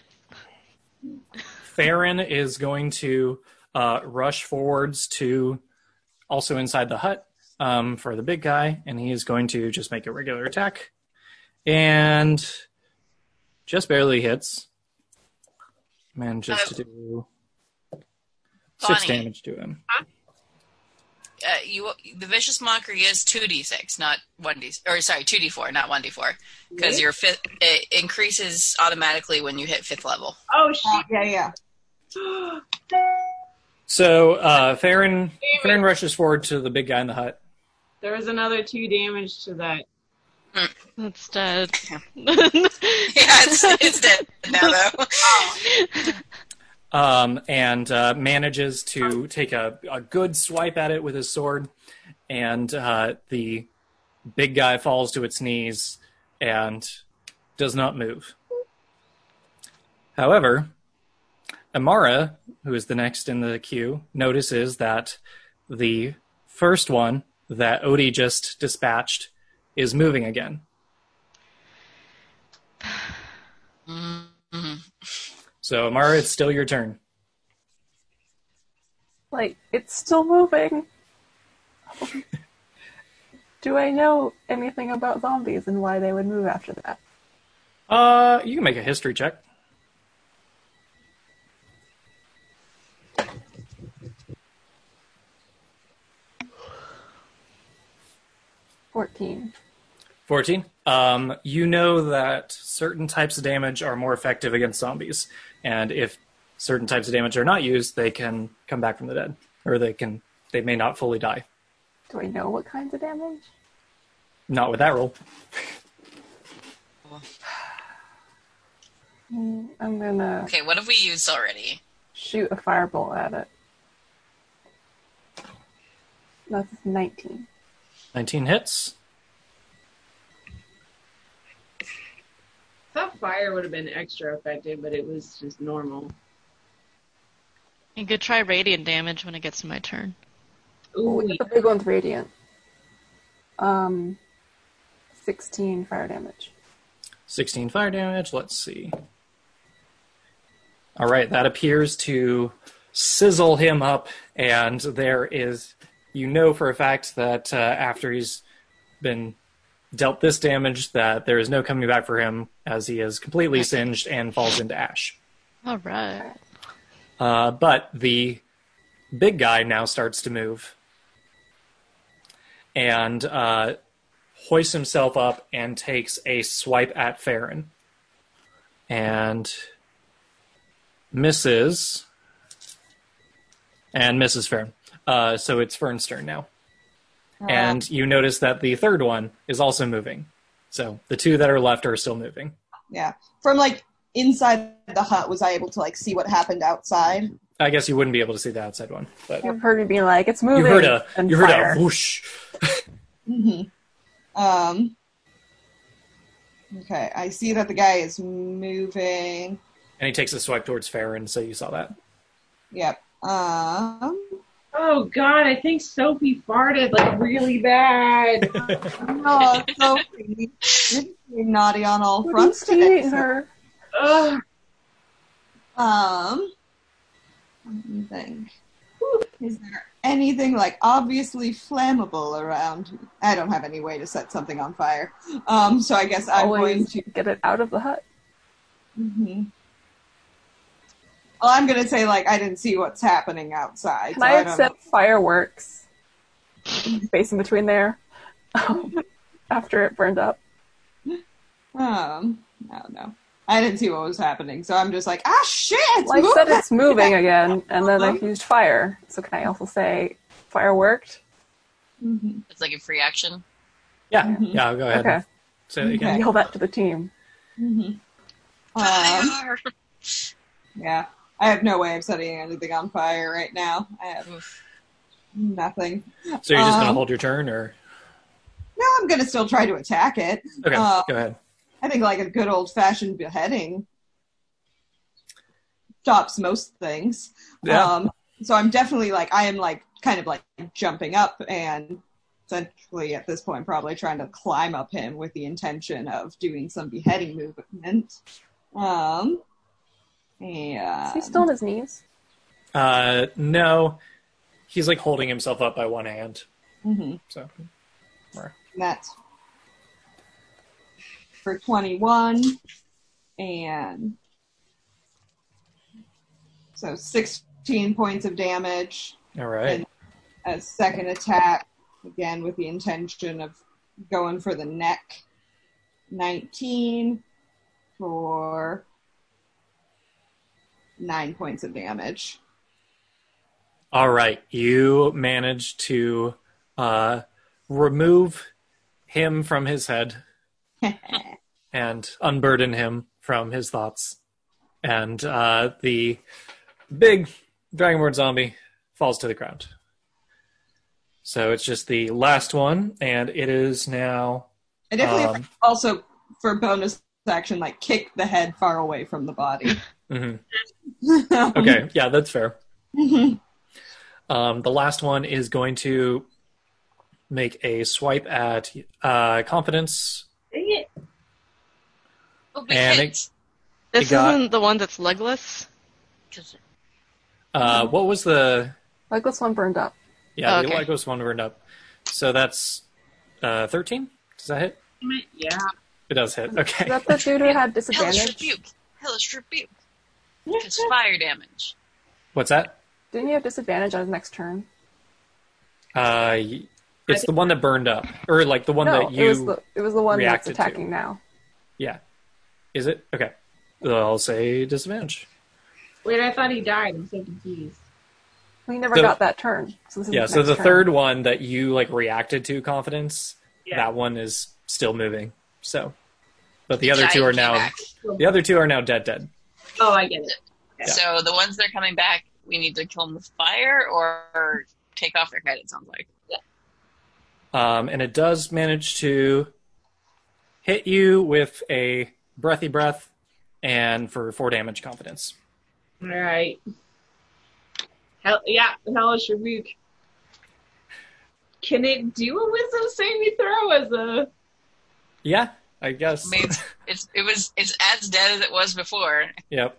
Speaker 1: Farron is going to uh, rush forwards to also inside the hut um, for the big guy, and he is going to just make a regular attack and just barely hits. Manages to do six
Speaker 3: Bonnie.
Speaker 1: damage to him.
Speaker 5: Huh?
Speaker 3: uh, you the vicious mockery is two d six, not one d or sorry two d four, not one d four, because
Speaker 2: Yeah.
Speaker 3: your fifth it increases automatically when you hit fifth level.
Speaker 5: Oh, shit.
Speaker 2: Yeah, yeah.
Speaker 1: So uh, Farron Farron rushes forward to the big guy in the hut.
Speaker 5: There was another two damage to that.
Speaker 4: That's dead.
Speaker 3: yeah, it's, it's dead now though.
Speaker 5: Oh,
Speaker 1: um, and uh, manages to take a, a good swipe at it with his sword. And uh, the big guy falls to its knees and does not move. However, Amara, who is the next in the queue, notices that the first one that Odie just dispatched is moving again. So, Amara, it's still your turn.
Speaker 6: Like, it's still moving. Do I know anything about zombies and why they would move after that?
Speaker 1: Uh, you can make a history check.
Speaker 6: Fourteen.
Speaker 1: 14. Um, you know that certain types of damage are more effective against zombies. And if certain types of damage are not used, they can come back from the dead. Or they can they may not fully die.
Speaker 6: Do I know what kinds of damage?
Speaker 1: Not with that roll.
Speaker 6: Hmm, I'm gonna
Speaker 3: Okay, what have we used already?
Speaker 6: shoot a fireball at it. That's nineteen.
Speaker 1: 19 hits.
Speaker 5: That fire would have been extra effective, but it was just normal.
Speaker 4: You could try radiant damage when it gets to my turn.
Speaker 5: Ooh,
Speaker 6: The big one's radiant. Um, sixteen fire damage.
Speaker 1: 16 fire damage. Let's see. All right, that appears to sizzle him up, and there is, you know for a fact that uh, after he's been dealt this damage, that there is no coming back for him, as he is completely singed and falls into ash.
Speaker 4: All right.
Speaker 1: Uh, but the big guy now starts to move and uh, hoists himself up and takes a swipe at Farron. And misses. And misses Farron. Uh, so it's Fern's turn now.
Speaker 6: Oh,
Speaker 1: And you notice that the third one is also moving. So the two that are left are still moving.
Speaker 2: Yeah. From like inside the hut, was I able to like see what happened outside?
Speaker 1: I guess you wouldn't be able to see the outside one, but
Speaker 6: You've heard me be like, it's
Speaker 1: you
Speaker 6: moving.
Speaker 1: heard a
Speaker 6: and
Speaker 1: you heard
Speaker 6: fire.
Speaker 1: a whoosh.
Speaker 2: Mm-hmm. Um. Okay, I see that the guy is moving.
Speaker 1: And he takes a swipe towards Farron, so you saw that.
Speaker 2: Yep. Um.
Speaker 5: Oh God, I think Sophie farted like really bad.
Speaker 2: Oh, Sophie, you're being naughty on all
Speaker 6: What
Speaker 2: fronts
Speaker 6: are you
Speaker 2: today.
Speaker 6: eating her?
Speaker 5: Ugh.
Speaker 2: Um, let me think. Is there anything like obviously flammable around? I don't have any way to set something on fire. Um, so I guess I'm going
Speaker 6: Always
Speaker 2: to.
Speaker 6: get it out of the hut.
Speaker 2: mhm. Well, I'm going to say like I didn't see what's happening outside.
Speaker 6: Can
Speaker 2: so
Speaker 6: I
Speaker 2: I don't know.
Speaker 6: accept fireworks? Space in between there. After it burned up.
Speaker 2: Um, I don't know. I didn't see what was happening, so I'm just like, ah, shit! it's
Speaker 6: Like I said,
Speaker 2: moving!"
Speaker 6: it's moving again, and then
Speaker 2: Uh-huh.
Speaker 6: I've used fire. So can I also say fire worked?
Speaker 2: Mhm.
Speaker 3: It's like a free action.
Speaker 1: Yeah,
Speaker 2: Mhm.
Speaker 1: yeah. Go ahead.
Speaker 6: Okay.
Speaker 1: Say that again.
Speaker 2: Okay.
Speaker 6: Yell that to the team.
Speaker 2: Mhm. Um,
Speaker 3: Fire!
Speaker 2: Yeah. I have no way of setting anything on fire right now. I have nothing.
Speaker 1: So you're just gonna
Speaker 2: Um,
Speaker 1: hold your turn, or
Speaker 2: No, I'm going to still try to attack it.
Speaker 1: okay,
Speaker 2: uh,
Speaker 1: go ahead.
Speaker 2: I think like a good old fashioned beheading stops most things.
Speaker 1: Yeah.
Speaker 2: Um, so I'm definitely like, I am like kind of like jumping up and essentially at this point probably trying to climb up him with the intention of doing some beheading movement. Um, yeah.
Speaker 3: Um,
Speaker 6: Is he still on his knees?
Speaker 1: Uh, no, he's like holding himself up by one hand.
Speaker 2: hmm
Speaker 1: So
Speaker 2: That's for 21. And so 16 points of damage.
Speaker 1: all right,
Speaker 2: And a second attack again with the intention of going for the neck. 19 for nine points of damage.
Speaker 1: All right, you manage to uh, remove him from his head and unburden him from his thoughts. And uh, the big dragonborn zombie falls to the ground. So it's just the last one, and it is now.
Speaker 2: I definitely
Speaker 1: Um,
Speaker 2: also for bonus action like kick the head far away from the body.
Speaker 1: mhm. Okay, yeah, that's fair. Um, the last one is going to make a swipe at uh, confidence,
Speaker 5: Dang it.
Speaker 3: Oh, we
Speaker 1: and
Speaker 3: hit.
Speaker 1: it,
Speaker 4: This
Speaker 1: It got-
Speaker 4: isn't the one that's legless.
Speaker 3: 'Cause-
Speaker 6: Mm-hmm.
Speaker 1: uh, what was the
Speaker 6: Like this one burned up.
Speaker 1: yeah the
Speaker 4: Okay.
Speaker 1: Lagos one burned up? So that's uh, thirteen. Does that hit?
Speaker 5: Yeah.
Speaker 1: It does hit.
Speaker 6: Is
Speaker 1: Okay.
Speaker 6: that the dude who had
Speaker 3: Hellish
Speaker 6: disadvantage?
Speaker 3: rebuke. Hellish rebuke. Because fire damage.
Speaker 1: What's that?
Speaker 6: Didn't you have disadvantage on his next turn?
Speaker 1: Uh, y- it's the one that burned up, or like the one
Speaker 6: no,
Speaker 1: that
Speaker 6: it was
Speaker 1: you.
Speaker 6: the it was the one that's
Speaker 1: reacted to.
Speaker 6: attacking now.
Speaker 1: Yeah. Is it okay? I'll say disadvantage.
Speaker 5: Wait, I thought he died. I'm so confused.
Speaker 6: We never
Speaker 1: The-
Speaker 6: got that turn. So this is
Speaker 1: Yeah.
Speaker 6: his
Speaker 1: So
Speaker 6: next
Speaker 1: the
Speaker 6: turn.
Speaker 1: third one that you like reacted to confidence,
Speaker 5: Yeah.
Speaker 1: that one is still moving. So, but the other
Speaker 3: Giant
Speaker 1: two are
Speaker 3: came
Speaker 1: now
Speaker 3: back.
Speaker 1: the other two are now dead. Dead.
Speaker 5: Oh, I get it.
Speaker 1: Yeah.
Speaker 3: So the ones that are coming back, we need to kill them with fire or take off their head. It sounds like.
Speaker 1: Um, and it does manage to hit you with a breathy breath, and for four damage confidence.
Speaker 5: All right. Hell, yeah, hellish rebuke. Can it do a wisdom saving throw as a?
Speaker 1: Yeah, I guess.
Speaker 3: I mean, it's, it's it was it's as dead as it was before.
Speaker 1: yep.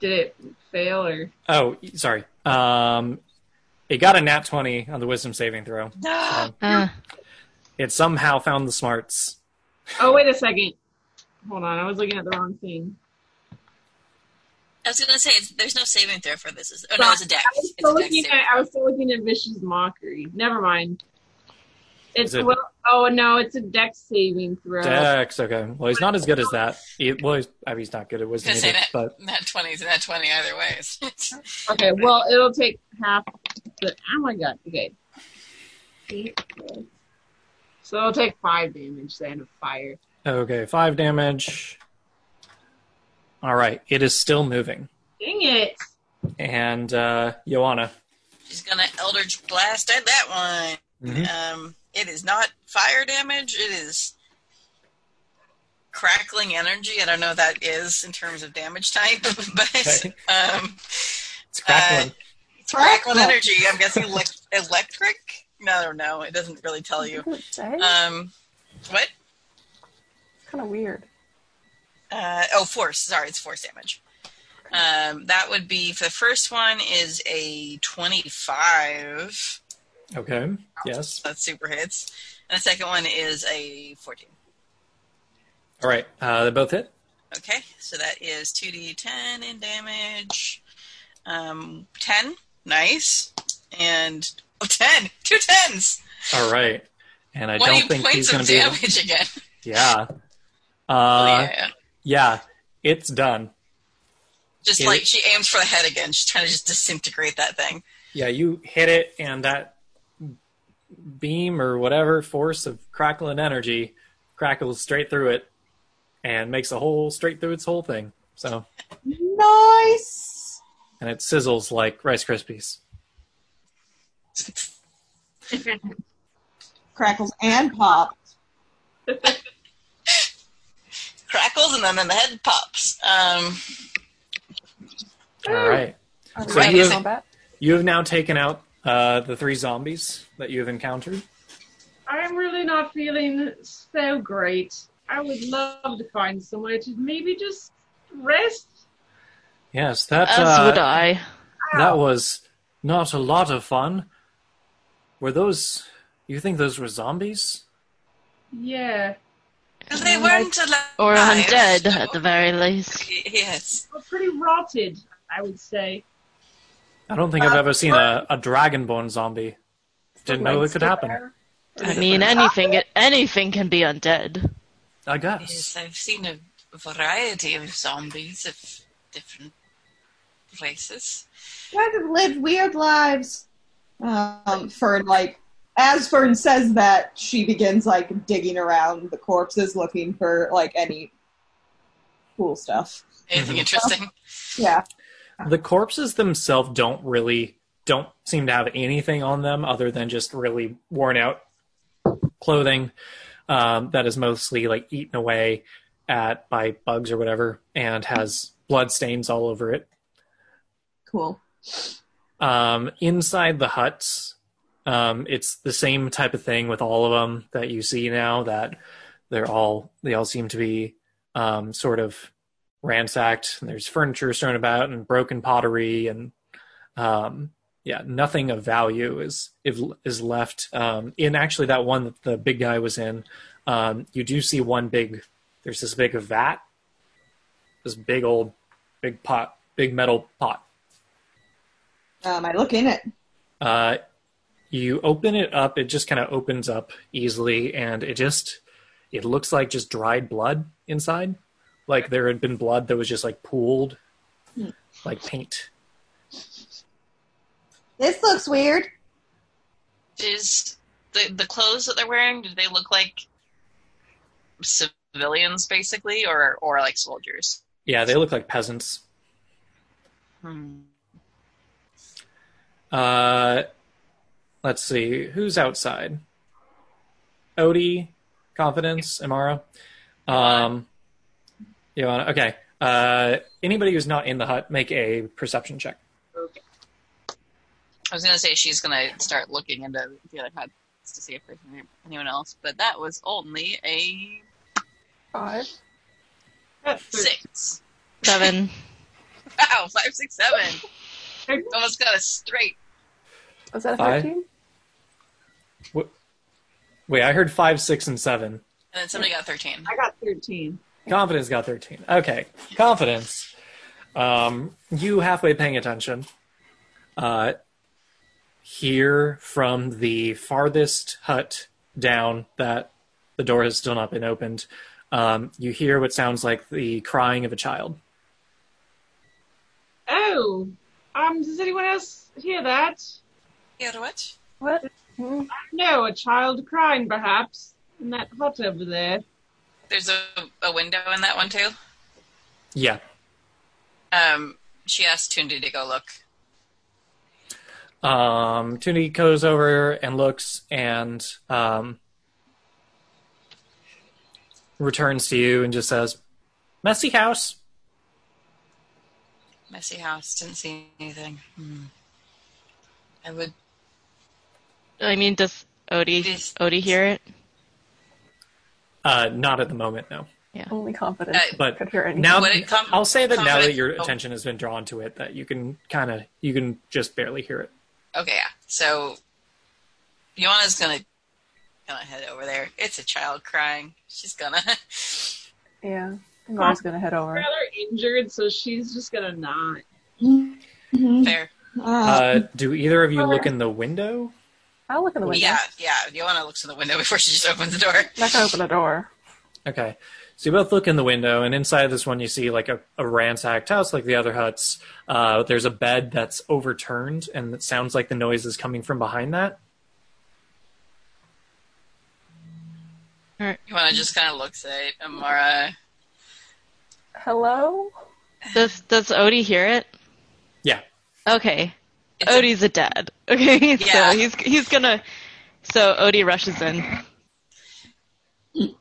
Speaker 5: Did it fail or?
Speaker 1: Oh, sorry. Um, it got a nat twenty on the wisdom saving throw.
Speaker 3: No.
Speaker 4: Uh,
Speaker 1: It somehow found the smarts.
Speaker 5: Oh, wait a second. Hold on, I was looking at the wrong thing.
Speaker 3: I was gonna say it's, there's no saving throw for this. Is oh no, it's a deck.
Speaker 5: I
Speaker 3: It's
Speaker 5: was
Speaker 3: a
Speaker 5: still
Speaker 3: deck
Speaker 5: looking
Speaker 3: saving.
Speaker 5: at. I was still looking at vicious mockery. Never mind. It's
Speaker 1: Is it-
Speaker 5: well. Oh no, it's a dex saving throw.
Speaker 1: Dex, okay. Well, he's not as good as that. He, well, he's, I mean, he's not good at wisdom
Speaker 3: Just
Speaker 1: either,
Speaker 3: saying it.
Speaker 1: but
Speaker 3: Not twenties, not twenty either ways.
Speaker 5: Okay, well, it'll take half the. Oh my god, okay. So it'll take five damage then of fire.
Speaker 1: okay, five damage. All right, it is still moving,
Speaker 5: Dang it!
Speaker 1: and uh, Joanna.
Speaker 3: She's gonna Eldritch Blast at that one. Um, it is not fire damage. It is crackling energy. I don't know what that is in terms of damage type, but
Speaker 1: Okay.
Speaker 3: um,
Speaker 1: It's
Speaker 3: Uh,
Speaker 1: crackling.
Speaker 3: it's crackling
Speaker 2: Crackle.
Speaker 3: energy. I'm guessing elect- electric. No, I don't know. It doesn't really tell you.
Speaker 6: It's
Speaker 3: Um, what?
Speaker 6: kind of weird.
Speaker 3: Uh, oh, force. Sorry, it's force damage. Um, that would be for the first one is a twenty-five.
Speaker 1: okay. Yes.
Speaker 3: That super hits. And the second one is a 14.
Speaker 1: All right. Uh, they both hit.
Speaker 3: Okay, so that is 2d10 in damage. Um, 10. Nice. And oh, 10. Two 10s.
Speaker 1: All right. And I
Speaker 3: 20
Speaker 1: don't think
Speaker 3: points
Speaker 1: he's going
Speaker 3: of
Speaker 1: to be. able-
Speaker 3: damage again.
Speaker 1: Yeah. Uh,
Speaker 3: Oh,
Speaker 1: yeah.
Speaker 3: yeah.
Speaker 1: It's done.
Speaker 3: Just
Speaker 1: it-
Speaker 3: like she aims for the head again. She's trying to just disintegrate that thing.
Speaker 1: Yeah, you hit it, and that beam or whatever force of crackling energy crackles straight through it and makes a hole straight through its whole thing. So,
Speaker 2: nice.
Speaker 1: and it sizzles like Rice Krispies.
Speaker 2: Crackles and pop.
Speaker 3: Crackles and then the head pops. Um,
Speaker 1: All right.
Speaker 6: Are we
Speaker 1: So
Speaker 6: in
Speaker 1: you-
Speaker 6: combat?
Speaker 1: You have now taken out uh, the three zombies that you have encountered.
Speaker 5: I'm really not feeling so great. I would love to find somewhere to maybe just rest.
Speaker 1: Yes, that,
Speaker 4: as would
Speaker 1: uh,
Speaker 4: I.
Speaker 1: that was not a lot of fun. Were those. You think those were zombies?
Speaker 5: Yeah.
Speaker 3: they weren't alive.
Speaker 4: Or undead, at the
Speaker 3: so-
Speaker 4: very least.
Speaker 3: Yes.
Speaker 5: We're pretty rotted, I would say.
Speaker 1: I don't think I've ever seen a, a dragonborn zombie. Didn't know it could happen.
Speaker 4: I mean, anything anything can be undead.
Speaker 1: I guess.
Speaker 3: Yes, I've seen a variety of zombies of different races.
Speaker 2: Guys have lived weird lives. Um, Fern, like, as Fern says that, she begins, like, digging around the corpses looking for, like, any cool stuff.
Speaker 3: Anything
Speaker 1: Mm-hmm.
Speaker 3: interesting?
Speaker 2: Yeah.
Speaker 1: The corpses themselves don't really don't seem to have anything on them other than just really worn out clothing um, that is mostly like eaten away at by bugs or whatever and has blood stains all over it.
Speaker 2: Cool.
Speaker 1: Um, inside the huts, um, it's the same type of thing with all of them that you see now. That they're all they all seem to be um, sort of ransacked. And there's furniture thrown about and broken pottery and um, yeah, nothing of value is if- is left. Um, in actually that one that the big guy was in, um, you do see one big. There's this big vat, this big old, big pot, big metal pot.
Speaker 2: Um, I look in it.
Speaker 1: Uh, you open it up, it just kind of opens up easily, and it just it looks like just dried blood inside, like there had been blood that was just like pooled,
Speaker 2: Hmm.
Speaker 1: like paint.
Speaker 8: This looks weird.
Speaker 3: Is the the clothes that they're wearing? Do they look like civilians, basically, or or like soldiers?
Speaker 1: Yeah, they look like peasants.
Speaker 3: Hmm.
Speaker 1: Uh, let's see who's outside. Odie, confidence, Amara. Um, you want okay? Uh, anybody who's not in the hut, make a perception check.
Speaker 5: Okay.
Speaker 3: I was gonna say she's gonna start looking into the other huts to see if there's any- anyone else, but that was only a
Speaker 6: Five.
Speaker 5: That's thir-
Speaker 3: six.
Speaker 4: Seven.
Speaker 3: Wow, five, six, seven. Almost got a straight.
Speaker 6: Was that a
Speaker 1: Five?
Speaker 6: 13?
Speaker 1: Wait, I heard five, six, and seven.
Speaker 3: And then somebody got thirteen.
Speaker 5: I got 13.
Speaker 1: Confidence got 13. Okay. Confidence. Um, you halfway paying attention. Uh, here from the farthest hut down that the door has still not been opened, um, you hear what sounds like the crying of a child.
Speaker 5: Oh, um, does anyone else hear that?
Speaker 3: Yeah, what?
Speaker 6: What? Hmm.
Speaker 5: No, a child crying perhaps in that hut over there.
Speaker 3: There's a, a window in that one too.
Speaker 1: Yeah.
Speaker 3: Um, she asked Tundi to go look.
Speaker 1: Um, Tuni goes over and looks and um, returns to you and just says, Messy house.
Speaker 3: Messy house. Didn't see anything. Hmm. I would.
Speaker 4: I mean, does Odie
Speaker 3: This-
Speaker 4: Odie hear it?
Speaker 1: Uh, not at the moment, no.
Speaker 6: Only confidence.
Speaker 3: Uh,
Speaker 1: but
Speaker 6: could hear anything.
Speaker 1: now
Speaker 3: Would it come-
Speaker 1: I'll say that now that
Speaker 3: confidence-
Speaker 1: your
Speaker 3: oh.
Speaker 1: attention has been drawn to it, that you can kind of you can just barely hear it.
Speaker 3: Okay, yeah. So, Yona's gonna gonna head over there. It's a child crying. She's gonna.
Speaker 6: yeah. I'm always going to head over.
Speaker 5: Rather injured, so she's just gonna not.
Speaker 2: Mhm.
Speaker 3: Fair.
Speaker 2: Uh,
Speaker 1: Uh, do either of you look in the window?
Speaker 6: I'll look in the window.
Speaker 3: Yeah, yeah. Yona looks in the window before she just opens the door.
Speaker 6: I'm not going to open the door.
Speaker 1: Okay, so you both look in the window, and inside this one you see like a, a ransacked house, like the other huts. Uh, there's a bed that's overturned, and it sounds like the noise is coming from behind that.
Speaker 3: Yona just kind of looks at Amara.
Speaker 6: Hello?
Speaker 4: Does Does Odie hear it?
Speaker 1: Yeah.
Speaker 4: Okay.
Speaker 3: It's a-
Speaker 4: Odie's a dad. Okay,
Speaker 3: Yeah.
Speaker 4: so he's he's gonna. So Odie rushes in.
Speaker 3: well,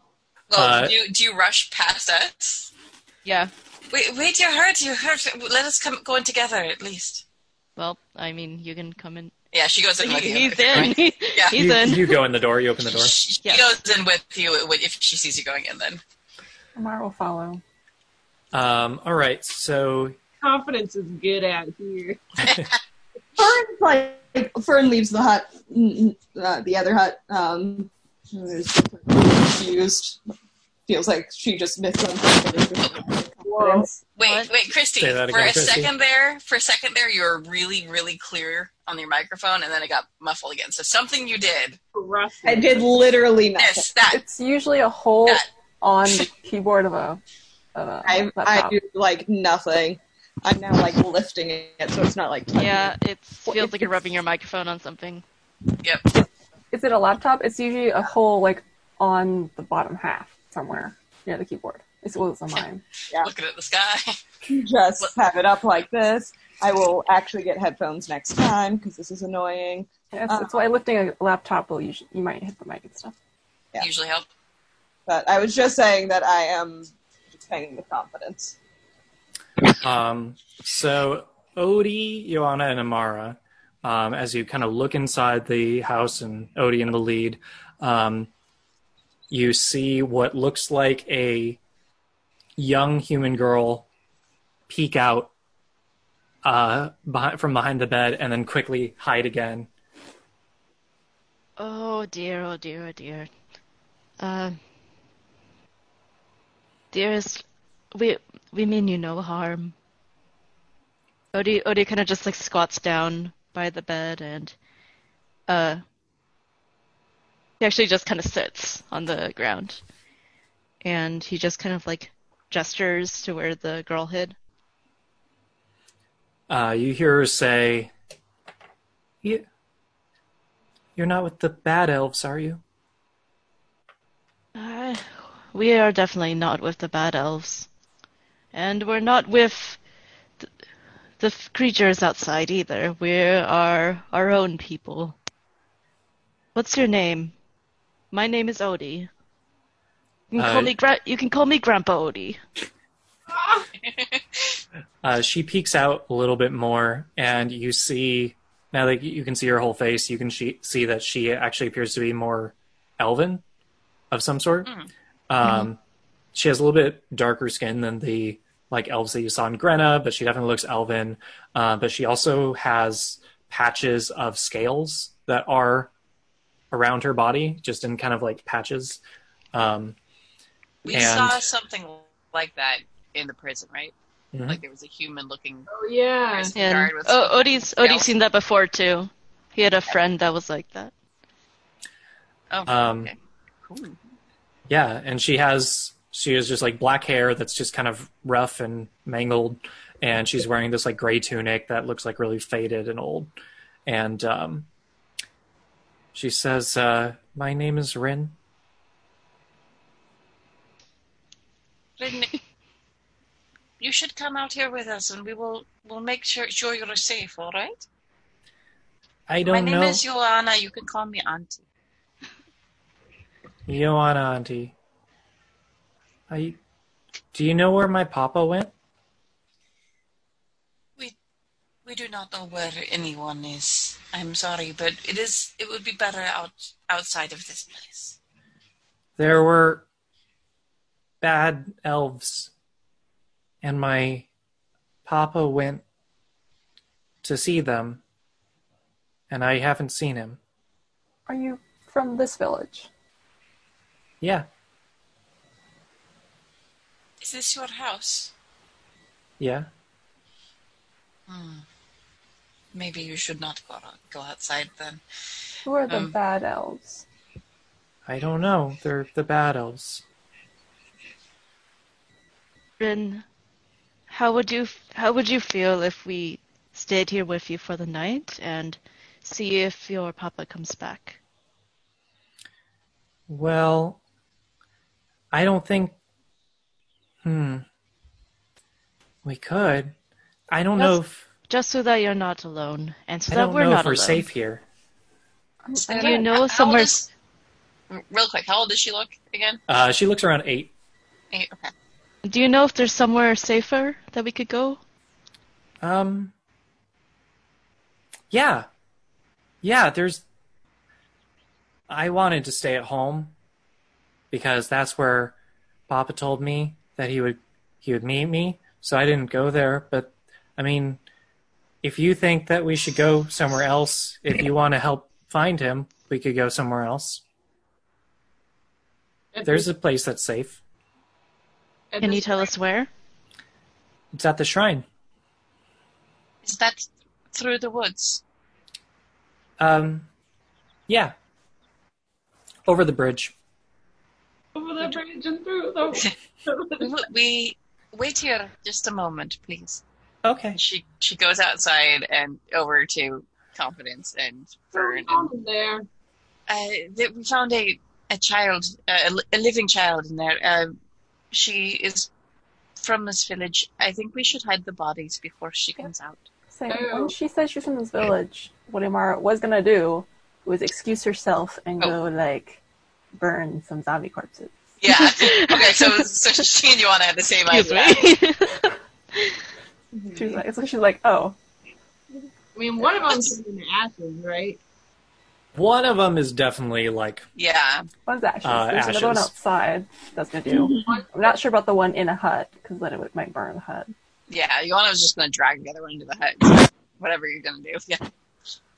Speaker 1: uh,
Speaker 3: do, you, do you rush past us?
Speaker 4: Yeah.
Speaker 3: Wait, wait! You heard, you heard. Let us come, go in together at least.
Speaker 4: Well, I mean, you can come in.
Speaker 3: Yeah, she goes in.
Speaker 4: He-
Speaker 3: with you.
Speaker 4: he's in.
Speaker 3: Yeah.
Speaker 4: He's
Speaker 1: you,
Speaker 4: in.
Speaker 1: you go in the door. You open the door.
Speaker 3: She, she
Speaker 4: Yeah.
Speaker 3: goes in with you if she sees you going in. Then
Speaker 6: Amar will follow.
Speaker 1: Um, all right, so
Speaker 5: Confidence is good out here.
Speaker 2: Fern's like Fern leaves the hut, mm, mm, uh, the other hut. Um, there's different confused. Feels like she just missed something. but it's just-
Speaker 6: Whoa.
Speaker 3: Wait, wait, Christy.
Speaker 1: Say that
Speaker 3: for
Speaker 1: again,
Speaker 3: a
Speaker 1: Christy.
Speaker 3: second there, for a second there, you were really, really clear on your microphone, and then it got muffled again. So something you did.
Speaker 2: I did literally nothing.
Speaker 3: Yes, that.
Speaker 6: It's usually a hole
Speaker 3: That-
Speaker 6: on the keyboard of a. Of a
Speaker 2: I, I
Speaker 6: laptop.
Speaker 2: do like nothing. I'm now like lifting it, so it's not like touching
Speaker 4: Yeah, it feels
Speaker 6: Well, if
Speaker 4: like you're
Speaker 6: it's-
Speaker 4: rubbing your microphone on something.
Speaker 3: Yep.
Speaker 6: Is it a laptop? It's usually a hole like on the bottom half somewhere near the keyboard. It's well, it's on mine.
Speaker 3: Looking at the sky.
Speaker 2: it. Just have it up like this. I will actually get headphones next time because this is annoying.
Speaker 6: Yeah, It's, it's why lifting a laptop will usually you might hit the mic and stuff.
Speaker 2: Yeah.
Speaker 3: Usually help.
Speaker 2: But I was just saying that I am playing with confidence.
Speaker 1: Um, so Odie, Joanna, and Amara, um, as you kind of look inside the house and Odie in the lead, um, you see what looks like a young human girl peek out uh, behind, from behind the bed and then quickly hide again.
Speaker 4: Oh dear, oh dear, oh dear. Uh, dearest, we we mean you no harm. Odie Odie kind of just like squats down by the bed and uh he actually just kind of sits on the ground and he just kind of like gestures to where the girl hid.
Speaker 1: Uh, you hear her say, "You- You're not with the bad elves, are you?
Speaker 4: Uh, we are definitely not with the bad elves. And we're not with th- the f- creatures outside either. We are our own people. What's your name? My name is Odie. You can
Speaker 1: Uh,
Speaker 4: call me Gra- you can call me Grandpa Odie.
Speaker 1: Uh, she peeks out a little bit more, and you see now that you can see her whole face, you can she, see that she actually appears to be more elven of some sort. Um, She has a little bit darker skin than the like elves that you saw in Grenna, but she definitely looks elven. Uh, but she also has patches of scales that are around her body, just in kind of like patches. Um,
Speaker 3: We
Speaker 1: And-
Speaker 3: saw something like that in the prison, right?
Speaker 1: Mhm.
Speaker 3: Like there was a human-looking
Speaker 5: Oh yeah.
Speaker 3: prison
Speaker 4: And
Speaker 3: guard with.
Speaker 4: oh, Odie's Odie's
Speaker 3: Yeah.
Speaker 4: seen that before too. He had a friend that was like that.
Speaker 3: Oh,
Speaker 1: um,
Speaker 3: okay. Cool.
Speaker 1: Yeah, and she has she has just like black hair that's just kind of rough and mangled, and she's wearing this like gray tunic that looks like really faded and old. And um, she says, uh, "My name is Rin.
Speaker 3: Ridney, you should come out here with us, and we will we'll make sure sure you're safe. All right.
Speaker 1: I
Speaker 3: My
Speaker 1: don't
Speaker 3: name
Speaker 1: know
Speaker 3: is Joanna. You can call me Auntie.
Speaker 1: Joanna Auntie. I do you know where my papa went?
Speaker 3: We do not know where anyone is. I'm sorry, but it is it would be better out outside of this place.
Speaker 1: There were bad elves, and my papa went to see them, and I haven't seen him.
Speaker 6: Are you from this village?
Speaker 1: Yeah,
Speaker 3: Is this your house?
Speaker 1: yeah.
Speaker 3: Maybe you should not go out, go outside then.
Speaker 6: Who are the
Speaker 3: Um,
Speaker 6: bad elves?
Speaker 1: I don't know. They're the bad elves.
Speaker 4: Rin, how would you how would you feel if we stayed here with you for the night and see if your papa comes back?
Speaker 1: Well, I don't think. Hmm. We could. I don't know if
Speaker 4: Just so that you're not alone, and so
Speaker 1: I
Speaker 4: that
Speaker 1: don't
Speaker 4: we're
Speaker 1: know
Speaker 4: not
Speaker 1: if we're
Speaker 4: alone.
Speaker 1: safe here.
Speaker 4: Do you know Oh, somewhere?
Speaker 3: is, real quick, how old does she look again?
Speaker 1: Uh, she looks around eight.
Speaker 3: Eight, okay.
Speaker 4: Do you know if there's somewhere safer that we could go?
Speaker 1: Um. Yeah. Yeah, there's. I wanted to stay at home because that's where Papa told me that he would he would meet me, so I didn't go there, but I mean, if you think that we should go somewhere else, if you want to help find him, we could go somewhere else.
Speaker 5: At
Speaker 1: There's
Speaker 5: this-
Speaker 1: a place that's safe.
Speaker 5: at
Speaker 4: Can
Speaker 5: this
Speaker 4: you tell us where?
Speaker 1: It's at the shrine.
Speaker 3: Is that through the woods?
Speaker 1: Um, yeah. Over the bridge.
Speaker 5: Over the bridge and through the.
Speaker 3: We, we wait here just a moment, please.
Speaker 1: Okay.
Speaker 3: She she goes outside and over to Confidence and Fern. And,
Speaker 5: Down there.
Speaker 3: uh, th- we found a a child, uh, a, li- a living child in there. Uh, she is from this village. I think we should hide the bodies before she comes out.
Speaker 6: Same.
Speaker 5: Oh.
Speaker 6: When she said she was from this village, what Amara was gonna do was excuse herself and go
Speaker 2: Oh.
Speaker 6: like burn some zombie corpses.
Speaker 3: Yeah. okay. So so she and Joanna had the same
Speaker 4: Excuse
Speaker 3: idea.
Speaker 4: me.
Speaker 6: She
Speaker 2: Mm-hmm.
Speaker 6: was like, so she's like, oh,
Speaker 5: I mean, one of them's in the ashes, right?
Speaker 1: One of them is definitely like
Speaker 3: Yeah.
Speaker 6: one's ashes.
Speaker 1: Uh,
Speaker 6: There's another one
Speaker 1: ashes.
Speaker 6: outside. That's gonna do. I'm not sure about the one in a hut because then it would, might burn the hut.
Speaker 3: Yeah. Joanna was just gonna drag the other one into the hut. Whatever you're gonna do. Yeah.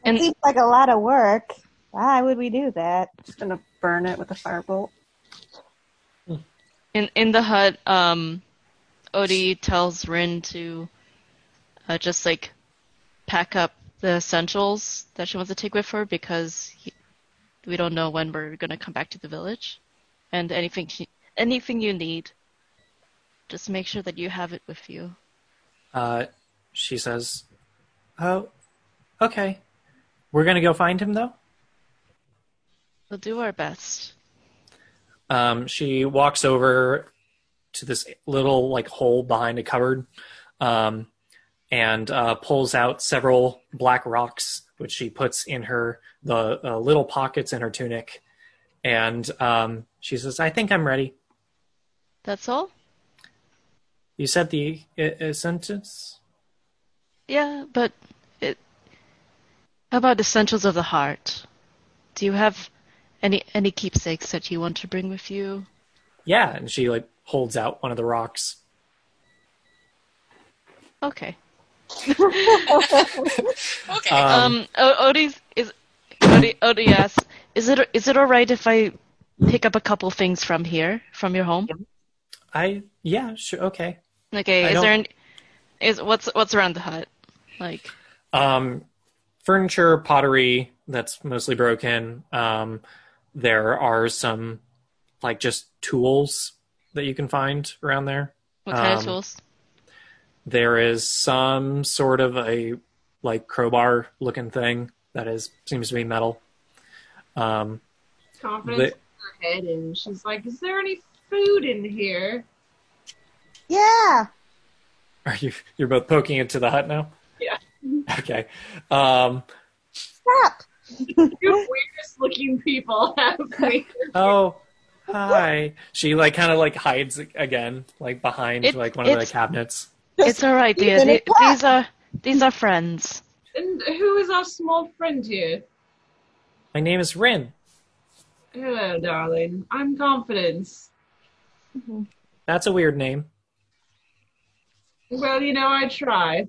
Speaker 4: And-
Speaker 8: Seems like a lot of work. Why would we do that?
Speaker 6: Just gonna burn it with a firebolt.
Speaker 4: In in the hut, um, Odie tells Rin to uh, just like pack up the essentials that she wants to take with her because he, we don't know when we're gonna come back to the village, and anything she, anything you need, just make sure that you have it with you.
Speaker 1: Uh, she says, "Oh, okay. We're gonna go find him, though."
Speaker 4: We'll do our best.
Speaker 1: Um, she walks over to this little like hole behind a cupboard, um, and uh, pulls out several black rocks, which she puts in her the uh, little pockets in her tunic, and um, she says, "I think I'm ready."
Speaker 4: That's all.
Speaker 1: You said the uh, uh, sentence.
Speaker 4: Yeah, but it. How about essentials of the heart? Do you have any any keepsakes that you want to bring with you?
Speaker 1: Yeah, and she like holds out one of the rocks.
Speaker 4: Okay.
Speaker 3: Okay.
Speaker 1: Um,
Speaker 4: Um, O Odie is Odie, Odie asks, is it is it all right if I pick up a couple things from here from your home?
Speaker 1: I yeah sure okay.
Speaker 4: Okay,
Speaker 1: I
Speaker 4: is
Speaker 1: don't-
Speaker 4: there any, is what's what's around the hut? Like
Speaker 1: um, furniture, pottery that's mostly broken. Um, there are some like just tools that you can find around there.
Speaker 4: what kind
Speaker 1: Um,
Speaker 4: of tools?
Speaker 1: There is some sort of a like crowbar looking thing that is seems to be metal. Um,
Speaker 5: Confidence in her head, and she's like, "Is there any food in here?"
Speaker 8: Yeah.
Speaker 1: are you you're both poking into the hut now?
Speaker 5: Yeah.
Speaker 1: Okay. Um,
Speaker 8: Stop.
Speaker 5: You weirdest looking people have we?
Speaker 1: oh. Hi. She like kind of like hides again, like behind
Speaker 4: It-
Speaker 1: like one of the
Speaker 4: it's-
Speaker 1: cabinets.
Speaker 4: It's all right, dear.
Speaker 8: even
Speaker 4: The-
Speaker 8: if what?
Speaker 4: these are these are friends.
Speaker 5: and who is our small friend here?
Speaker 1: My name is Rin.
Speaker 5: Hello, darling. I'm Confidence.
Speaker 1: That's a weird name.
Speaker 5: Well, you know, I try.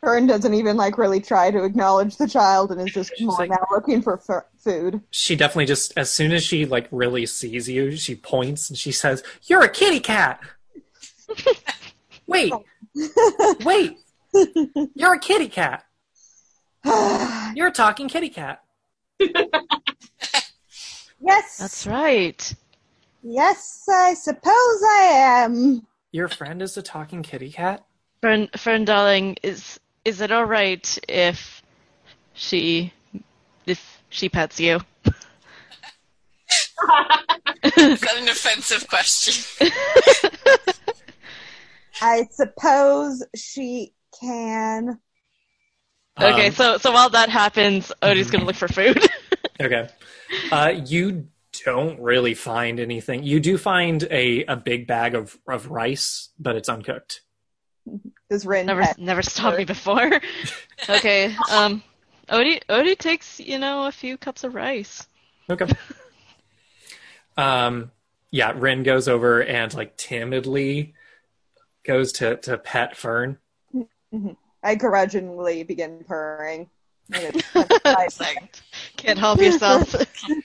Speaker 2: Fern doesn't even like really try to acknowledge the child and is just
Speaker 1: She's
Speaker 2: more
Speaker 1: like-
Speaker 2: now looking for f- food.
Speaker 1: She definitely just as soon as she like really sees you, she points and she says, "You're a kitty cat." wait, wait, you're a kitty cat. You're a talking kitty cat.
Speaker 8: Yes.
Speaker 4: That's right.
Speaker 8: Yes, I suppose I am.
Speaker 1: Your friend is a talking kitty cat.
Speaker 4: Friend, friend, darling, is is it all right if she if she pets you?
Speaker 3: Is that an offensive question?
Speaker 8: I suppose she can.
Speaker 4: Okay,
Speaker 1: Um,
Speaker 4: so so while that happens, Odie's gonna look for food.
Speaker 1: Okay. Uh, you don't really find anything. You do find a, a big bag of, of rice, but it's uncooked.
Speaker 2: Does Rin
Speaker 4: never
Speaker 2: pet?
Speaker 4: never stopped me before. okay, um, Odie Odie takes you know a few cups of rice.
Speaker 1: Okay. um, yeah, Rin goes over and like timidly goes to to pet Fern.
Speaker 2: I grudgingly begin purring. And it's-
Speaker 3: It's like,
Speaker 4: Can't help yourself.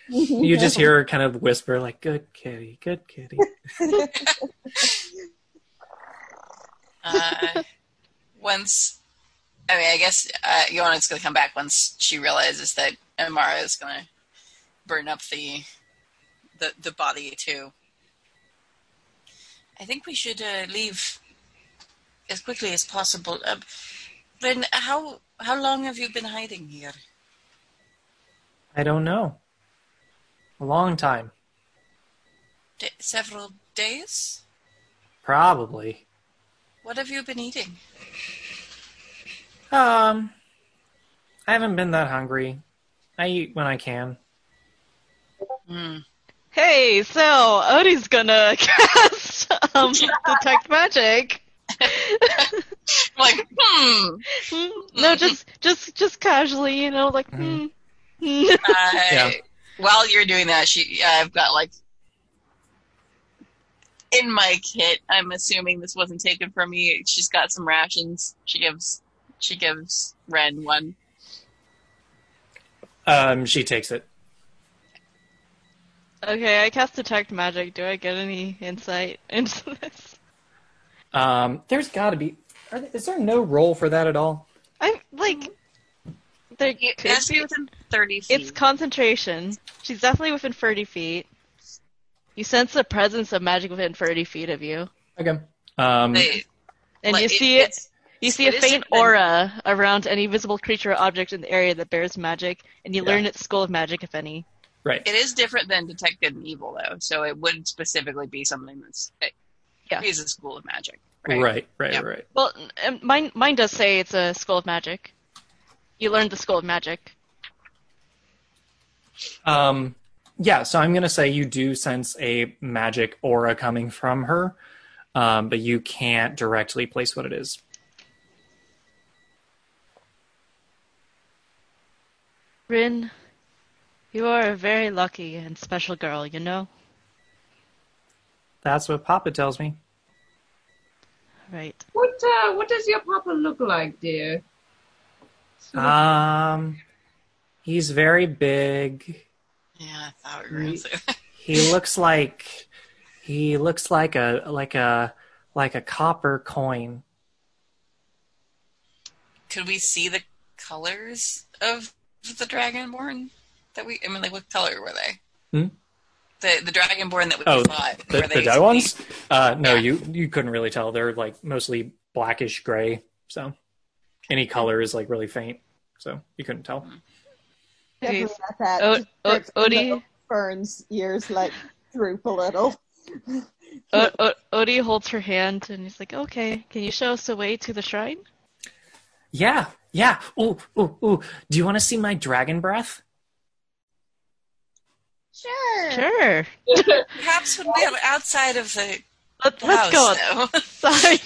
Speaker 1: You just hear her kind of whisper, like, good kitty, good kitty.
Speaker 3: Uh, once, I mean, I guess uh, Iona's going to come back once she realizes that Amara is going to burn up the, the the body too. I think we should uh, leave as quickly as possible. Uh, Ren, how how long have you been hiding here?
Speaker 1: I don't know. A long time,
Speaker 3: D- several days.
Speaker 1: probably.
Speaker 3: What have you been eating?
Speaker 1: Um, I haven't been that hungry. I eat when I can.
Speaker 3: Hmm.
Speaker 4: Hey, so Odie's gonna cast um, detect magic.
Speaker 3: Like, hmm.
Speaker 4: Hmm, no, just just just casually, you know, like hmm. hmm.
Speaker 3: Uh,
Speaker 1: Yeah.
Speaker 3: While you're doing that, she, I've got like in my kit. I'm assuming this wasn't taken from me. She's got some rations. She gives she gives Ren one.
Speaker 1: Um, she takes it.
Speaker 4: okay, I cast detect magic. Do I get any insight into this?
Speaker 1: Um, there's got to be. Are, there- is there no role for that at all?
Speaker 4: I'm like, there
Speaker 3: It
Speaker 4: could
Speaker 3: has to
Speaker 4: be-
Speaker 3: be within thirty feet.
Speaker 4: It's concentration. She's definitely within thirty feet. You sense the presence of magic within thirty feet of you,
Speaker 1: Okay. Um,
Speaker 3: They-
Speaker 4: and
Speaker 3: like,
Speaker 4: you see it.
Speaker 3: it's-
Speaker 4: You see
Speaker 3: It
Speaker 4: a
Speaker 3: is
Speaker 4: faint
Speaker 3: within-
Speaker 4: aura around any visible creature or object in the area that bears magic, and you
Speaker 1: Yeah.
Speaker 4: learn its school of magic, if any.
Speaker 1: right.
Speaker 3: It is different than detect good and evil, though. So it would specifically be something that's it
Speaker 4: Yeah.
Speaker 3: is a school of magic,
Speaker 1: Right.
Speaker 3: right?
Speaker 1: Right. Right.
Speaker 3: Yeah.
Speaker 4: Well, um, mine mine does say it's a school of magic. You learned the school of magic.
Speaker 1: Um, yeah. So I'm gonna say you do sense a magic aura coming from her, um, but you can't directly place what it is.
Speaker 4: Rin, you are a very lucky and special girl. You know,
Speaker 1: That's what Papa tells me.
Speaker 4: right?
Speaker 5: What uh, what does your papa look like, dear?
Speaker 1: Um, he's very big.
Speaker 3: Yeah, I thought we were gonna say that.
Speaker 1: He looks like he looks like a like a like a copper coin.
Speaker 3: could we see the colors of the dragonborn that we i mean like what color were they
Speaker 1: Hmm?
Speaker 3: the the dragonborn that we
Speaker 1: Oh,
Speaker 3: fought
Speaker 1: The,
Speaker 3: were
Speaker 1: the
Speaker 3: they
Speaker 1: dead ones? Uh, no,
Speaker 3: Yeah.
Speaker 1: you you couldn't really tell. They're like mostly blackish gray. So any color is like really faint. So you couldn't tell.
Speaker 2: Definitely
Speaker 4: Jeez.
Speaker 2: not that.
Speaker 4: O-
Speaker 2: Just
Speaker 4: O-
Speaker 2: drips in the
Speaker 4: Odie?
Speaker 2: middle, Burns ears like droop a little.
Speaker 4: O- o- Odie holds her hand and he's like, "Okay, can you show us the way to the shrine?"
Speaker 1: Yeah, yeah. Ooh, ooh, ooh. Do you want to see my dragon breath?
Speaker 2: Sure.
Speaker 4: Sure.
Speaker 3: perhaps when we are outside of the
Speaker 4: Let,
Speaker 3: the
Speaker 4: let's go
Speaker 3: house, though.
Speaker 4: outside.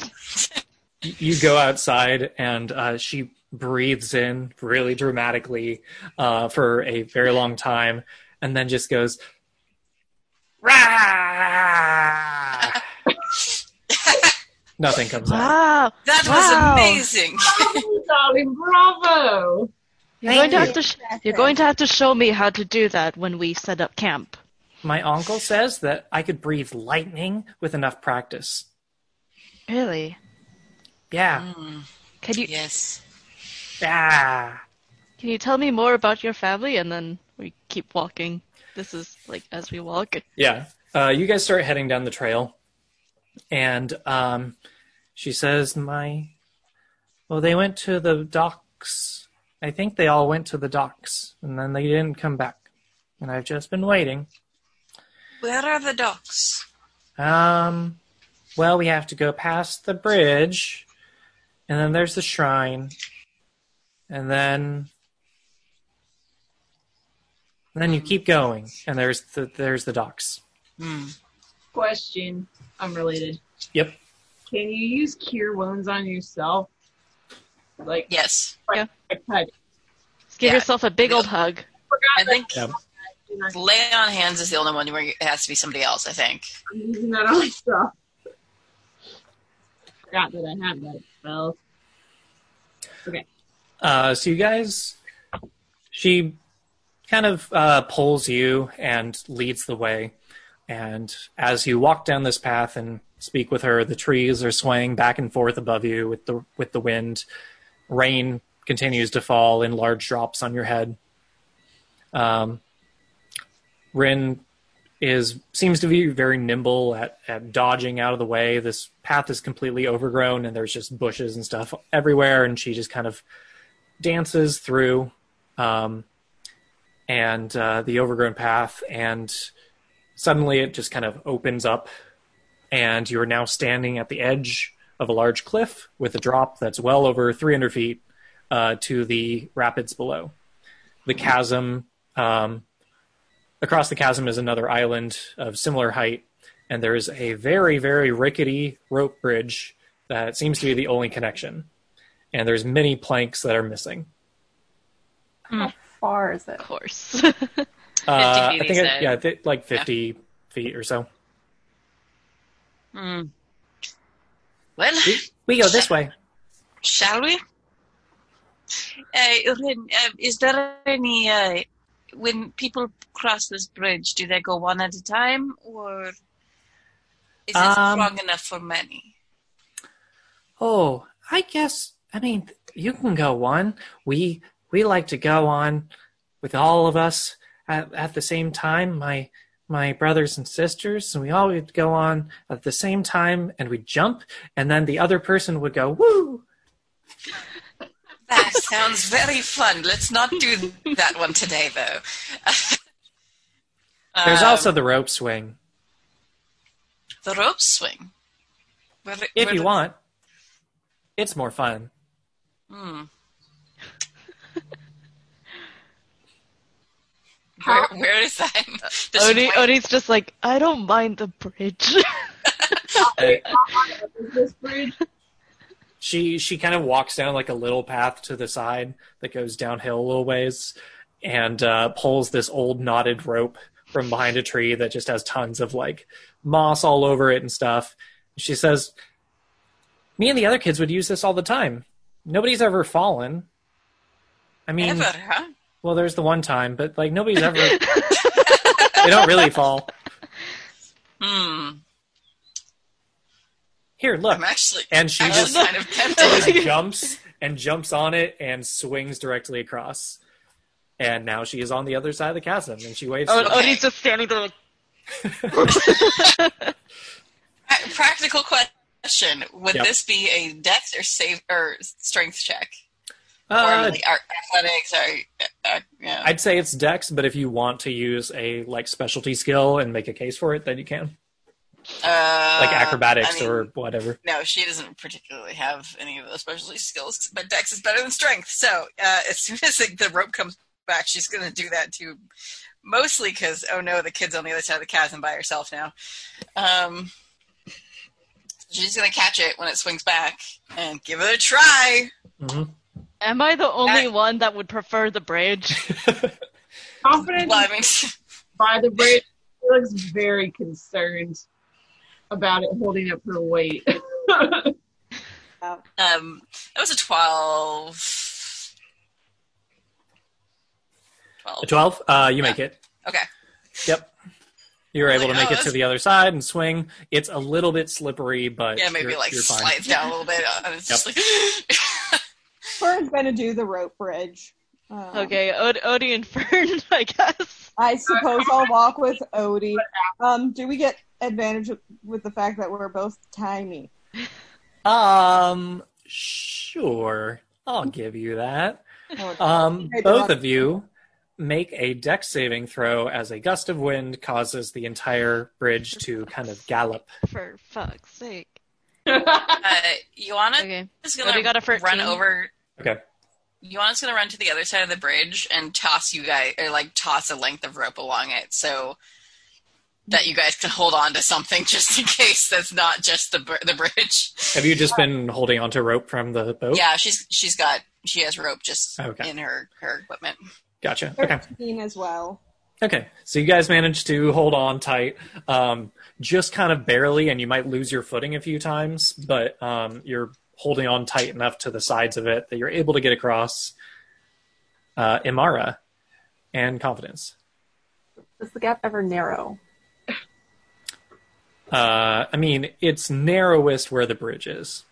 Speaker 1: Y- You go outside and uh, she breathes in really dramatically uh, for a very long time and then just goes, Rah! Nothing comes out.
Speaker 4: Wow,
Speaker 3: that
Speaker 4: Wow.
Speaker 3: was amazing
Speaker 5: Bravo, Oh, darling, bravo!
Speaker 4: you're
Speaker 1: Thank
Speaker 4: going to
Speaker 1: you.
Speaker 4: have to sh- you're going to have to show me how to do that when we set up camp.
Speaker 1: My uncle says that I could breathe lightning with enough practice.
Speaker 4: Really?
Speaker 1: Yeah.
Speaker 4: Can you
Speaker 3: yes
Speaker 1: Ah.
Speaker 4: Can you tell me more about your family? And then we keep walking. This is like as we walk.
Speaker 1: Yeah. Uh, you guys start heading down the trail. And um, she says, My. Well, they went to the docks. I think they all went to the docks. And then they didn't come back. And I've just been waiting.
Speaker 3: where are the docks
Speaker 1: Um, well, we have to go past the bridge, and then there's the shrine, and then and then you keep going, and there's the there's the docks.
Speaker 3: hmm.
Speaker 5: Question, unrelated.
Speaker 1: Yep.
Speaker 5: Can you use cure wounds on yourself? Like
Speaker 3: yes
Speaker 5: I cut.
Speaker 4: Just give
Speaker 3: Yeah.
Speaker 4: yourself a big old hug.
Speaker 3: i
Speaker 5: Forgot
Speaker 3: think
Speaker 1: Yeah.
Speaker 5: that
Speaker 3: lay on hands is the only one where it has to be somebody else i think
Speaker 5: I'm using that on myself. Forgot that I have that spell.
Speaker 1: Uh, so you guys, she kind of uh, pulls you and leads the way. And as you walk down this path and speak with her, the trees are swaying back and forth above you with the with the wind. Rain continues to fall in large drops on your head. Um, Rin is seems to be very nimble at, at dodging out of the way. This path is completely overgrown and there's just bushes and stuff everywhere, and she just kind of dances through um, and uh, the overgrown path, and suddenly it just kind of opens up, and you are now standing at the edge of a large cliff with a drop that's well over 300 feet uh, to the rapids below. The chasm um, across the chasm is another island of similar height, and there is a very, very rickety rope bridge that seems to be the only connection. And there's many planks that are missing.
Speaker 6: How far is it?
Speaker 4: Of course.
Speaker 1: Uh,
Speaker 3: feet,
Speaker 1: I
Speaker 3: he
Speaker 1: think I,
Speaker 3: said.
Speaker 1: yeah, I think like 50 feet or so.
Speaker 3: Hmm. Well,
Speaker 1: We go this way.
Speaker 3: shall we? Uh, Rin, uh, is there any uh, when people cross this bridge? Do they go one at a time, or is it
Speaker 1: Um,
Speaker 3: strong enough for many?
Speaker 1: Oh, I guess I mean you can go on. We we like to go on with all of us at, at the same time. My my brothers and sisters, and we all would go on at the same time, and we'd jump, and then the other person would go woo.
Speaker 3: That sounds very fun. Let's not do that one today, though.
Speaker 1: There's
Speaker 3: Um,
Speaker 1: also the rope swing
Speaker 3: the rope swing. Where-
Speaker 1: if
Speaker 3: where
Speaker 1: you
Speaker 3: do-
Speaker 1: want. It's more fun.
Speaker 3: Hmm. Where,
Speaker 5: How-
Speaker 3: where is that? Does she
Speaker 4: Odie,
Speaker 3: point-
Speaker 4: Odie's just like, I don't mind the bridge.
Speaker 5: Is this bridge?
Speaker 1: she she kind of walks down like a little path to the side that goes downhill a little ways and uh, pulls this old knotted rope from behind a tree that just has tons of like moss all over it and stuff she says me and the other kids would use this all the time nobody's ever fallen i mean
Speaker 3: Ever, huh?
Speaker 1: well there's the one time but like nobody's ever they don't really fall
Speaker 3: Hmm.
Speaker 1: here look
Speaker 3: I'm actually,
Speaker 1: and she
Speaker 3: actually
Speaker 1: just
Speaker 3: kind of tempted.
Speaker 1: She jumps and jumps on it and swings directly across. And now she is on the other side of the chasm and she
Speaker 3: Oh,
Speaker 1: waves. to
Speaker 4: Od-
Speaker 1: you.
Speaker 4: Odie's oh, just standing there like,
Speaker 3: Pra- Uh, Practical question: Would
Speaker 1: Yep.
Speaker 3: this be a dex or save or strength check,
Speaker 1: Uh,
Speaker 3: or like ar- athletics? Or uh, yeah.
Speaker 1: I'd say it's dex, but if you want to use a like specialty skill and make a case for it, then you can.
Speaker 3: uh,
Speaker 1: Like acrobatics
Speaker 3: I mean,
Speaker 1: or whatever.
Speaker 3: No, she doesn't particularly have any of those specialty skills, but Dex is better than strength. So uh, as soon as like, the rope comes back, she's going to do that too. Mostly because, oh no, the kid's on the other side of the chasm by herself now. Um, she's going to catch it when it swings back and give it a try.
Speaker 1: hmm
Speaker 4: Am I the only
Speaker 3: That-
Speaker 4: one that would prefer the bridge?
Speaker 5: Confidence
Speaker 3: Well, I mean,
Speaker 5: by the bridge. She looks very concerned about it holding up her weight.
Speaker 3: um, that was a 12. 12.
Speaker 1: A 12? Uh, you make it.
Speaker 3: Okay.
Speaker 1: Yep. You're able
Speaker 3: Like,
Speaker 1: to make
Speaker 3: oh,
Speaker 1: it to
Speaker 3: that's-
Speaker 1: the other side and swing. It's a little bit slippery, but
Speaker 3: Yeah, maybe
Speaker 1: you're,
Speaker 3: like
Speaker 1: you're fine.
Speaker 3: slides down a little bit. And it's just like,
Speaker 2: Fern's gonna do the rope bridge. Um,
Speaker 4: okay, Od- Odie and Fern, I guess.
Speaker 2: I suppose I'll walk with Odie. Um, do we get advantage with the fact that we're both tiny?
Speaker 1: Um, sure. I'll give you that.
Speaker 2: Or-
Speaker 1: Um,
Speaker 2: Oh, Okay,
Speaker 1: both
Speaker 2: Doc.
Speaker 1: of you make a deck saving throw as a gust of wind causes the entire bridge to kind of gallop.
Speaker 4: For fuck's sake.
Speaker 3: uh, Ioana
Speaker 4: Okay.
Speaker 3: is gonna
Speaker 4: What, we got a
Speaker 3: run
Speaker 4: 13?
Speaker 3: over.
Speaker 1: Okay.
Speaker 3: Yuana's gonna run to the other side of the bridge and toss you guys, or like toss a length of rope along it, so that you guys can hold on to something just in case that's not just the br- the bridge.
Speaker 1: Have you
Speaker 2: Uh,
Speaker 1: just been holding onto rope from the boat?
Speaker 3: Yeah, she's she's got she has rope just
Speaker 1: Okay.
Speaker 3: in her her equipment.
Speaker 1: Gotcha. Okay.
Speaker 2: Thirteen as well.
Speaker 1: Okay. So you guys managed to hold on tight, um, just kind of barely, and you might lose your footing a few times, but um, you're holding on tight enough to the sides of it that you're able to get across. Uh, Imara, and confidence.
Speaker 6: Does the gap ever narrow?
Speaker 1: Uh, I mean, it's narrowest where the bridge is.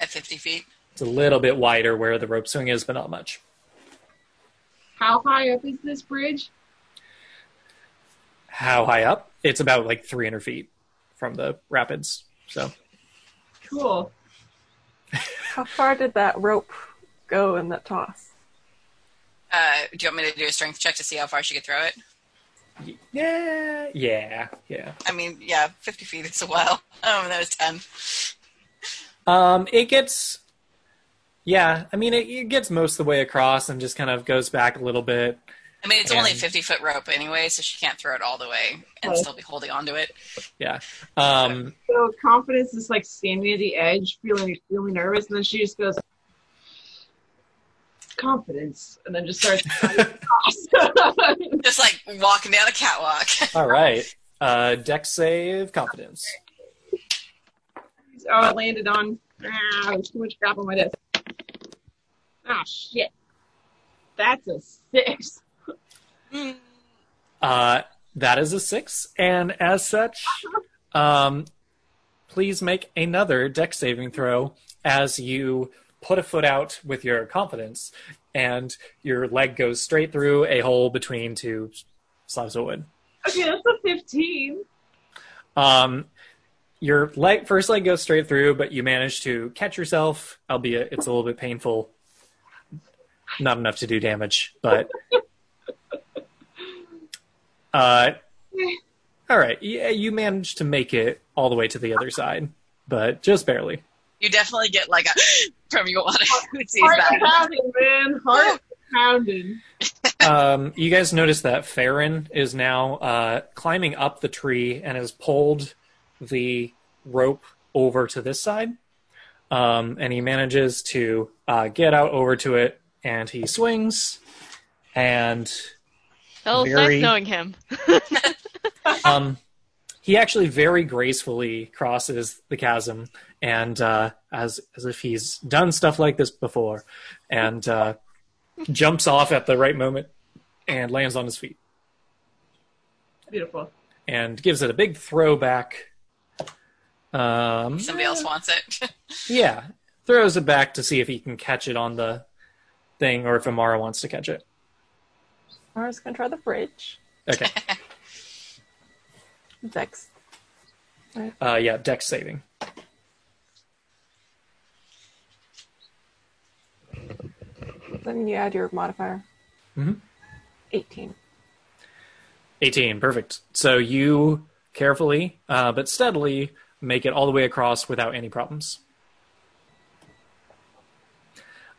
Speaker 3: at 50 feet.
Speaker 1: It's a little bit wider where the rope swing is, but not much.
Speaker 5: How high up is this bridge?
Speaker 1: How high up? It's about like 300 feet from the rapids. So
Speaker 5: Cool.
Speaker 6: How far did that rope go in that toss?
Speaker 3: Uh, do you want me to do a strength check to see how far she could throw it?
Speaker 1: yeah, yeah, yeah.
Speaker 3: I mean, yeah, 50 feet is a while. Um, that was 10.
Speaker 1: Um, it gets, yeah. I mean, it, it gets most of the way across and just kind of goes back a little bit.
Speaker 3: I mean, it's only a
Speaker 1: And- Oh.
Speaker 3: 50 foot rope anyway, so she can't throw it all the way and
Speaker 5: Right.
Speaker 3: still be holding onto it.
Speaker 1: Yeah. Um,
Speaker 5: So confidence is like standing at the edge, feeling feeling nervous, and then she just goes confidence, and then just starts.
Speaker 3: Just like walking down a catwalk.
Speaker 1: all right. Uh, deck save confidence.
Speaker 5: oh, it landed on. Ah, there's too much crap on my desk. Ah, shit. That's a six.
Speaker 1: Uh, that is a six, and as such, um, please make another deck saving throw as you put a foot out with your confidence, and your leg goes straight through a hole between two slabs of wood.
Speaker 5: Okay, that's a fifteen.
Speaker 1: Um, your leg, first leg goes straight through, but you manage to catch yourself, albeit it's a little bit painful. Not enough to do damage, but. Uh, all right, yeah, you manage to make it all the way to the other side, but just barely.
Speaker 3: You definitely get like a from your water. who sees
Speaker 5: Heart
Speaker 3: that.
Speaker 5: pounding, man. Heart pounding.
Speaker 1: Um, you guys notice that Farron is now uh, climbing up the tree and has pulled the rope over to this side. Um, and he manages to uh, get out over to it and he swings. And
Speaker 4: Well, it's
Speaker 1: Very-
Speaker 4: nice knowing him.
Speaker 1: um, he actually very gracefully crosses the chasm and uh, as, as if he's done stuff like this before and uh, jumps off at the right moment and lands on his feet.
Speaker 5: Beautiful.
Speaker 1: and gives it a big throwback. Um,
Speaker 3: Somebody else wants it.
Speaker 1: Yeah, throws it back to see if he can catch it on the thing or if Amara wants to catch it.
Speaker 6: I was gonna try the bridge.
Speaker 1: Okay,
Speaker 6: Dex.
Speaker 1: uh, yeah, dex saving.
Speaker 6: Then you add your modifier.
Speaker 1: Mhm.
Speaker 6: Eighteen.
Speaker 1: 18, perfect. So you carefully uh, but steadily make it all the way across without any problems.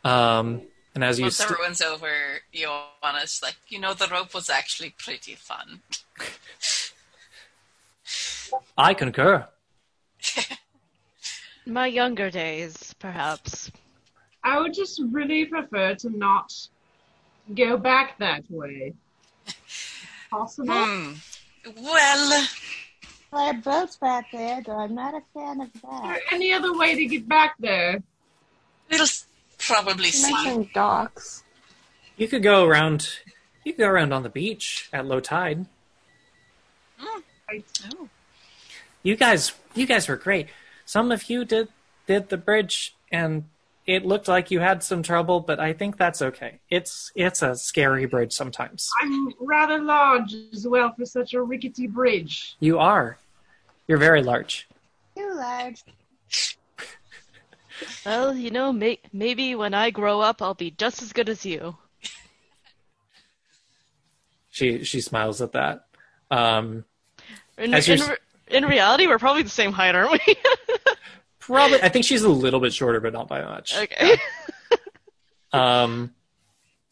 Speaker 1: Um, and as you
Speaker 3: Once
Speaker 1: st-
Speaker 3: everyone's over, Ioanna's like, you know, the rope was actually pretty fun.
Speaker 1: I concur.
Speaker 4: My younger days, perhaps.
Speaker 5: I would just really prefer to not go back that way. Possible?
Speaker 3: Hmm. Well,
Speaker 8: There are boats back there, though I'm not a fan of
Speaker 5: Is there
Speaker 8: that.
Speaker 5: any other way to get back there?
Speaker 3: we'll s- probably
Speaker 6: You
Speaker 3: see.
Speaker 6: mentioned docks.
Speaker 1: You could go around. You could go around on the beach at low tide.
Speaker 5: I-
Speaker 3: Oh.
Speaker 1: you guys you guys were great some of you did did the bridge and it looked like you had some trouble but i think that's okay it's it's a scary bridge sometimes
Speaker 5: I'm rather large as well for such a rickety bridge.
Speaker 1: you are you're very large
Speaker 8: Too large.
Speaker 4: Well, you know, may- maybe when I grow up, I'll be just as good as you.
Speaker 1: she she smiles at that um
Speaker 4: In,
Speaker 1: As
Speaker 4: in,
Speaker 1: you're-
Speaker 4: re- in reality, we're probably the same height, aren't we?
Speaker 1: probably i think she's a little bit shorter but not by much
Speaker 4: okay.
Speaker 1: Um,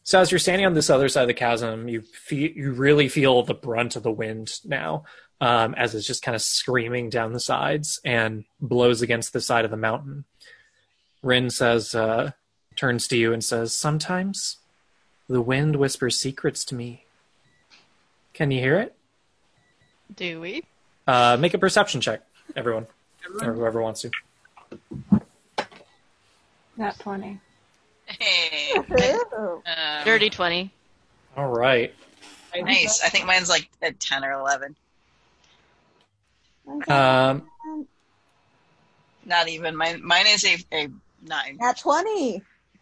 Speaker 1: so as you're standing on this other side of the chasm, you feel, you really feel the brunt of the wind now, um, as it's just kind of screaming down the sides and blows against the side of the mountain. Rin says, uh, turns to you and says, "Sometimes the wind whispers secrets to me. Can you hear it?
Speaker 4: Do we?
Speaker 1: Uh, make a perception check, everyone, or
Speaker 5: Everyone-
Speaker 1: whoever wants to.
Speaker 6: Not twenty.
Speaker 3: Hey.
Speaker 8: Ooh.
Speaker 3: Um,
Speaker 4: Dirty 20.
Speaker 1: All right.
Speaker 3: Nice. I think mine's like at 10 or 11.
Speaker 4: Uh,
Speaker 1: Um,
Speaker 3: Not even. Mine, mine is a, a 9.
Speaker 8: Nat 20.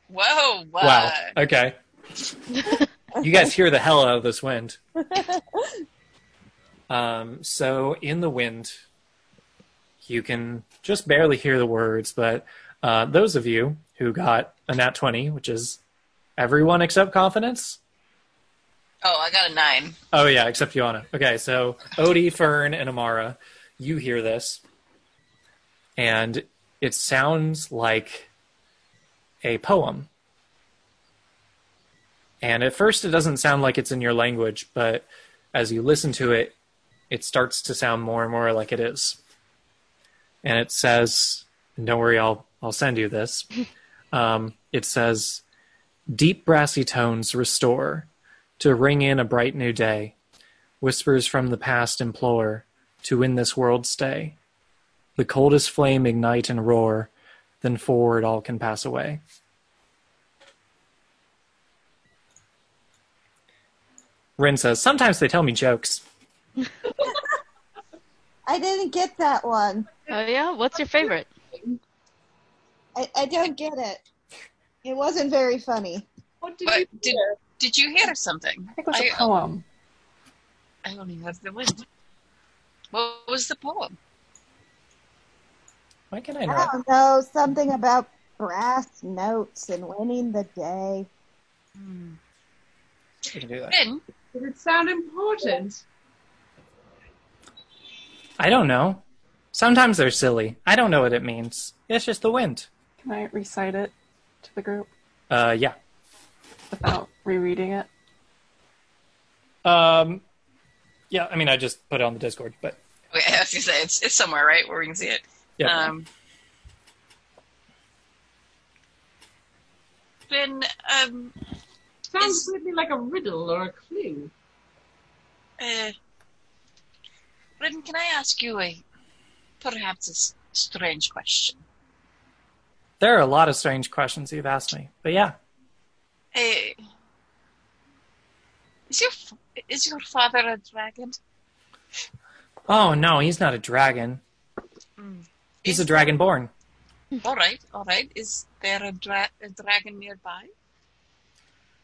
Speaker 3: Whoa. Wow.
Speaker 1: wow. Okay. you guys hear the hell out of this wind. Um, so in the wind, you can just barely hear the words, but uh, those of you who got a nat 20, which is everyone except confidence.
Speaker 3: Oh, I got a 9.
Speaker 1: Oh, yeah, except Joanna. Okay, so Odie, Fern, and Amara, you hear this. And it sounds like a poem. And at first, it doesn't sound like it's in your language, but as you listen to it, it starts to sound more and more like it is. And it says, and "Don't worry, I'll I'll send you this." Um, it says, "Deep brassy tones restore to ring in a bright new day. Whispers from the past implore to in this world stay. The coldest flame ignite and roar, then forward all can pass away." Rin says, sometimes they tell me jokes.
Speaker 8: I didn't get that one.
Speaker 4: Oh yeah, what's your favorite?
Speaker 8: I, I don't get it. It wasn't very funny.
Speaker 5: What did
Speaker 3: But
Speaker 5: you
Speaker 3: did,
Speaker 5: hear?
Speaker 3: did you hear something?
Speaker 6: I think it was a
Speaker 3: I-
Speaker 6: poem.
Speaker 3: I don't even have the wind. What was the poem?
Speaker 1: Why can I
Speaker 8: I
Speaker 1: not?
Speaker 8: don't know. Something about brass notes and winning the day.
Speaker 1: I can do that.
Speaker 3: Finn,
Speaker 5: Did it sound important?
Speaker 1: I don't know. Sometimes they're silly. I don't know what it means. It's just the wind.
Speaker 6: Can I recite it to the group
Speaker 1: Uh, yeah.
Speaker 6: without rereading it?
Speaker 1: Um, yeah. I mean, I just put it on the Discord, but
Speaker 3: wait, I was gonna say it's it's somewhere right where we can see it.
Speaker 1: yeah.
Speaker 3: Um, Finn, um,
Speaker 5: Sounds weirdly like a riddle or a clue.
Speaker 3: uh, Rin, can I ask you a perhaps a s- strange question?
Speaker 1: there are a lot of strange questions you've asked me, but yeah.
Speaker 3: Uh, is your f- is your father a dragon?
Speaker 1: Oh no, he's not a dragon. He's a dragonborn.
Speaker 3: All right, all right. Is there a, dra- a dragon nearby?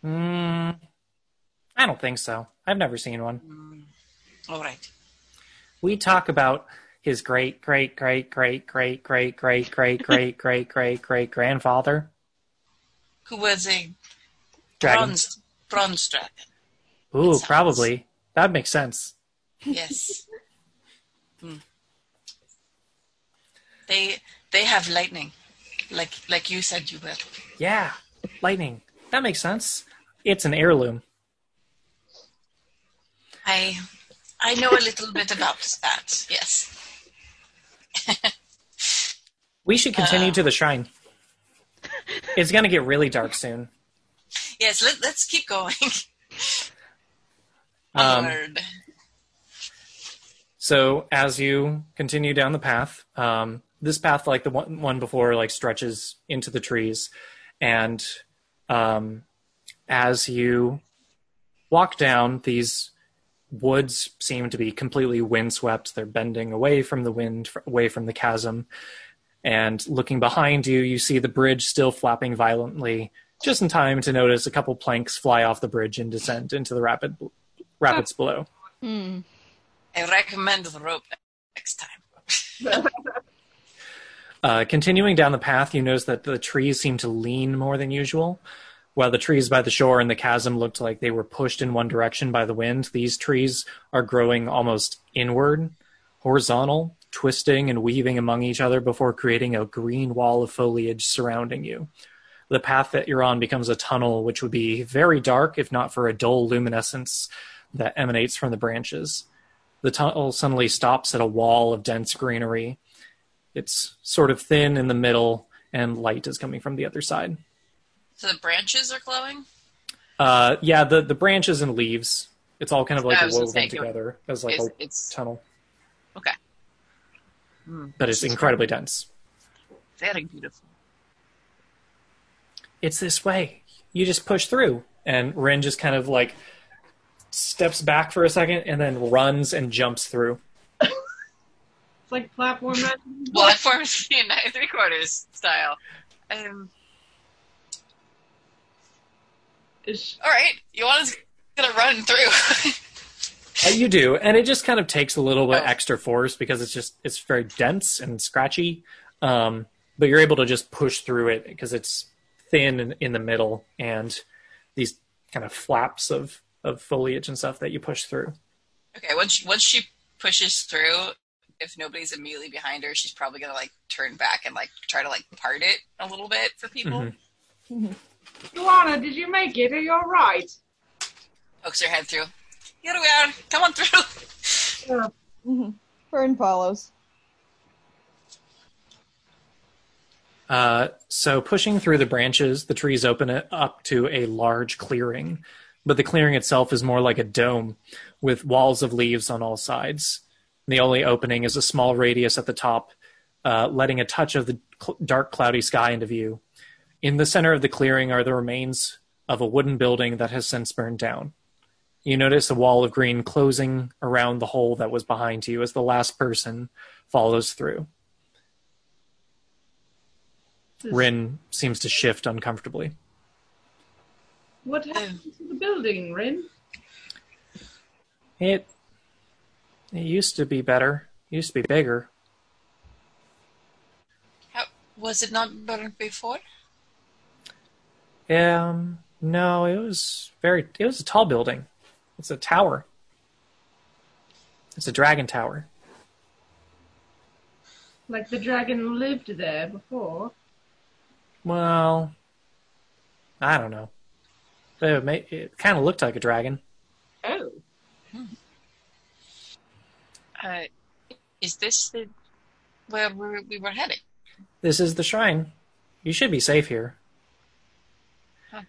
Speaker 1: Mm, I don't think so. I've never seen one.
Speaker 3: All right.
Speaker 1: we talk about his great great great great great great great great great great great great grandfather
Speaker 3: Who was a
Speaker 1: dragon
Speaker 3: bronze bronze dragon?
Speaker 1: ooh
Speaker 3: sounds-
Speaker 1: probably that makes sense
Speaker 3: Yes. Hmm. They they have lightning, like like you said you will.
Speaker 1: yeah lightning that makes sense it's an heirloom
Speaker 3: I I know a little bit about that. Yes.
Speaker 1: we should continue to the shrine it's going to get really dark soon
Speaker 3: Yes. Let, let's keep going.
Speaker 1: um,
Speaker 3: Onward.
Speaker 1: So as you continue down the path, um, this path, like the one, one before, like stretches into the trees, and um, as you walk down, these woods seem to be completely windswept. They're bending away from the wind, f- away from the chasm, and looking behind you, you see the bridge still flapping violently. Just in time to notice a couple planks fly off the bridge and descend into the rapid rapids below.
Speaker 4: Hmm.
Speaker 3: I recommend the rope next time.
Speaker 1: Uh, continuing down the path, you notice that the trees seem to lean more than usual. While the trees by the shore and the chasm looked like they were pushed in one direction by the wind, these trees are growing almost inward, horizontal, twisting and weaving among each other before creating a green wall of foliage surrounding you. The path that you're on becomes a tunnel, which would be very dark if not for a dull luminescence that emanates from the branches. The tunnel suddenly stops at a wall of dense greenery it's sort of thin in the middle and light is coming from the other side
Speaker 3: So the branches are glowing.
Speaker 1: uh yeah the the branches and leaves it's all kind of like
Speaker 3: I was gonna
Speaker 1: woven
Speaker 3: say,
Speaker 1: together as like
Speaker 3: It's,
Speaker 1: a
Speaker 3: it's
Speaker 1: tunnel
Speaker 3: okay.
Speaker 1: but it's incredibly dense
Speaker 3: Very beautiful.
Speaker 1: it's this way you just push through and ren just kind of like steps back for a second, and then runs and jumps through.
Speaker 5: It's like platform magic.
Speaker 3: Platform in nine three quarters style. Um,
Speaker 5: Is-
Speaker 3: all right, Ioana's gonna run through.
Speaker 1: Uh, You do, and it just kind of takes a little bit
Speaker 3: Oh.
Speaker 1: extra force because it's just it's very dense and scratchy. Um, but you're able to just push through it because it's thin in, in the middle and these kind of flaps of of foliage and stuff that you push through.
Speaker 3: okay, once she, once she pushes through, if nobody's immediately behind her, she's probably gonna like turn back and like try to like part it a little bit for people.
Speaker 1: Mhm.
Speaker 5: Alana, did you make it? Are you all right?
Speaker 3: Pokes her head through. Get away, Ioana. come on through.
Speaker 2: Mhm. Fern follows.
Speaker 1: Uh, so pushing through the branches, the trees open it up to a large clearing, but the clearing itself is more like a dome with walls of leaves on all sides. The only opening is a small radius at the top, uh, letting a touch of the cl- dark, cloudy sky into view. In the center of the clearing are the remains of a wooden building that has since burned down. You notice a wall of green closing around the hole that was behind you as the last person follows through. Rin seems to shift uncomfortably.
Speaker 5: What happened to the building, Rin?
Speaker 1: It it used to be better. It used to be bigger.
Speaker 3: How, was it not burned before?
Speaker 1: Um no, it was very it was a tall building. It's a tower. It's a dragon tower.
Speaker 5: Like the dragon lived there before.
Speaker 1: Well, I don't know. It, ma- it kind of looked like a dragon.
Speaker 5: Oh,
Speaker 3: Uh, is this the where we we were heading?
Speaker 1: This is the shrine. You should be safe here.
Speaker 3: Huh.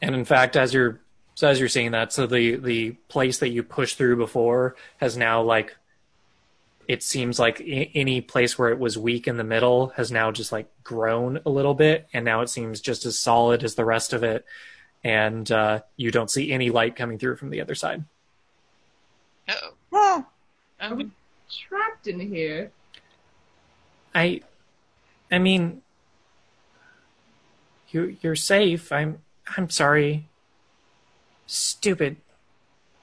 Speaker 1: And in fact, as you're so as you're seeing that, so the the place that you pushed through before has now like it seems like I- any place where it was weak in the middle has now just like grown a little bit, and now it seems just as solid as the rest of it. And uh, you don't see any light coming through from the other side.
Speaker 3: Uh-oh.
Speaker 8: Huh.
Speaker 3: Um,
Speaker 5: trapped in here.
Speaker 1: I, I mean, you you're safe. I'm I'm sorry. Stupid,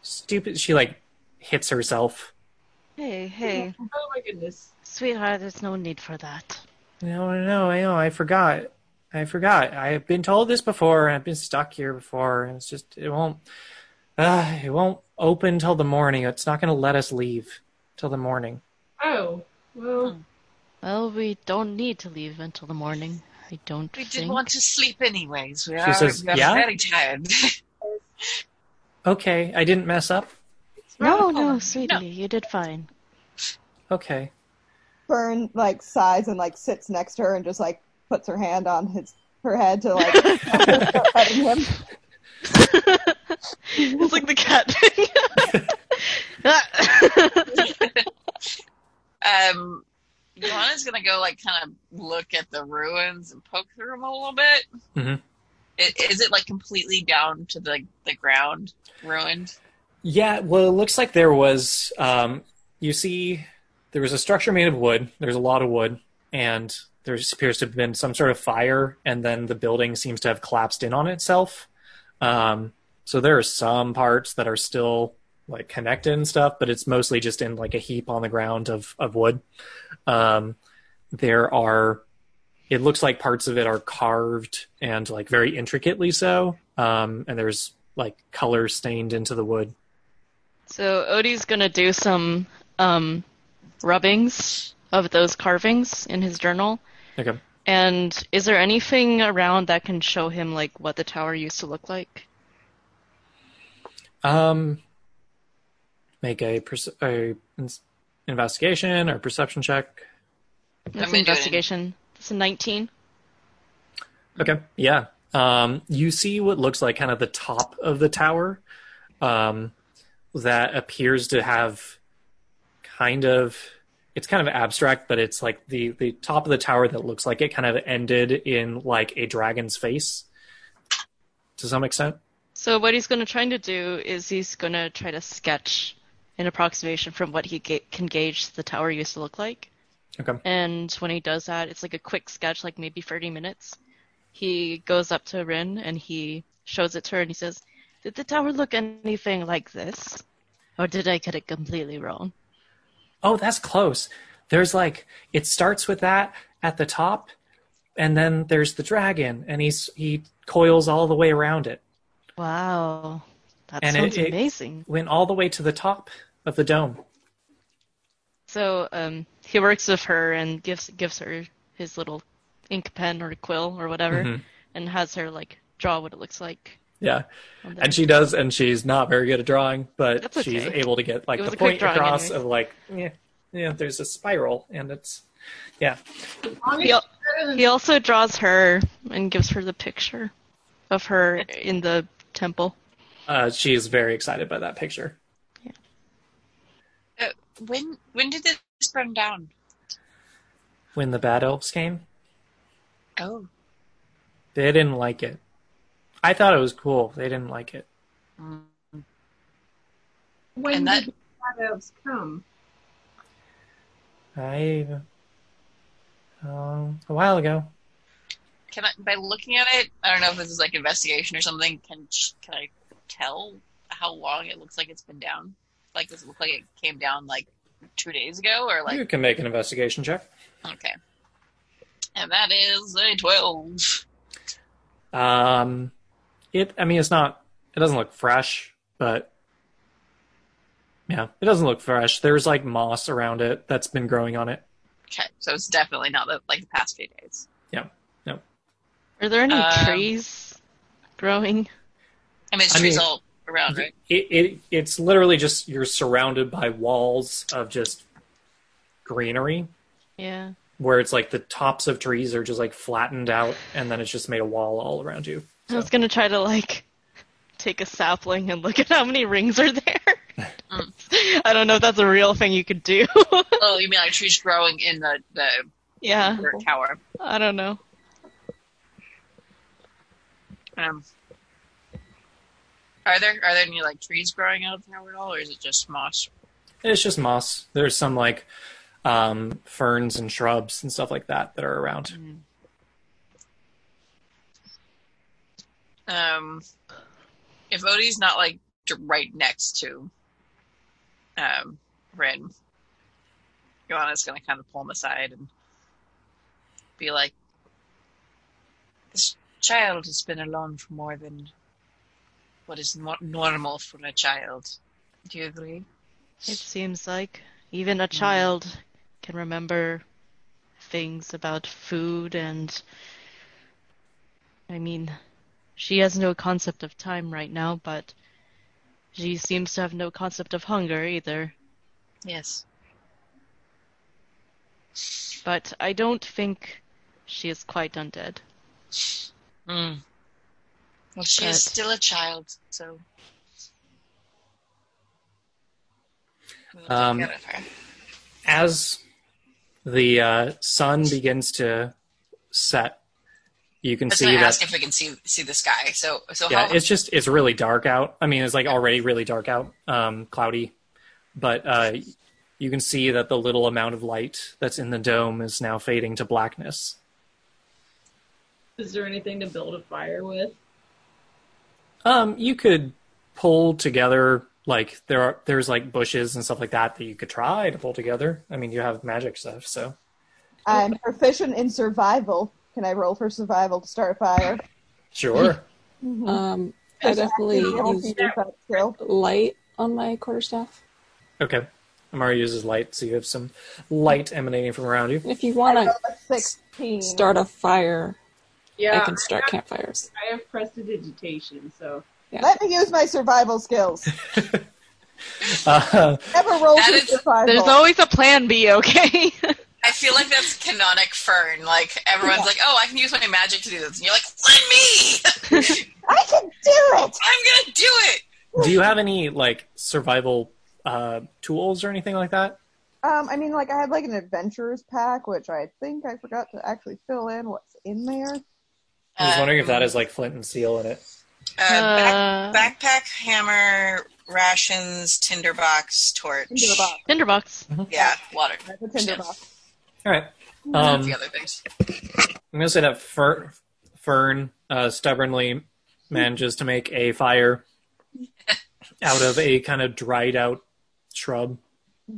Speaker 1: stupid. She like hits herself.
Speaker 4: Hey, hey,
Speaker 5: Oh my goodness.
Speaker 4: sweetheart, there's no need for that.
Speaker 1: No, no, no. I know. I forgot. I forgot. I've been told this before, and I've been stuck here before, and it's just it won't. Uh, it won't open till the morning. It's not going to let us leave till the morning.
Speaker 5: Oh, well,
Speaker 4: Well, we don't need to leave until the morning. I don't
Speaker 3: we did
Speaker 4: think.
Speaker 3: want to sleep anyways. We
Speaker 1: She
Speaker 3: are,
Speaker 1: says,
Speaker 3: we are
Speaker 1: "Yeah?"
Speaker 3: very tired.
Speaker 1: Okay, I didn't mess up.
Speaker 4: No, no, sweetie, you did fine.
Speaker 1: Okay.
Speaker 2: Fern like sighs and like sits next to her and just like puts her hand on his her head to like start petting him.
Speaker 4: it's like the cat thing. Ah.
Speaker 3: um, Johanna's gonna go like kind of look at the ruins and poke through them a little bit.
Speaker 1: Mhm.
Speaker 3: I- is it like completely down to the the ground, ruined?
Speaker 1: Yeah, well, it looks like there was. Um, you see, there was a structure made of wood. There's a lot of wood, and there appears to have been some sort of fire, and then the building seems to have collapsed in on itself. Um, so there are some parts that are still like connected and stuff, but it's mostly just in like a heap on the ground of of wood. Um, there are. It looks like parts of it are carved and like very intricately so. Um, and there's like color stained into the wood.
Speaker 4: so Odie's gonna do some um, rubbings of those carvings in his journal.
Speaker 1: Okay.
Speaker 4: And is there anything around that can show him like what the tower used to look like?
Speaker 1: Um, make a, perce- a ins- investigation or perception check.
Speaker 4: That's
Speaker 3: gonna do it.
Speaker 4: investigation. That's a 19.
Speaker 1: Okay. Yeah. Um, you see what looks like kind of the top of the tower um, that appears to have kind of it's kind of abstract but it's like the the top of the tower that looks like it kind of ended in like a dragon's face to some extent
Speaker 4: So what he's going to try to do is he's going to try to sketch an approximation from what he ga- can gauge the tower used to look like.
Speaker 1: Okay.
Speaker 4: And when he does that, it's like a quick sketch, like maybe 30 minutes. He goes up to Rin and he shows it to her and he says, Did the tower look anything like this? Or did I get it completely wrong?
Speaker 1: Oh, that's close. There's like it starts with that at the top, and then there's the dragon, and he's he coils all the way around it.
Speaker 4: Wow. That
Speaker 1: And it-
Speaker 4: sounds
Speaker 1: it-
Speaker 4: amazing.
Speaker 1: Went all the way to the top of the dome.
Speaker 4: So um, he works with her and gives gives her his little ink pen or quill or whatever,
Speaker 1: Mhm.
Speaker 4: and has her like draw what it looks like.
Speaker 1: Yeah.
Speaker 4: on there.
Speaker 1: And she does, and she's not very good at drawing, but
Speaker 4: That's okay.
Speaker 1: she's able to get like
Speaker 4: It was
Speaker 1: the
Speaker 4: a quick
Speaker 1: point
Speaker 4: drawing
Speaker 1: across
Speaker 4: anyway.
Speaker 1: of like, yeah, yeah, there's a spiral, and it's yeah.
Speaker 5: As long as
Speaker 4: He, al-
Speaker 5: it's better than
Speaker 4: he also draws her and gives her the picture of her in the temple.
Speaker 1: Uh, she is very excited by that picture.
Speaker 3: Uh, when when did this burn down?
Speaker 1: When the bad elves came,
Speaker 3: Oh,
Speaker 1: they didn't like it. I thought it was cool. They didn't like it.
Speaker 5: when
Speaker 3: Hmm. and that-
Speaker 5: the bad elves come.
Speaker 1: I um, a while ago.
Speaker 3: can I by looking at it? I don't know if this is like investigation or something. Can can I tell how long it looks like it's been down? Like does it look like it came down like two days ago or like
Speaker 1: you can make an investigation check.
Speaker 3: okay? And that is a twelve.
Speaker 1: Um, it. I mean, it's not. It doesn't look fresh, but yeah, it doesn't look fresh. There's like moss around it that's been growing on it.
Speaker 3: Okay, so it's definitely not the, like the past few days.
Speaker 4: Are there any
Speaker 3: Um,
Speaker 4: trees growing?
Speaker 3: I mean, it's
Speaker 1: I
Speaker 3: trees
Speaker 1: mean-
Speaker 3: all around, right?
Speaker 1: It, it. It's literally just you're surrounded by walls of just greenery,
Speaker 4: Yeah.
Speaker 1: where it's like the tops of trees are just like flattened out, and then it's just made a wall all around you.
Speaker 4: I was gonna try to like take a sapling and look at how many rings are there. I don't know if that's a real thing you could do.
Speaker 3: Oh, you mean like trees growing in the the
Speaker 1: Uh-huh.
Speaker 4: yeah.
Speaker 3: the tower?
Speaker 4: I don't know.
Speaker 3: Um, are there are there any like trees growing out of the tower at all, or is it just moss?
Speaker 1: It's just moss. There's some like um, ferns and shrubs and stuff like that that are around.
Speaker 3: Um, if Odie's not like d- right next to um Rin, Joanna's gonna kind of pull him aside and be like, "This child has been alone for more than what is nor- normal for a child. Do you agree?"
Speaker 4: It seems like even a child can remember things about food and I mean she has no concept of time right now, but she seems to have no concept of hunger either.
Speaker 3: Yes.
Speaker 4: But I don't think she is quite undead.
Speaker 3: Mm. Well, she is
Speaker 4: But-
Speaker 3: still a child, so. We'll take
Speaker 1: Um,
Speaker 3: care of her.
Speaker 1: as the uh, sun begins to set, you can
Speaker 3: I was
Speaker 1: see
Speaker 3: going to
Speaker 1: that.
Speaker 3: ask if we can see see the sky. So, so
Speaker 1: yeah,
Speaker 3: how?
Speaker 1: it's just it's really dark out. I mean, it's like already really dark out, um, cloudy, but uh, you can see that the little amount of light that's in the dome is now fading to blackness.
Speaker 5: Is there anything to build a fire with?
Speaker 1: Um, you could pull together like there are there's like bushes and stuff like that that you could try to pull together. I mean, you have magic stuff, so
Speaker 2: I'm proficient in survival. Can I roll for survival to start a fire?
Speaker 1: sure.
Speaker 6: Um, I definitely
Speaker 2: Roll
Speaker 6: use
Speaker 2: for that skill.
Speaker 6: light on my quarterstaff.
Speaker 1: Okay. Amari uses light, so you have some light emanating from around you.
Speaker 6: If you
Speaker 2: I
Speaker 6: want
Speaker 2: rolled
Speaker 6: to
Speaker 2: a 16.
Speaker 6: start a fire,
Speaker 5: Yeah,
Speaker 6: I can start campfires.
Speaker 5: I have prestidigitation, so
Speaker 2: Let me use my survival skills.
Speaker 1: Uh,
Speaker 2: Never roll
Speaker 3: That
Speaker 2: for
Speaker 3: is-
Speaker 2: survival.
Speaker 4: There's always a plan B, okay?
Speaker 3: I feel like that's canonic Fern. Like everyone's like, "Oh, I can use my magic to do this," and you're like, "Let me!
Speaker 2: I can do it.
Speaker 3: I'm gonna do it."
Speaker 1: do you have any like survival uh, tools or anything like that?
Speaker 2: Um, I mean, like I had like an adventurer's pack, which I think I forgot to actually fill in what's in there.
Speaker 1: I was wondering if that
Speaker 3: Um,
Speaker 1: has like flint and steel in it.
Speaker 3: Uh, back, backpack, hammer, rations, tinderbox, torch.
Speaker 2: Tinderbox.
Speaker 4: Tinderbox.
Speaker 3: Yeah, water.
Speaker 2: That's a tinderbox.
Speaker 1: All right.
Speaker 3: None of
Speaker 1: Um,
Speaker 3: the other things.
Speaker 1: I'm going to say that Fern, Fern uh, stubbornly manages to make a fire out of a kind of dried out shrub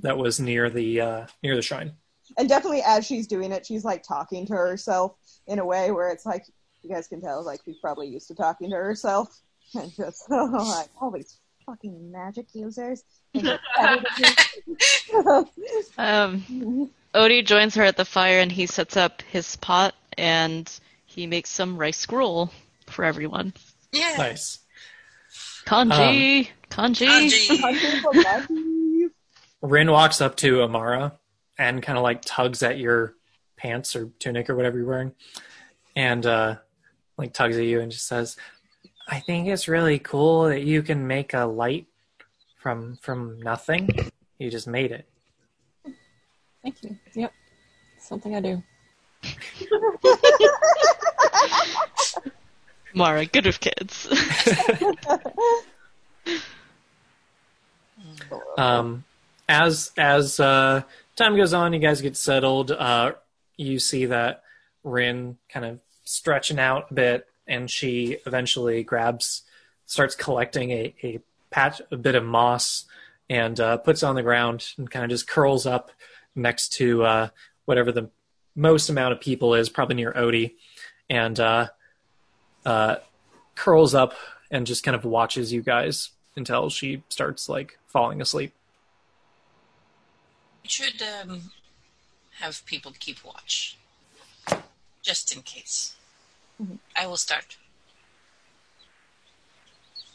Speaker 1: that was near the uh, near the shrine.
Speaker 2: And definitely, as she's doing it, she's like talking to herself in a way where it's like you guys can tell, like she's probably used to talking to herself, and just like all these fucking magic users.
Speaker 4: Um, Odie joins her at the fire and he sets up his pot and he makes some rice gruel for everyone.
Speaker 3: Yeah.
Speaker 1: Nice.
Speaker 4: Kanji, kanji.
Speaker 3: Kanji.
Speaker 2: Hunting for magic.
Speaker 1: Rin walks up to Amara and kind of like tugs at your pants or tunic or whatever you're wearing, and uh, like tugs at you and just says, "I think it's really cool that you can make a light from from nothing. You just made it."
Speaker 6: Thank you. Yep. Something I do.
Speaker 4: Mara, good with kids.
Speaker 1: um, as as uh, time goes on, you guys get settled. Uh, you see that Rin kind of stretching out a bit, and she eventually grabs, starts collecting a, a patch, a bit of moss, and uh, puts it on the ground and kind of just curls up next to uh, whatever the most amount of people is, probably near Odie, and uh, uh, curls up and just kind of watches you guys until she starts like falling asleep.
Speaker 3: We should um, have people keep watch, just in case.
Speaker 1: Mm-hmm.
Speaker 3: I will start.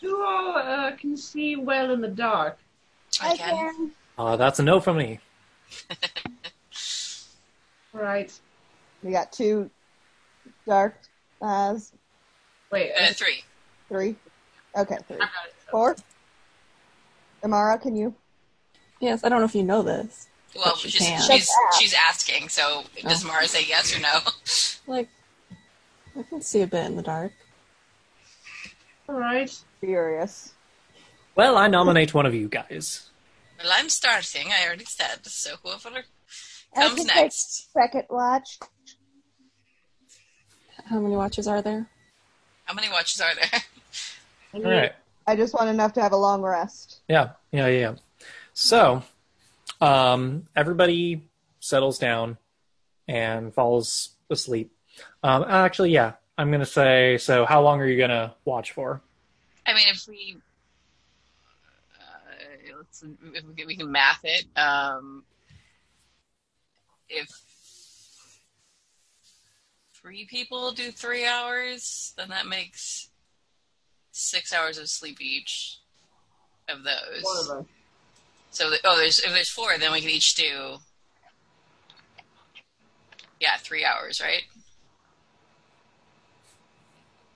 Speaker 5: Who all uh, can see well in the dark?
Speaker 3: I can.
Speaker 1: Uh, that's a no from me.
Speaker 5: Right.
Speaker 2: We got two dark eyes,
Speaker 5: Wait.
Speaker 3: Uh, three.
Speaker 2: three. Okay, three.
Speaker 5: I got it.
Speaker 2: Four. Amara, can you?
Speaker 6: Yes, I don't know if you know this.
Speaker 3: Well,
Speaker 6: But she
Speaker 3: she's,
Speaker 6: can't.
Speaker 3: she's she's asking. So does Mara say yes or no?
Speaker 6: Like, I can see a bit in the dark.
Speaker 5: All right.
Speaker 2: Furious.
Speaker 1: Well, I nominate one of you guys.
Speaker 3: Well, I'm starting. I already said. So whoever
Speaker 8: I
Speaker 3: comes
Speaker 8: can take-
Speaker 3: next.
Speaker 8: Second watch.
Speaker 6: How many watches are there?
Speaker 3: How many watches are there?
Speaker 5: I
Speaker 1: All right.
Speaker 2: I just want enough to have a long rest.
Speaker 1: Yeah. Yeah. Yeah. yeah. So, um, everybody settles down and falls asleep. Um, actually, yeah. I'm gonna say. So, how long are you gonna watch for?
Speaker 3: I mean, if we uh, let's, if we, can- we can math it, um, if three people do three hours, then that makes six hours of sleep each of those.
Speaker 5: Four of us.
Speaker 3: So, the, oh, there's if there's four, then we can each do yeah, three hours, right?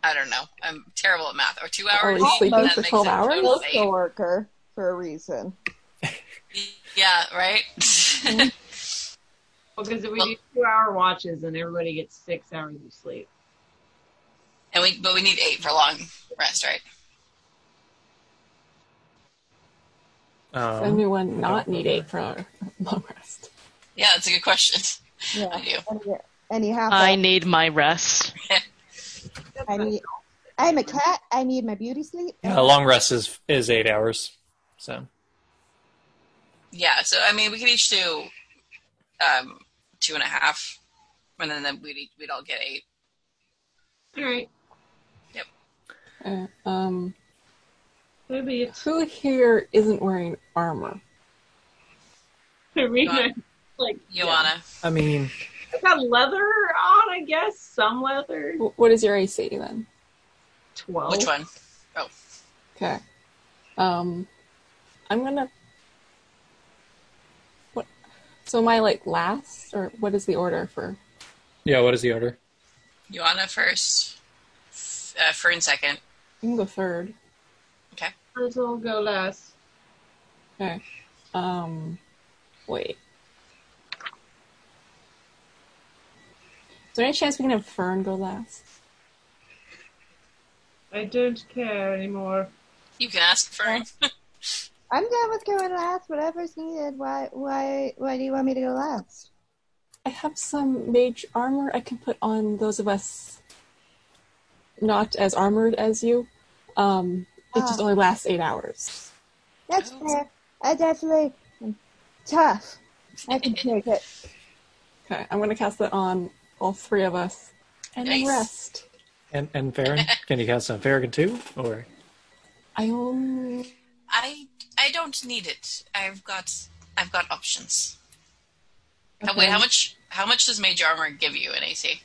Speaker 3: I don't know. I'm terrible at math. Or two hours?
Speaker 6: Oh, you
Speaker 3: each?
Speaker 6: sleeping
Speaker 3: That
Speaker 6: for
Speaker 3: makes
Speaker 6: 12
Speaker 3: it
Speaker 6: hours?
Speaker 3: total eight.
Speaker 2: Social worker for a reason.
Speaker 3: Yeah, right.
Speaker 5: Well, because if we do two-hour watches, then everybody gets six hours of sleep.
Speaker 3: and we but we need eight for long rest, right?
Speaker 6: Does
Speaker 1: Um,
Speaker 6: anyone not need eight for a long rest?
Speaker 3: Yeah, that's a good question. I
Speaker 2: Yeah.
Speaker 3: do.
Speaker 2: Any, any half
Speaker 4: I need my rest.
Speaker 2: I need. I'm a cat. I need my beauty sleep.
Speaker 1: yeah, a long rest is is eight hours. So,
Speaker 3: Yeah, so I mean, we could each do um, two and a half, and then, then we'd each- we'd all get eight.
Speaker 5: All right.
Speaker 6: Uh, um,
Speaker 5: Maybe it's
Speaker 6: who here isn't wearing armor?
Speaker 5: Serena. Like
Speaker 3: Joanna,
Speaker 1: I mean,
Speaker 5: I got leather on, I guess. Some leather.
Speaker 6: Wh- What is your AC then?
Speaker 5: Twelve.
Speaker 3: which
Speaker 6: Oh.
Speaker 3: one?
Speaker 6: Okay. Um, I'm gonna. What? So am I like last, or what is the order for?
Speaker 1: yeah. What is the order?
Speaker 3: Joanna first, uh, Fern second.
Speaker 6: You can go third.
Speaker 5: This will go last.
Speaker 6: Okay. Um, wait. Is there any chance we can have Fern go last?
Speaker 5: I don't care anymore.
Speaker 3: You can ask Fern.
Speaker 8: I'm down with going last. Whatever's needed. Why? Why? Why do you want me to go last?
Speaker 6: I have some mage armor I can put on those of us not as armored as you. Um, it just
Speaker 8: Ah.
Speaker 6: only lasts eight hours.
Speaker 8: That's fair. I definitely am tough. I can take it.
Speaker 6: Okay, I'm gonna cast that on all three of us and then
Speaker 3: Nice.
Speaker 6: rest.
Speaker 1: And and Farron, can you cast on Farragon too? Or
Speaker 6: I only
Speaker 3: I I don't need it. I've got I've got options. How- Uh, Wait,
Speaker 6: Okay.
Speaker 3: how much how much does Mage Armor give you in AC?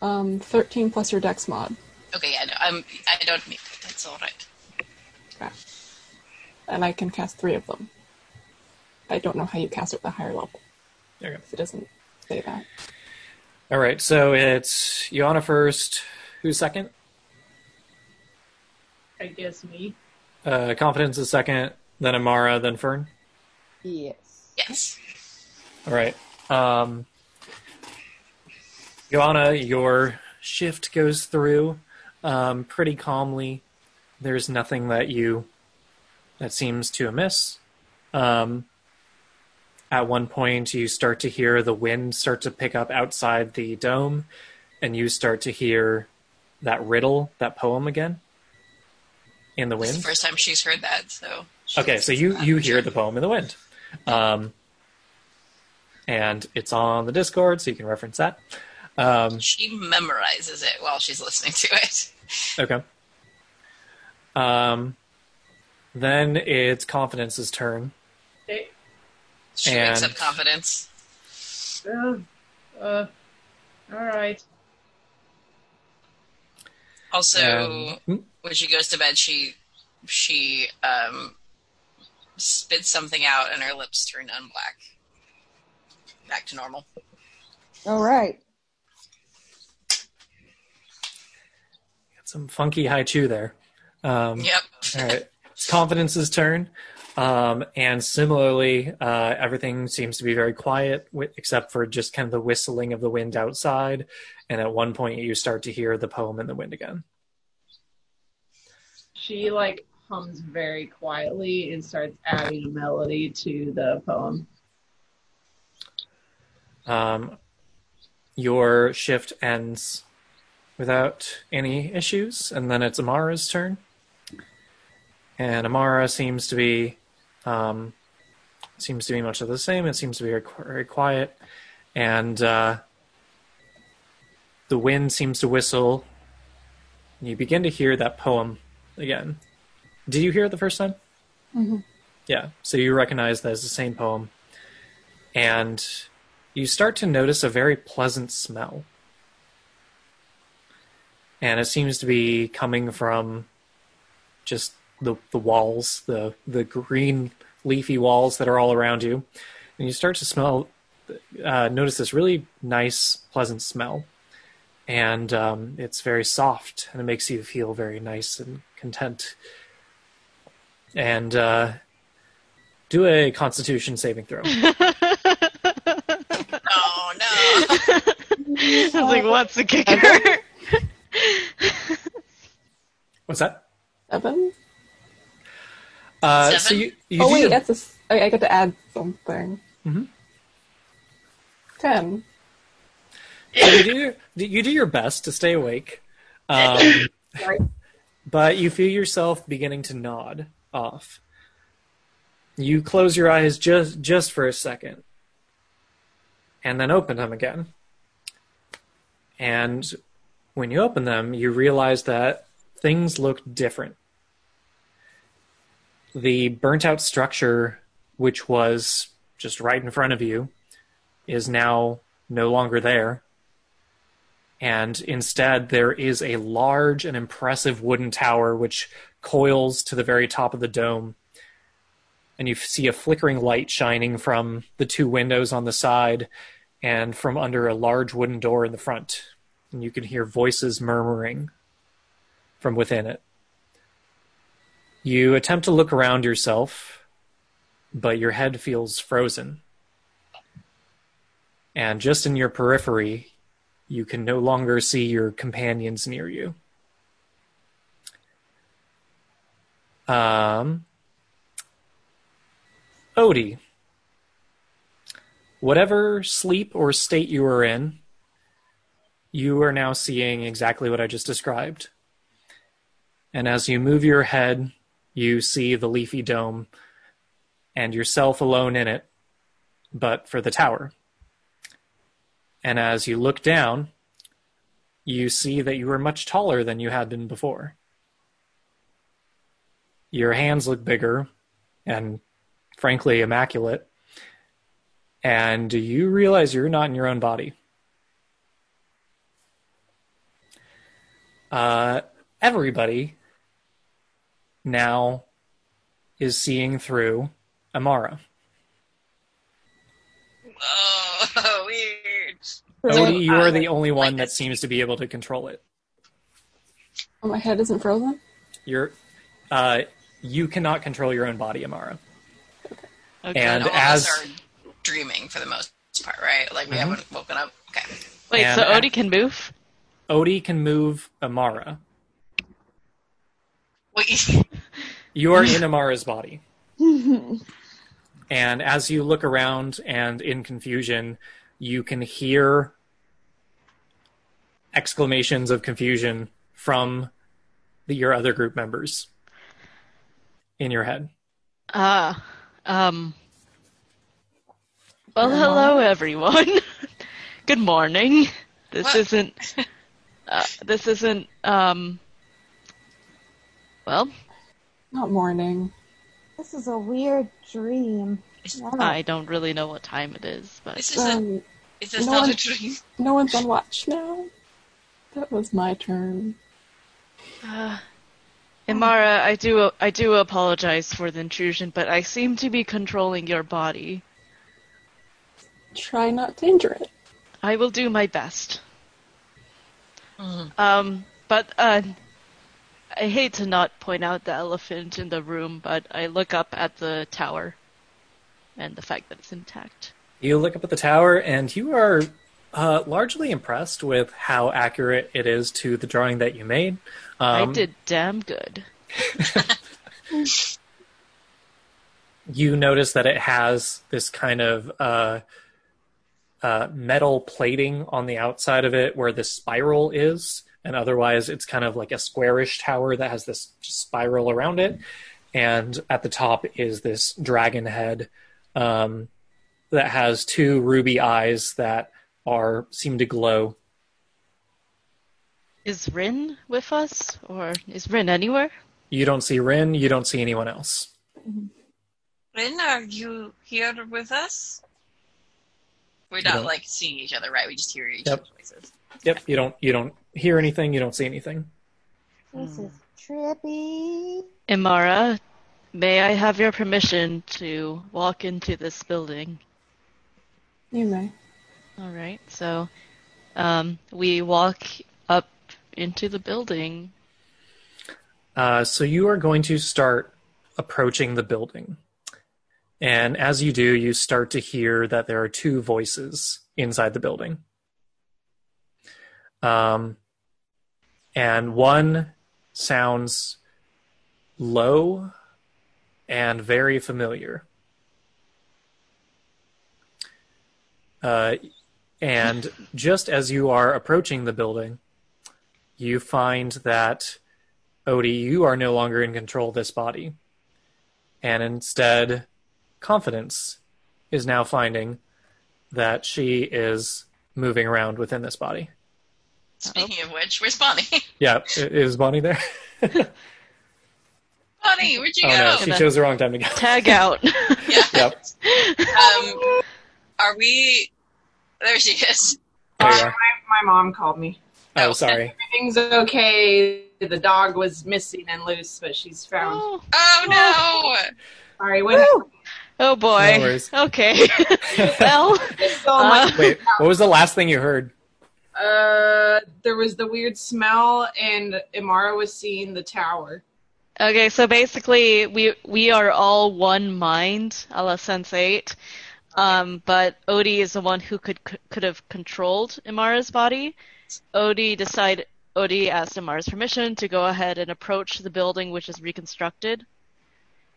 Speaker 6: um thirteen plus your dex mod.
Speaker 3: Okay, yeah, no, I'm I don't need it. That's all right.
Speaker 6: Okay. And I can cast three of them. I don't know how you cast it at the higher level.
Speaker 1: there you go.
Speaker 6: It doesn't say that.
Speaker 1: All right, so it's Yana first. Who's second?
Speaker 5: I guess me.
Speaker 1: Uh, Confidence is second. Then Amara. Then Fern.
Speaker 2: Yes.
Speaker 3: Yes.
Speaker 1: All right. Um, Joanna, your shift goes through um, pretty calmly. There's nothing that you that seems to amiss. Um, at one point, you start to hear the wind start to pick up outside the dome, and you start to hear that riddle, that poem again, in the
Speaker 3: This is the
Speaker 1: wind.
Speaker 3: first time she's heard that, so
Speaker 1: Okay, so you you hear the poem in the wind, um, and it's on the Discord, so you can reference that. Um,
Speaker 3: she memorizes it while she's listening to it.
Speaker 1: okay. Um, then it's Confidence's turn.
Speaker 5: Hey,
Speaker 3: She wakes
Speaker 1: And-
Speaker 3: up confidence.
Speaker 5: uh, uh, all right.
Speaker 3: Also,
Speaker 1: Um,
Speaker 3: when she goes to bed, she she um, spits something out, and her lips turn unblack. Back to normal.
Speaker 2: All right.
Speaker 1: some funky high chew there. Um,
Speaker 3: Yep.
Speaker 1: All right. It's confidence's turn. Um, and similarly, uh, everything seems to be very quiet, wi- except for just kind of the whistling of the wind outside. And at one point, you start to hear the poem in the wind again.
Speaker 5: She like hums very quietly and starts adding a melody to the poem.
Speaker 1: Um, your shift ends without any issues, and then it's Amara's turn. And Amara seems to be um, seems to be much of the same. It seems to be very, qu- very quiet, and uh, the wind seems to whistle. And you begin to hear that poem again. Did you hear it the first time?
Speaker 6: Mhm.
Speaker 1: Yeah, so you recognize that it's the same poem, and you start to notice a very pleasant smell. And it seems to be coming from just the, the walls, the, the green leafy walls that are all around you. And you start to smell, uh, notice this really nice, pleasant smell. And um, it's very soft and it makes you feel very nice and content. And uh, do a constitution saving throw.
Speaker 3: Oh no!
Speaker 4: I was like, what's the kicker?
Speaker 1: What's that?
Speaker 6: Seven?
Speaker 1: Uh, so
Speaker 3: Seven?
Speaker 1: you, you
Speaker 6: Oh
Speaker 1: do
Speaker 6: wait,
Speaker 1: the-
Speaker 6: that's a s I I get to add something.
Speaker 1: Mhm.
Speaker 6: Ten.
Speaker 1: So you do your, you do your best to stay awake, um,
Speaker 5: Right.
Speaker 1: but you feel yourself beginning to nod off. You close your eyes just just for a second, and then open them again. And when you open them, you realize that things look different. The burnt out structure, which was just right in front of you, is now no longer there and instead there is a large and impressive wooden tower which coils to the very top of the dome and you f- see a flickering light shining from the two windows on the side and from under a large wooden door in the front and you can hear voices murmuring from within it you attempt to look around yourself but your head feels frozen and just in your periphery you can no longer see your companions near you. Um, Odie, whatever sleep or state you are in, you are now seeing exactly what I just described. And as you move your head, you see the leafy dome and yourself alone in it, but for the tower. And as you look down, you see that you are much taller than you had been before. Your hands look bigger and, frankly, immaculate. And you realize you're not in your own body. Uh, everybody now is seeing through Amara.
Speaker 3: Oh, weird.
Speaker 1: Odie, you
Speaker 3: I
Speaker 1: are
Speaker 3: like-
Speaker 1: the only one that
Speaker 3: this.
Speaker 1: seems to be able to control it.
Speaker 6: Oh, my head isn't frozen?
Speaker 1: You're, uh, you cannot control your own body, Amara.
Speaker 4: Okay. Oh,
Speaker 1: And
Speaker 3: all
Speaker 1: as Mm-hmm.
Speaker 3: of us are dreaming for the most part, right? Like we haven't woken up. Okay.
Speaker 4: Wait, so
Speaker 1: and-
Speaker 4: Odie can move?
Speaker 1: Odie can move Amara,
Speaker 3: Wait.
Speaker 1: you are in Amara's body. and as you look around and in confusion, you can hear exclamations of confusion from the, your other group members in your head.
Speaker 4: Ah. um. Well, hello everyone. Good morning. This
Speaker 3: What?
Speaker 4: is isn't. Uh, this isn't. Um. Well,
Speaker 6: Not morning.
Speaker 8: This is a weird dream.
Speaker 4: I don't really know what time it is, but
Speaker 3: This is a,
Speaker 6: Um,
Speaker 3: it's a
Speaker 6: no
Speaker 3: not
Speaker 6: one-
Speaker 3: a dream.
Speaker 6: no one's on watch now? That was my turn.
Speaker 4: Imara, I do I do apologize for the intrusion, but I seem to be controlling your body.
Speaker 6: Try not to injure it.
Speaker 4: I will do my best. Um, but uh, I hate to not point out the elephant in the room, but I look up at the tower and the fact that it's intact.
Speaker 1: You look up at the tower and you are uh, largely impressed with how accurate it is to the drawing that you made. Um,
Speaker 4: I did damn good.
Speaker 1: you notice that it has this kind of uh, uh, metal plating on the outside of it where the spiral is, and otherwise it's kind of like a squarish tower that has this spiral around it. And at the top is this dragon head um, that has two ruby eyes that are seem to glow.
Speaker 4: Is Rin with us, or is Rin anywhere?
Speaker 1: You don't see Rin, you don't see anyone else.
Speaker 3: Rin, are you here with us? We're
Speaker 1: You
Speaker 3: not
Speaker 1: don't-
Speaker 3: like seeing each other, right? We just hear each
Speaker 1: Yep.
Speaker 3: other's voices.
Speaker 1: Yep, you don't you don't hear anything, you don't see anything.
Speaker 8: This is trippy.
Speaker 4: Imara, may I have your permission to walk into this building?
Speaker 6: You may.
Speaker 4: All right, so um, we walk up into the building.
Speaker 1: Uh, so you are going to start approaching the building. And as you do, you start to hear that there are two voices inside the building. Um, and one sounds low and very familiar. Uh, and just as you are approaching the building, you find that Odie, you are no longer in control of this body. And instead, confidence is now finding that she is moving around within this body.
Speaker 3: Speaking of which, where's Bonnie?
Speaker 1: Yeah, i- is Bonnie there?
Speaker 3: Bonnie, where'd
Speaker 1: Oh
Speaker 3: you
Speaker 1: no,
Speaker 3: go?
Speaker 1: she chose the wrong time to go.
Speaker 4: Tag out.
Speaker 3: Yeah.
Speaker 1: Yep,
Speaker 3: Um, are we? There she is.
Speaker 1: there you
Speaker 5: Uh,
Speaker 1: are.
Speaker 5: my, my mom called me.
Speaker 1: Oh, sorry.
Speaker 5: Everything's okay. The dog was missing and loose, but she's found.
Speaker 4: oh,
Speaker 3: Oh no!
Speaker 5: Sorry, what happened?
Speaker 4: oh
Speaker 1: No
Speaker 4: boy.
Speaker 1: worries.
Speaker 4: okay. well,
Speaker 5: It's all my-
Speaker 4: uh,
Speaker 1: Wait, what was the last thing you heard?
Speaker 5: Uh, there was the weird smell, and Imara was seeing the tower.
Speaker 4: okay. So basically, we we are all one mind, a la Sense Eight. Um, but Odie is the one who could could have controlled Imara's body. Odie decided. Odie asked Imara's permission to go ahead and approach the building, which is reconstructed.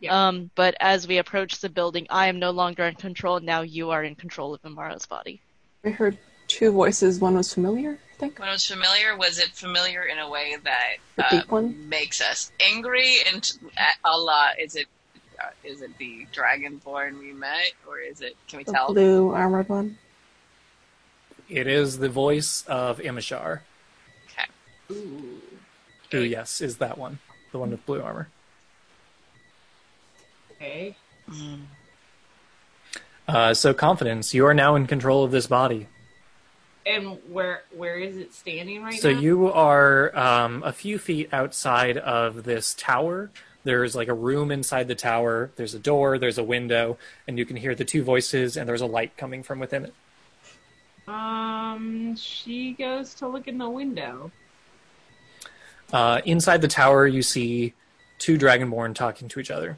Speaker 5: Yeah.
Speaker 4: Um, but as we approach the building, I am no longer in control. Now you are in control of Amara's body.
Speaker 6: I heard two voices. One was familiar, I think.
Speaker 3: When it was familiar, was it familiar in a way that
Speaker 6: The
Speaker 3: uh,
Speaker 6: deep one.
Speaker 3: makes us angry? And uh, Allah, is it uh, is it the dragonborn we met, or is it? Can we
Speaker 6: The
Speaker 3: tell?
Speaker 6: blue armored one.
Speaker 1: It is the voice of Imishar,
Speaker 3: Okay.
Speaker 5: Ooh.
Speaker 1: who, yes, is that one, the one with blue armor.
Speaker 5: Okay.
Speaker 1: Mm. Uh, so, confidence, you are now in control of this body.
Speaker 5: And where where is it standing right
Speaker 1: so
Speaker 5: now?
Speaker 1: you are um, a few feet outside of this tower there's like a room inside the tower there's a door there's a window and you can hear the two voices and there's a light coming from within it
Speaker 5: Um, she goes to look in the window.
Speaker 1: uh, inside the tower you see two dragonborn talking to each other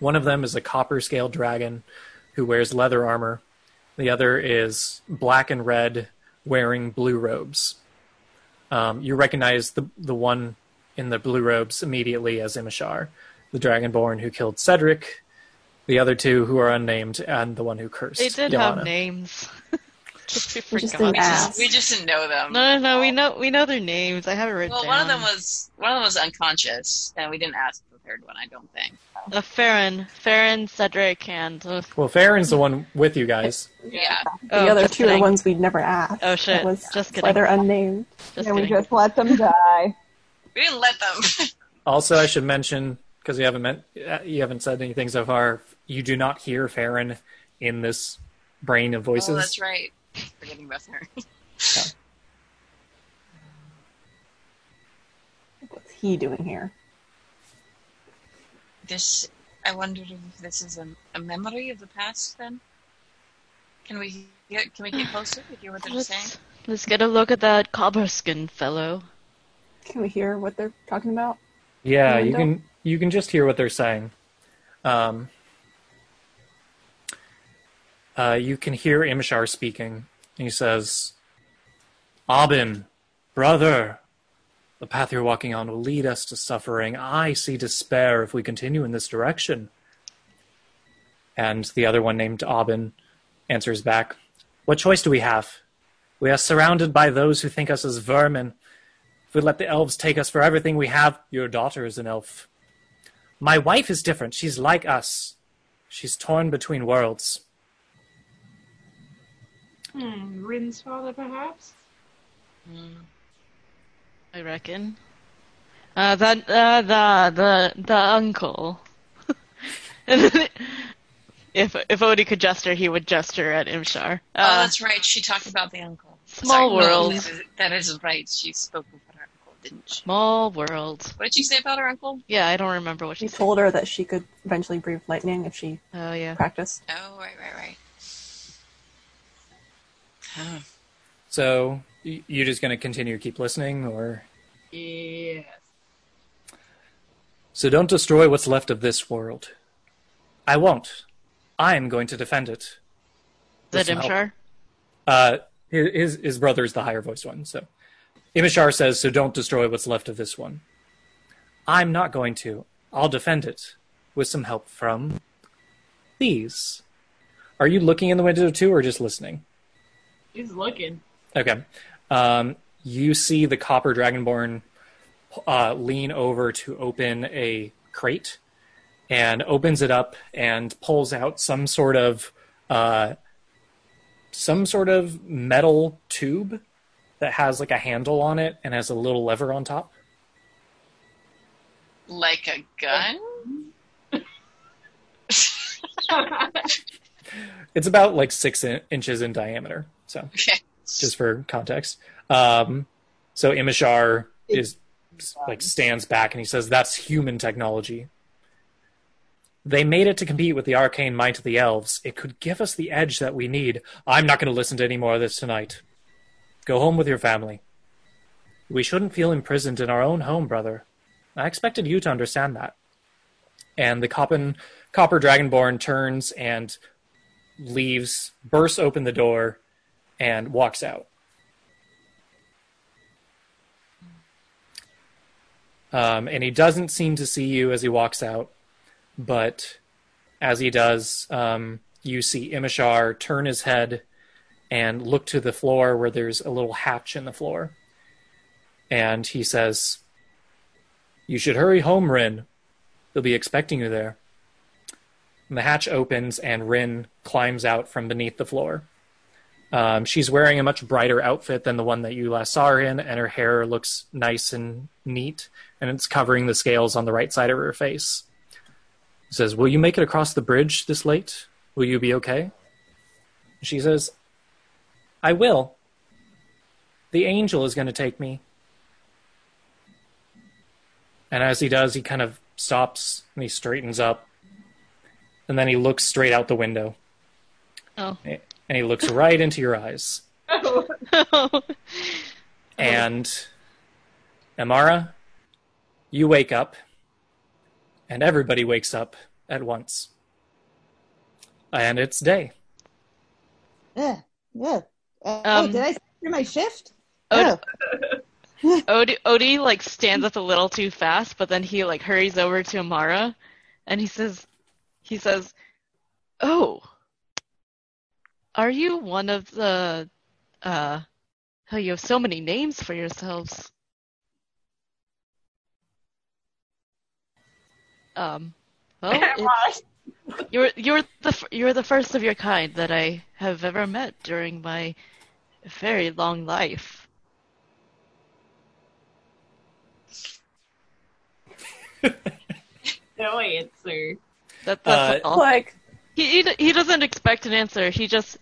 Speaker 1: one of them is a copper scaled dragon who wears leather armor the other is black and red wearing blue robes um, you recognize the, the one in the blue robes immediately as imishar the dragonborn who killed cedric the other two who are unnamed and the one who cursed
Speaker 4: They did
Speaker 1: Yelena.
Speaker 4: have names. Just we
Speaker 6: Just
Speaker 4: forgot.
Speaker 6: an ass.
Speaker 3: We just didn't know them.
Speaker 4: No, no, no. We know we know their names. I have it written
Speaker 3: Well,
Speaker 4: down.
Speaker 3: one of them was one of them was unconscious, and we didn't ask the third one. I don't think.
Speaker 4: uh, Farron, Farron, Cedric, and uh,
Speaker 1: well farron's the one with you guys
Speaker 3: Yeah.
Speaker 6: The
Speaker 4: oh,
Speaker 6: other
Speaker 4: just
Speaker 6: two are
Speaker 4: kidding.
Speaker 6: ones we'd never asked.
Speaker 4: Oh, shit.
Speaker 6: That was
Speaker 4: Just
Speaker 6: why they're unnamed.
Speaker 4: Just
Speaker 2: and we
Speaker 4: kidding.
Speaker 2: just let them die.
Speaker 3: We didn't let them.
Speaker 1: Also, I should mention because you haven't meant uh, you haven't said anything so far. You do not hear Farron in this brain of voices.
Speaker 3: oh, that's right. Forgetting about her.
Speaker 6: What's he doing here?
Speaker 3: This. I wonder if this is a, a memory of the past. Then. Can we get Can we get closer to hear what they're saying?
Speaker 4: Let's, let's get a look at that copper skin fellow.
Speaker 6: Can we hear what they're talking about?
Speaker 1: Yeah, you
Speaker 6: Window?
Speaker 1: can you can just hear what they're saying. Um, uh, you can hear Imshar speaking. He says, "Abin, brother, the path you're walking on will lead us to suffering. I see despair if we continue in this direction." And the other one, named Abin, answers back, "What choice do we have? We are surrounded by those who think us as vermin." If we let the elves take us for everything we have, your daughter is an elf. My wife is different. She's like us. She's torn between worlds.
Speaker 5: Hmm, Rin's father, perhaps.
Speaker 4: I reckon. Uh, that uh, the the the uncle. if if Odie could gesture, he would gesture at Imshar. Uh,
Speaker 3: oh, that's right. She talked about the uncle.
Speaker 4: Small
Speaker 3: no,
Speaker 4: world.
Speaker 3: that is- that is right. She spoke about her uncle, didn't she?
Speaker 4: small world.
Speaker 3: What did she say about her uncle?
Speaker 4: Yeah, I don't remember what she
Speaker 6: We
Speaker 4: told.
Speaker 6: told her that she could eventually breathe lightning if she
Speaker 4: Oh yeah.
Speaker 6: practiced.
Speaker 3: Oh, right, right, right. Huh.
Speaker 1: So y- you just going to continue to keep listening, or
Speaker 5: Yes.
Speaker 1: so? Don't destroy what's left of this world. I won't. I am going to defend it.
Speaker 4: Is that
Speaker 1: Listen, I'll-
Speaker 4: Imshar?
Speaker 1: Uh, hi- his his brother is the higher voiced one. So Imishar says, "So don't destroy what's left of this one." I'm not going to. I'll defend it with some help from these. Are you looking in the window too, or just listening?
Speaker 5: She's looking.
Speaker 1: Okay. Um, you see the copper dragonborn uh, lean over to open a crate and opens it up and pulls out some sort of uh, some sort of metal tube that has like a handle on it and has a little lever on top.
Speaker 3: Like a gun?
Speaker 1: It's about like six in- inches in diameter. So
Speaker 3: Okay.
Speaker 1: just for context. Um, so Imishar is like stands back and he says, "That's human technology. They made it to compete with the arcane might of the elves. It could give us the edge that we need. I'm not going to listen to any more of this tonight. Go home with your family. We shouldn't feel imprisoned in our own home, brother. I expected you to understand that." And the Coppin, Copper Dragonborn turns and leaves, bursts open the door, and walks out. Um, and he doesn't seem to see you as he walks out, But as he does, um, you see Imishar turn his head and look to the floor where there's a little hatch in the floor. And he says, You should hurry home, Rin. They'll be expecting you there. And the hatch opens, and Rin climbs out from beneath the floor. Um, she's wearing a much brighter outfit than the one that you last saw her in, and her hair looks nice and neat, and it's covering the scales on the right side of her face. He says, Will you make it across the bridge this late? Will you be okay? She says, I will. The angel is going to take me. And as he does, he kind of stops and he straightens up. And then he looks straight out the window
Speaker 4: Oh.
Speaker 1: and he looks right into your eyes. And Amara, you wake up, and everybody wakes up at once. And it's day.
Speaker 8: Ugh, ugh. Uh, oh,
Speaker 4: Um,
Speaker 8: did I through my shift?
Speaker 4: Oh,
Speaker 8: Oh,
Speaker 4: Odie, Odie like stands up a little too fast, but then he like hurries over to Amara, and he says, he says, "Oh, are you one of the? Uh, oh, you have so many names for yourselves." Um, well, it's- you're you're the f- you're the first of your kind that I have ever met during my very long life.
Speaker 5: No answer.
Speaker 4: That, that's
Speaker 1: Uh,
Speaker 4: all.
Speaker 6: Like,
Speaker 4: He, he he doesn't expect an answer. He just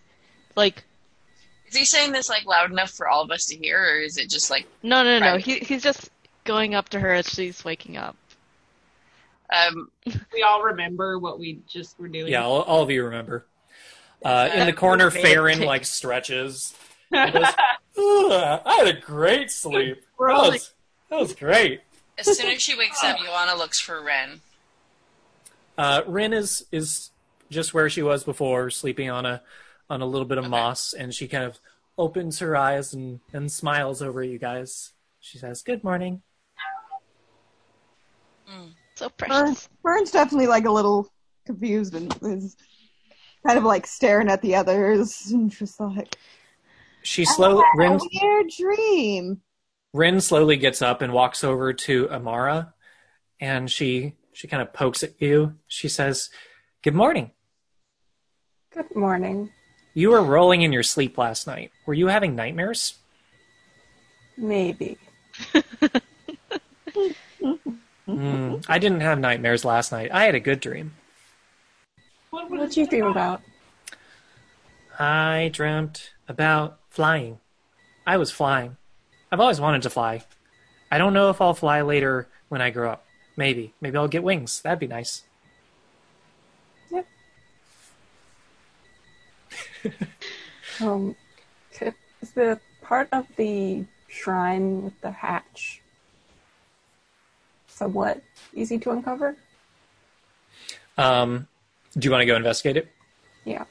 Speaker 4: like
Speaker 3: Is he saying this like loud enough for all of us to hear, or is it just like,
Speaker 4: no no no.
Speaker 3: Right.
Speaker 4: He he's just going up to her as she's waking up.
Speaker 3: um,
Speaker 5: We all remember what we just were doing.
Speaker 1: Yeah, all, all of you remember. Uh, in the corner, Farron like stretches. He goes, "Ugh, I had a great sleep. That was, that was great.
Speaker 3: as soon as she wakes up, Joanna looks for Ren.
Speaker 1: Uh, Rin is is just where she was before, sleeping on a on a little bit of moss, and she kind of opens her eyes and and smiles over at you guys. She says, "Good morning."
Speaker 4: So
Speaker 2: Fern,
Speaker 4: precious.
Speaker 2: Fern's definitely like a little confused and is kind of like staring at the others and just like
Speaker 1: She
Speaker 2: "I
Speaker 1: slow
Speaker 2: had
Speaker 1: Rin
Speaker 2: a weird dream.
Speaker 1: Rin slowly gets up and walks over to Amara, and she she kind of pokes at you. She says, "Good morning.
Speaker 6: good morning.
Speaker 1: You were rolling in your sleep last night. Were you having nightmares?"
Speaker 6: Maybe.
Speaker 1: Mm, I didn't have nightmares last night. I had a good dream.
Speaker 5: What would
Speaker 6: What'd you dream about?
Speaker 1: I dreamt about flying. I was flying. I've always wanted to fly. I don't know if I'll fly later when I grow up. Maybe. Maybe I'll get wings. That'd be nice.
Speaker 6: Um, could, is the part of the shrine with the hatch somewhat easy to uncover?
Speaker 1: Um, do you want to go investigate it?
Speaker 6: Yeah.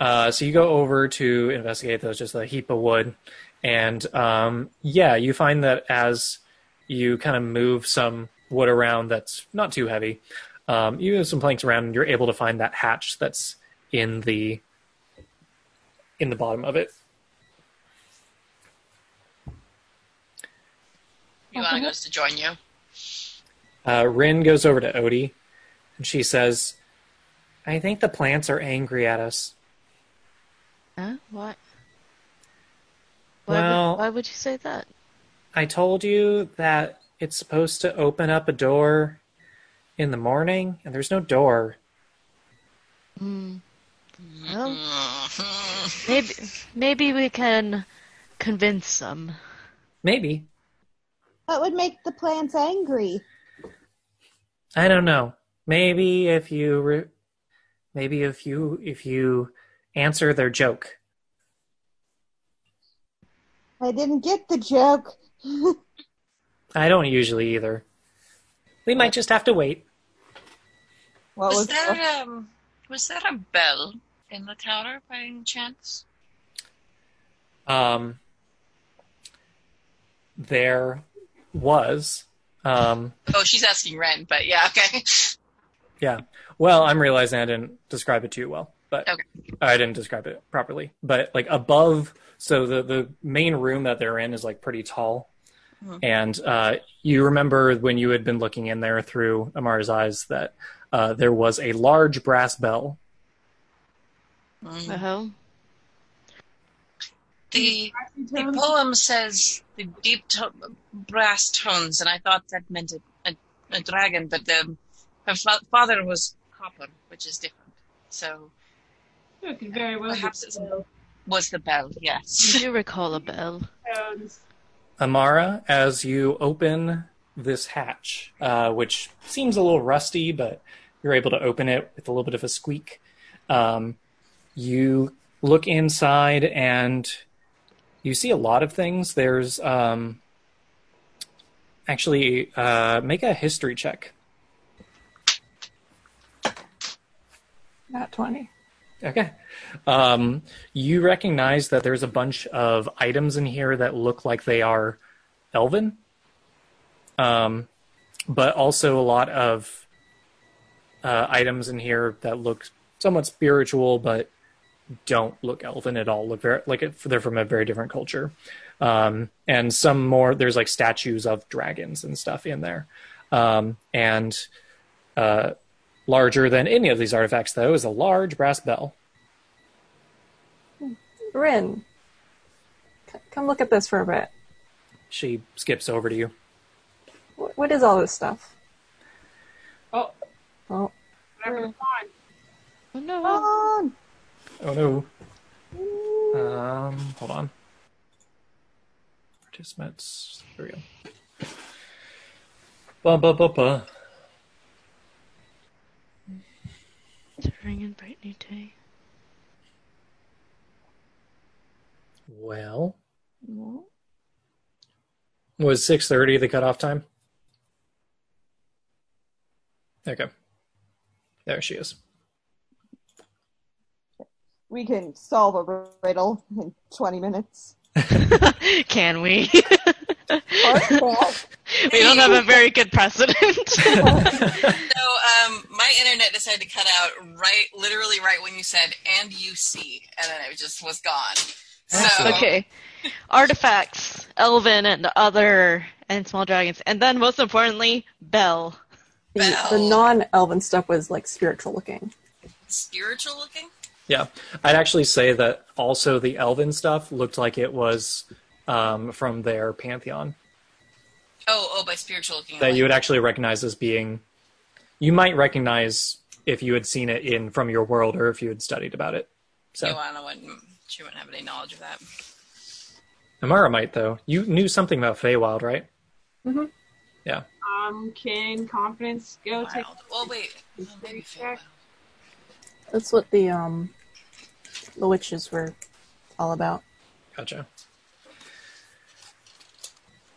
Speaker 1: Uh, so you go over to investigate those, just a heap of wood, and um, yeah, you find that as you kind of move some wood around that's not too heavy, um, you have some planks around, and you're able to find that hatch that's in the in the bottom of it.
Speaker 3: Joanna goes to join you.
Speaker 1: Uh, Rin goes over to Odie, and she says, "I think the plants are angry at us.
Speaker 4: Huh? What? Why,
Speaker 1: Well-
Speaker 4: would, why would you say that?
Speaker 1: I told you that it's supposed to open up a door in the morning, and there's no door."
Speaker 4: Well, maybe maybe we can convince them.
Speaker 1: Maybe.
Speaker 8: what would make the plants angry?
Speaker 1: I don't know. Maybe if you re- maybe if you if you answer their joke.
Speaker 8: I didn't get the joke.
Speaker 1: I don't usually either. We might just have to wait.
Speaker 2: What
Speaker 3: Was
Speaker 2: was, the-
Speaker 3: there um, was there a bell in the tower by any chance?
Speaker 1: Um there um, was um
Speaker 3: Oh, she's asking Ren, but yeah, okay.
Speaker 1: Yeah. Well, I'm realizing I didn't describe it to you well, but
Speaker 3: Okay.
Speaker 1: I didn't describe it properly. But like above, so the the main room that they're in is like pretty tall,
Speaker 3: Mhm.
Speaker 1: and uh, you remember when you had been looking in there through Amara's eyes that uh, there was a large brass bell.
Speaker 3: Mm.
Speaker 4: Uh-huh.
Speaker 3: The
Speaker 5: Actually,
Speaker 3: the
Speaker 5: Tom,
Speaker 3: poem says the deep to- brass tones, and I thought that meant a, a, a dragon, but the, her fa- father was copper, which is different. So
Speaker 5: it could very well
Speaker 3: perhaps
Speaker 5: be
Speaker 3: it's was the bell,
Speaker 4: You
Speaker 3: yes.
Speaker 4: do recall a bell.
Speaker 5: tones.
Speaker 1: Amara, as you open this hatch, uh, which seems a little rusty, but you're able to open it with a little bit of a squeak. Um, you look inside and you see a lot of things. There's um, actually uh, make a history check.
Speaker 6: Not 20.
Speaker 1: Okay. Um, you recognize that there's a bunch of items in here that look like they are elven, um, but also a lot of uh, items in here that look somewhat spiritual, but don't look elven at all. Look very like it, they're from a very different culture. Um, and some more, there's like statues of dragons and stuff in there. Um, and uh, larger than any of these artifacts, though, is a large brass bell.
Speaker 6: Rin, c- come look at this for a bit.
Speaker 1: She skips over to you.
Speaker 6: Wh- What is all this stuff?
Speaker 5: Oh,
Speaker 6: Oh,
Speaker 5: whatever. Come on.
Speaker 4: Oh no.
Speaker 8: Oh,
Speaker 1: Oh no. Um, hold on. Participants. There we go. Ba ba ba ba.
Speaker 4: Ring and bright new day.
Speaker 1: Well, was six thirty the cutoff time? Okay. There she is.
Speaker 2: We can solve a riddle in 20 minutes.
Speaker 4: Can we?
Speaker 2: Alright,
Speaker 4: we don't have a very good precedent.
Speaker 3: So um, my internet decided to cut out right, literally right when you said "and you see," and then it just was gone. So
Speaker 4: okay. Artifacts, elven and other and small dragons. And then most importantly, Bell.
Speaker 6: the, the
Speaker 3: Bell.
Speaker 6: non-elven stuff was like spiritual looking.
Speaker 3: spiritual looking.
Speaker 1: Yeah, I'd actually say that also the elven stuff looked like it was um, from their pantheon
Speaker 3: Oh, oh, by spiritual looking.
Speaker 1: that
Speaker 3: like-
Speaker 1: you would actually recognize as being. You might recognize if you had seen it in from your world or if you had studied about it. So
Speaker 3: Joanna wouldn't. She wouldn't have any knowledge of that.
Speaker 1: Amara might though. You knew something about Feywild, right?
Speaker 6: Mhm.
Speaker 1: Yeah.
Speaker 5: Um, can confidence go take
Speaker 3: Wild. Well, wait. Well, maybe Feywild.
Speaker 6: That's what the um the witches were all about.
Speaker 1: Gotcha.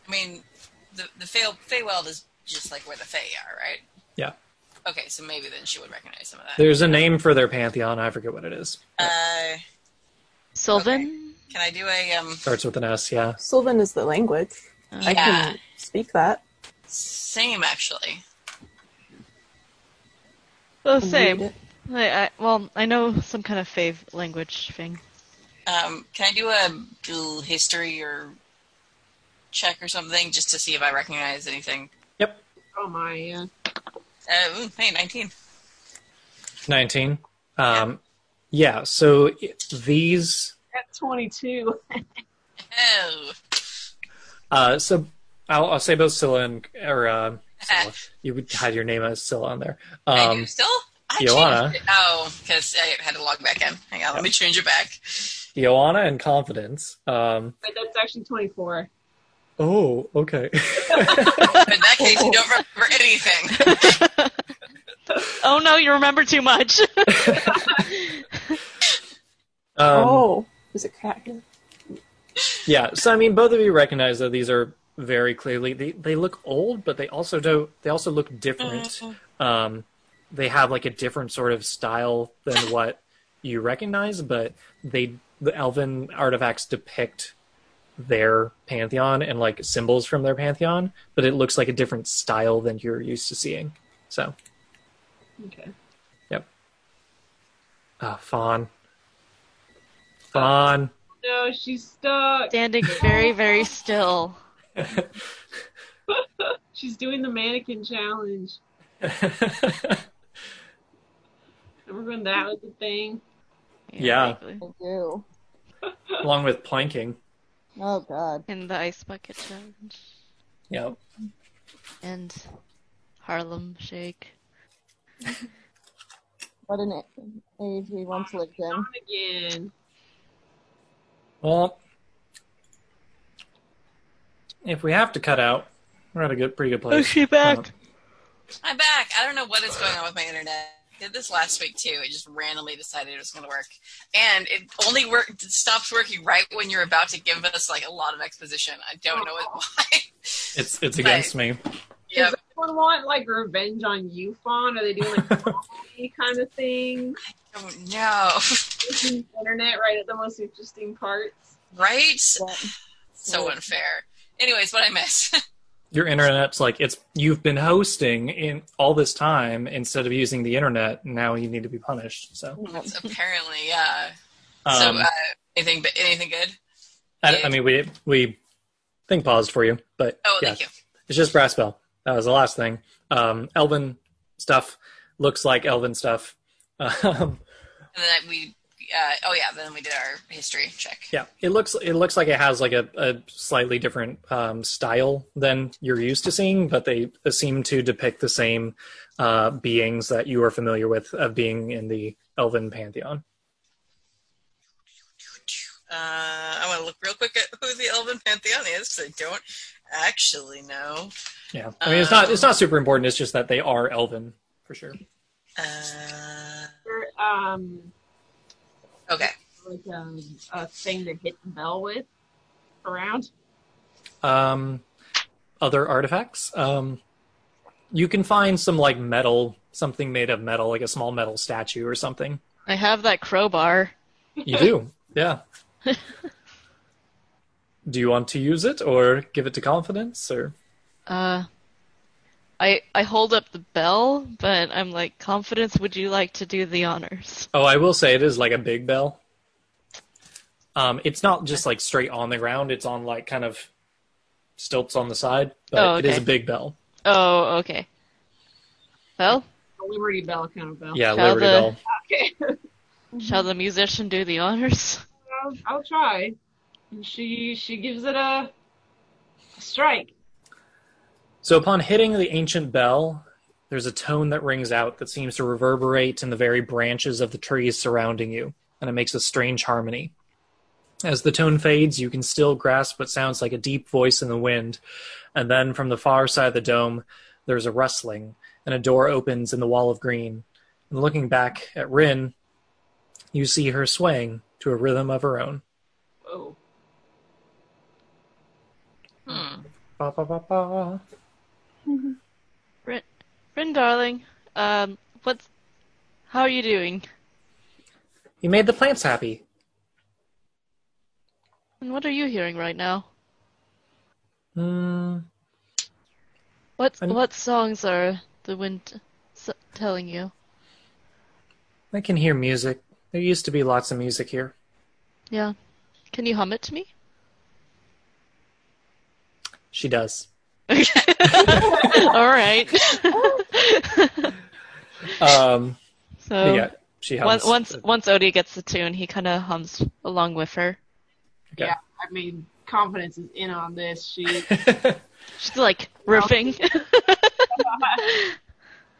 Speaker 3: I mean, the the Fey, Feywild is just like where the Fey are, right?
Speaker 1: Yeah.
Speaker 3: Okay, so maybe then she would recognize some of that.
Speaker 1: There's a name for their pantheon. I forget what it is.
Speaker 3: Uh,
Speaker 4: Sylvan?
Speaker 3: can I do a um?
Speaker 1: Starts with an S. Yeah.
Speaker 6: Sylvan is the language. I
Speaker 3: Yeah,
Speaker 6: can speak that.
Speaker 3: same actually.
Speaker 4: Oh,
Speaker 6: and
Speaker 4: same.
Speaker 6: read it.
Speaker 4: I, I, well, I know some kind of fave language thing.
Speaker 3: Um, can I do a little history or check or something just to see if I recognize anything?
Speaker 1: Yep.
Speaker 5: Oh my, uh,
Speaker 3: Uh, ooh, hey, 19.
Speaker 1: 19. Um, yeah. So it- these
Speaker 5: at 22.
Speaker 3: Oh,
Speaker 1: Uh, so I'll, I'll say both Scylla and or uh, Scylla.
Speaker 3: Ah.
Speaker 1: you would hide your name as Scylla on there.
Speaker 3: I do
Speaker 1: Um,
Speaker 3: still? I
Speaker 1: Joanna.
Speaker 3: changed it. Oh, because I had to log back in. Hang on, let me change it back.
Speaker 1: Joanna and Confidence. Um,
Speaker 5: Wait, that's actually 24.
Speaker 1: oh, okay.
Speaker 3: But in that case, you don't remember anything.
Speaker 4: Oh no, you remember too much.
Speaker 1: um,
Speaker 6: oh, is it crack?
Speaker 1: Yeah. So I mean, both of you recognize that these are very clearly they they look old, but they also do they also look different. Um, they have like a different sort of style than what you recognize, but they the elven artifacts depict their pantheon and like symbols from their pantheon, but it looks like a different style than you're used to seeing. So
Speaker 5: Okay.
Speaker 1: Yep. Uh, Fawn. Fawn.
Speaker 5: No, she's stuck.
Speaker 4: Standing very, very still.
Speaker 5: She's doing the mannequin challenge. Remember when that was the thing?
Speaker 1: Yeah.
Speaker 4: likely.
Speaker 2: I do.
Speaker 1: Along with planking.
Speaker 2: Oh God.
Speaker 4: And the ice bucket challenge.
Speaker 1: Yep.
Speaker 4: And Harlem Shake.
Speaker 2: What an a- age we once lived in.
Speaker 5: On again.
Speaker 1: Well, if we have to cut out, we're at a good, pretty good
Speaker 4: Oh,
Speaker 1: place. Uh,
Speaker 3: I'm back. I don't know what is going on with my internet. I did this last week too. It just randomly decided it was going to work, and it only worked. It stopped working right when you're about to give us like a lot of exposition. I don't know why.
Speaker 1: it's it's against me.
Speaker 3: yep.
Speaker 5: Does anyone want like revenge on you, Fawn? Are they doing like comedy kind of thing?
Speaker 3: Oh, no.
Speaker 5: Using the Internet right at the most interesting parts.
Speaker 3: right?
Speaker 2: Yeah.
Speaker 3: So unfair. Anyways, what I miss.
Speaker 1: Your internet's like it's you've been hosting in all this time instead of using the internet. Now you need to be punished. So,
Speaker 3: Apparently, yeah.
Speaker 1: um,
Speaker 3: so uh, anything, but anything good?
Speaker 1: I, I mean, we we thing paused for you, but
Speaker 3: Oh,
Speaker 1: yeah,
Speaker 3: thank you.
Speaker 1: It's just brass bell. That was the last thing. Um, Elvin stuff looks like Elvin stuff. Um,
Speaker 3: And then I- we, uh, oh yeah, then we did our history check.
Speaker 1: yeah, it looks it looks like it has like a, a slightly different um, style than you're used to seeing, but they seem to depict the same uh, beings that you are familiar with of being in the Elvin pantheon.
Speaker 3: Uh, I want to look real quick at who the Elven Pantheon is because I don't actually know.
Speaker 1: Yeah, I mean it's not it's not super important. It's just that they are Elvin for sure.
Speaker 3: Uh,
Speaker 5: Or, um,
Speaker 3: okay.
Speaker 5: like um, a thing to hit the bell with around.
Speaker 1: um, other artifacts. Um, you can find some like metal, something made of metal, like a small metal statue or something.
Speaker 4: I have that crowbar.
Speaker 1: You do, yeah. do you want to use it or give it to confidence or?
Speaker 4: Uh, I I hold up the bell, but I'm like, confidence. Would you like to do the honors?
Speaker 1: Oh, I will say it is like a big bell. Um, it's not just like straight on the ground. It's on like kind of stilts on the side, but
Speaker 4: Oh,
Speaker 1: it is a
Speaker 4: okay.
Speaker 1: big bell.
Speaker 4: Oh, okay. Well,
Speaker 5: A Liberty Oh, Bell kind of bell.
Speaker 1: Yeah,
Speaker 4: Shall
Speaker 1: Liberty
Speaker 4: Oh, the-
Speaker 1: Bell.
Speaker 5: Okay.
Speaker 4: shall the musician do the honors?
Speaker 5: I'll, I'll try. And she she gives it a, a strike.
Speaker 1: So upon hitting the ancient bell, there's a tone that rings out that seems to reverberate in the very branches of the trees surrounding you, and it makes a strange harmony. As the tone fades, you can still grasp what sounds like a deep voice in the wind, and then from the far side of the dome, there's a rustling, and a door opens in the wall of green. And looking back at Rin, you see her swaying to a rhythm of her own.
Speaker 5: Whoa.
Speaker 3: Hmm.
Speaker 1: Ba, ba, ba, ba.
Speaker 4: Rin, Rin darling, um, what's how are you doing?
Speaker 1: You made the plants happy.
Speaker 4: And what are you hearing right now?
Speaker 1: Hmm.
Speaker 4: What
Speaker 1: I'm-
Speaker 4: what songs are the wind s- telling you?
Speaker 1: I can hear music. There used to be lots of music here.
Speaker 4: Yeah, can you hum it to me?
Speaker 1: She does.
Speaker 4: All right.
Speaker 1: Um,
Speaker 4: so
Speaker 1: yeah, she
Speaker 4: once
Speaker 1: helps.
Speaker 4: once once Odie gets the tune, he kind of hums along with her.
Speaker 1: Okay.
Speaker 5: Yeah, I mean, confidence is in on this. She
Speaker 4: She's like riffing.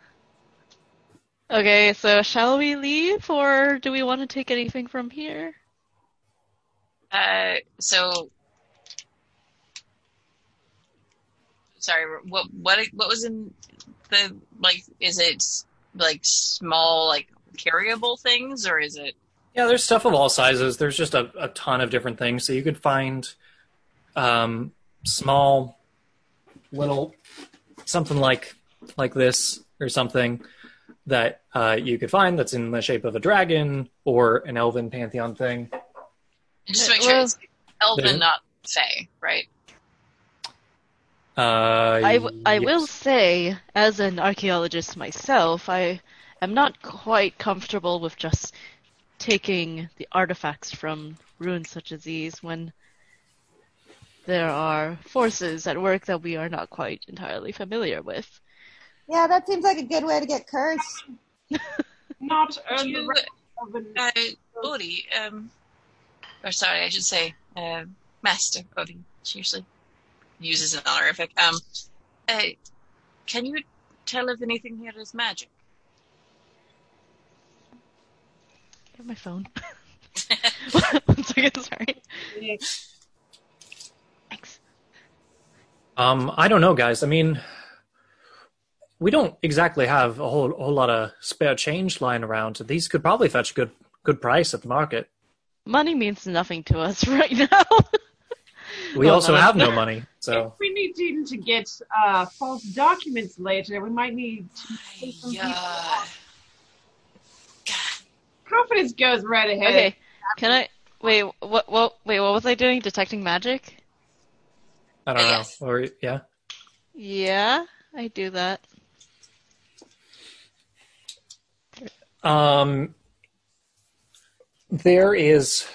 Speaker 4: okay, so shall we leave, or do we want to take anything from here?
Speaker 3: Uh, so, sorry. What what what was in the like? Is it like small like carryable things or is it?
Speaker 1: yeah, there's stuff of all sizes. There's just a, a ton of different things. So you could find um, small, little, something like like this or something that uh, you could find that's in the shape of a dragon or an elven pantheon thing.
Speaker 3: Just to
Speaker 4: Uh,
Speaker 3: make sure
Speaker 4: well-
Speaker 3: it's Elven,
Speaker 1: There's-
Speaker 3: not Fey, right?
Speaker 1: Uh,
Speaker 4: I, w- I
Speaker 1: yes. Uh,
Speaker 4: will say, as an archaeologist myself, I I'm not quite comfortable with just taking the artifacts from ruins such as these when there are forces at work that we are not quite entirely familiar with.
Speaker 8: Yeah, that seems like a good way to get cursed.
Speaker 5: Not on the
Speaker 3: You,
Speaker 5: right of an
Speaker 3: Um, uh, Odie, um, or sorry, I should say, uh, Master Odie, she usually uses an honorific. Um, uh, can you tell if anything here is magic?
Speaker 4: Get my phone. One second, sorry. Thanks.
Speaker 1: Um, I don't know, guys. I mean, we don't exactly have a whole whole lot of spare change lying around. These could probably fetch a good good price at the market.
Speaker 4: Money means nothing to us right now.
Speaker 1: We
Speaker 4: Oh,
Speaker 1: also
Speaker 4: no.
Speaker 1: have no money,
Speaker 5: If
Speaker 1: so
Speaker 5: we need to, to get uh, false documents later, we might need to pay some people
Speaker 3: Yeah.
Speaker 5: off. Confidence goes right ahead.
Speaker 4: okay, can I? Wait, what? What? Wait, what was I doing? Detecting magic?
Speaker 1: I don't know.
Speaker 3: Yes.
Speaker 1: Or yeah,
Speaker 4: Yeah, I do that.
Speaker 1: um, there is.